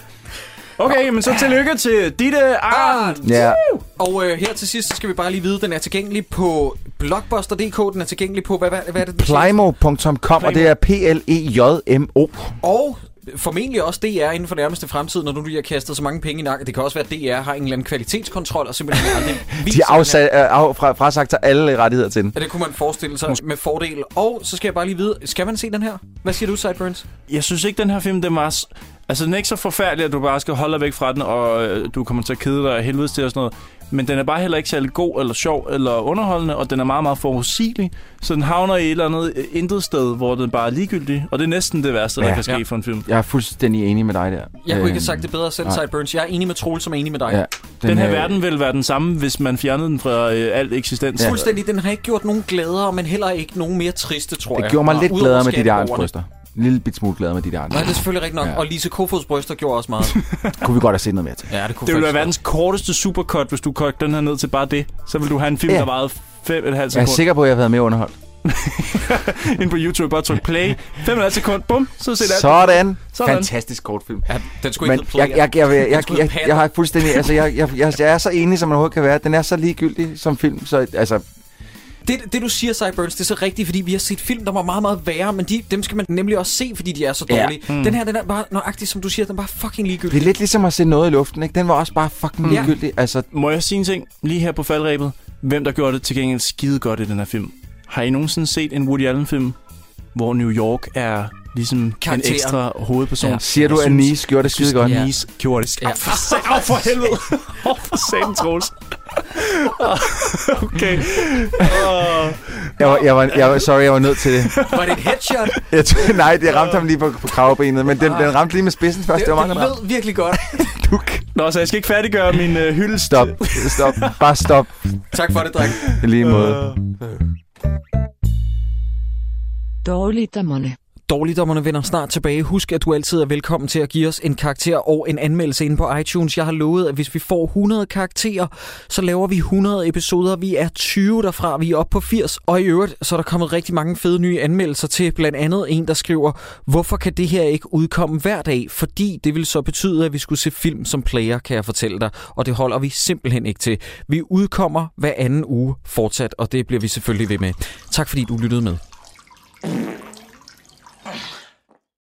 Okay, men så tillykke til Ditte Arndt. Ja. Og øh, her til sidst så skal vi bare lige vide, at den er tilgængelig på blockbuster.dk. Den er tilgængelig på, hvad, hvad, hvad er det? du siger? Plymo.com, og det er E P-L-E-J-M-O. Og formentlig også DR inden for nærmeste fremtid, når nu de har kastet så mange penge i nakken. Det kan også være, at DR har en eller anden kvalitetskontrol, og simpelthen aldrig De viser har afsat, øh, af, fra, frasagt sig alle rettigheder til den. Ja, det kunne man forestille sig med fordel. Og så skal jeg bare lige vide, skal man se den her? Hvad siger du, Sideburns? Jeg synes ikke, den her film, den var... s- Altså, den er ikke så forfærdelig, at du bare skal holde dig væk fra den, og øh, du kommer til at kede dig af helvedes til og sådan noget. men den er bare heller ikke særlig god, eller sjov, eller underholdende, og den er meget, meget forudsigelig. Så den havner i et eller andet øh, intet sted, hvor den bare er ligegyldig, og det er næsten det værste, ja. der kan ske ja. for en film. Jeg er fuldstændig enig med dig der. Jeg kunne ikke have Øhm, sagt det bedre selv, nej. Sideburns. Jeg er enig med Troel, som er enig med dig. Ja, Den, den her øh, verden ville være den samme, hvis man fjernede den fra øh, alt eksistens. Ja. Fuldstændig, den har ikke gjort nogen glæder, men heller ikke nogen mere triste, tror jeg. Det gjorde mig Og lidt udover gladere med de der skatteborgerne. armbryster. En lille bit smule gladere med de der Nej, det er armbryster. selvfølgelig rigtigt nok. Ja. Ja. Og Lise Kofods bryster gjorde også meget. Kunne vi godt have set noget mere til. Ja, det kunne Det ville være faktisk verdens korteste supercut, hvis du kogte den her ned til bare det. Så ville du have en film, Ja. ja. der varede 5,5 Jeg er sekunder. sikker på, at jeg har været mere underholdt. Ind på YouTube, bare tryk play. 5,5 sekunder, bum, så set alt. Sådan. Sådan. Fantastisk kortfilm. Ja, den skulle Men ikke jeg, hedde jeg, jeg, jeg, jeg, Den jeg, skulle hedde jeg, jeg har fuldstændig... Altså, jeg, jeg, jeg, jeg er så enig, som man overhovedet kan være. Den er så ligegyldig som film, så altså... Det, det du siger, Cyburns, det er så rigtigt, fordi vi har set film, der var meget, meget værre, men de, dem skal man nemlig også se, fordi de er så Ja. dårlige. Ja. Mm. Mm. Den her, den er bare nøjagtig, som du siger, den er bare fucking Det er ligegyldig. lidt ligesom at se noget i luften, ikke? Den var også bare fucking Ja. ligegyldig. Altså, Må jeg sige en ting lige her på faldrebet? Hvem der gjorde det til gengæld skide godt i den her film? Har I nogensinde set en Woody Allen-film, hvor New York er ligesom en Karakteren. ekstra hovedperson? Ja. Siger du, Jeg at synes- Nice gjorde det jeg synes, skide godt? Nice gjorde det skide Ja. Åh, for helvede! Åh, for satan, Troels. okay. Åh. jeg var, jeg var, jeg var, sorry, jeg var nødt til det. Var det et headshot? Jeg tror, nej, det ramte ham lige på, på kravbenet, men den, den ramte lige med spidsen først. Altså, Det, var meget det lød virkelig godt. Nå, så jeg skal ikke færdiggøre min øh, hylde. Stop, stop, bare stop. tak for det, dreng. I lige måde. Dårligdommerne. Dårligdommerne vender snart tilbage. Husk, at du altid er velkommen til at give os en karakter og en anmeldelse inde på iTunes. Jeg har lovet, at hvis vi får 100 karakterer, så laver vi 100 episoder. Vi er 20 derfra, vi er oppe på 80. Og i øvrigt, så er der kommet rigtig mange fede nye anmeldelser til. Blandt andet en, der skriver, hvorfor kan det her ikke udkomme hver dag? Fordi det vil så betyde, at vi skulle se film som player, kan jeg fortælle dig. Og det holder vi simpelthen ikke til. Vi udkommer hver anden uge fortsat, og det bliver vi selvfølgelig ved med. Tak fordi du lyttede med.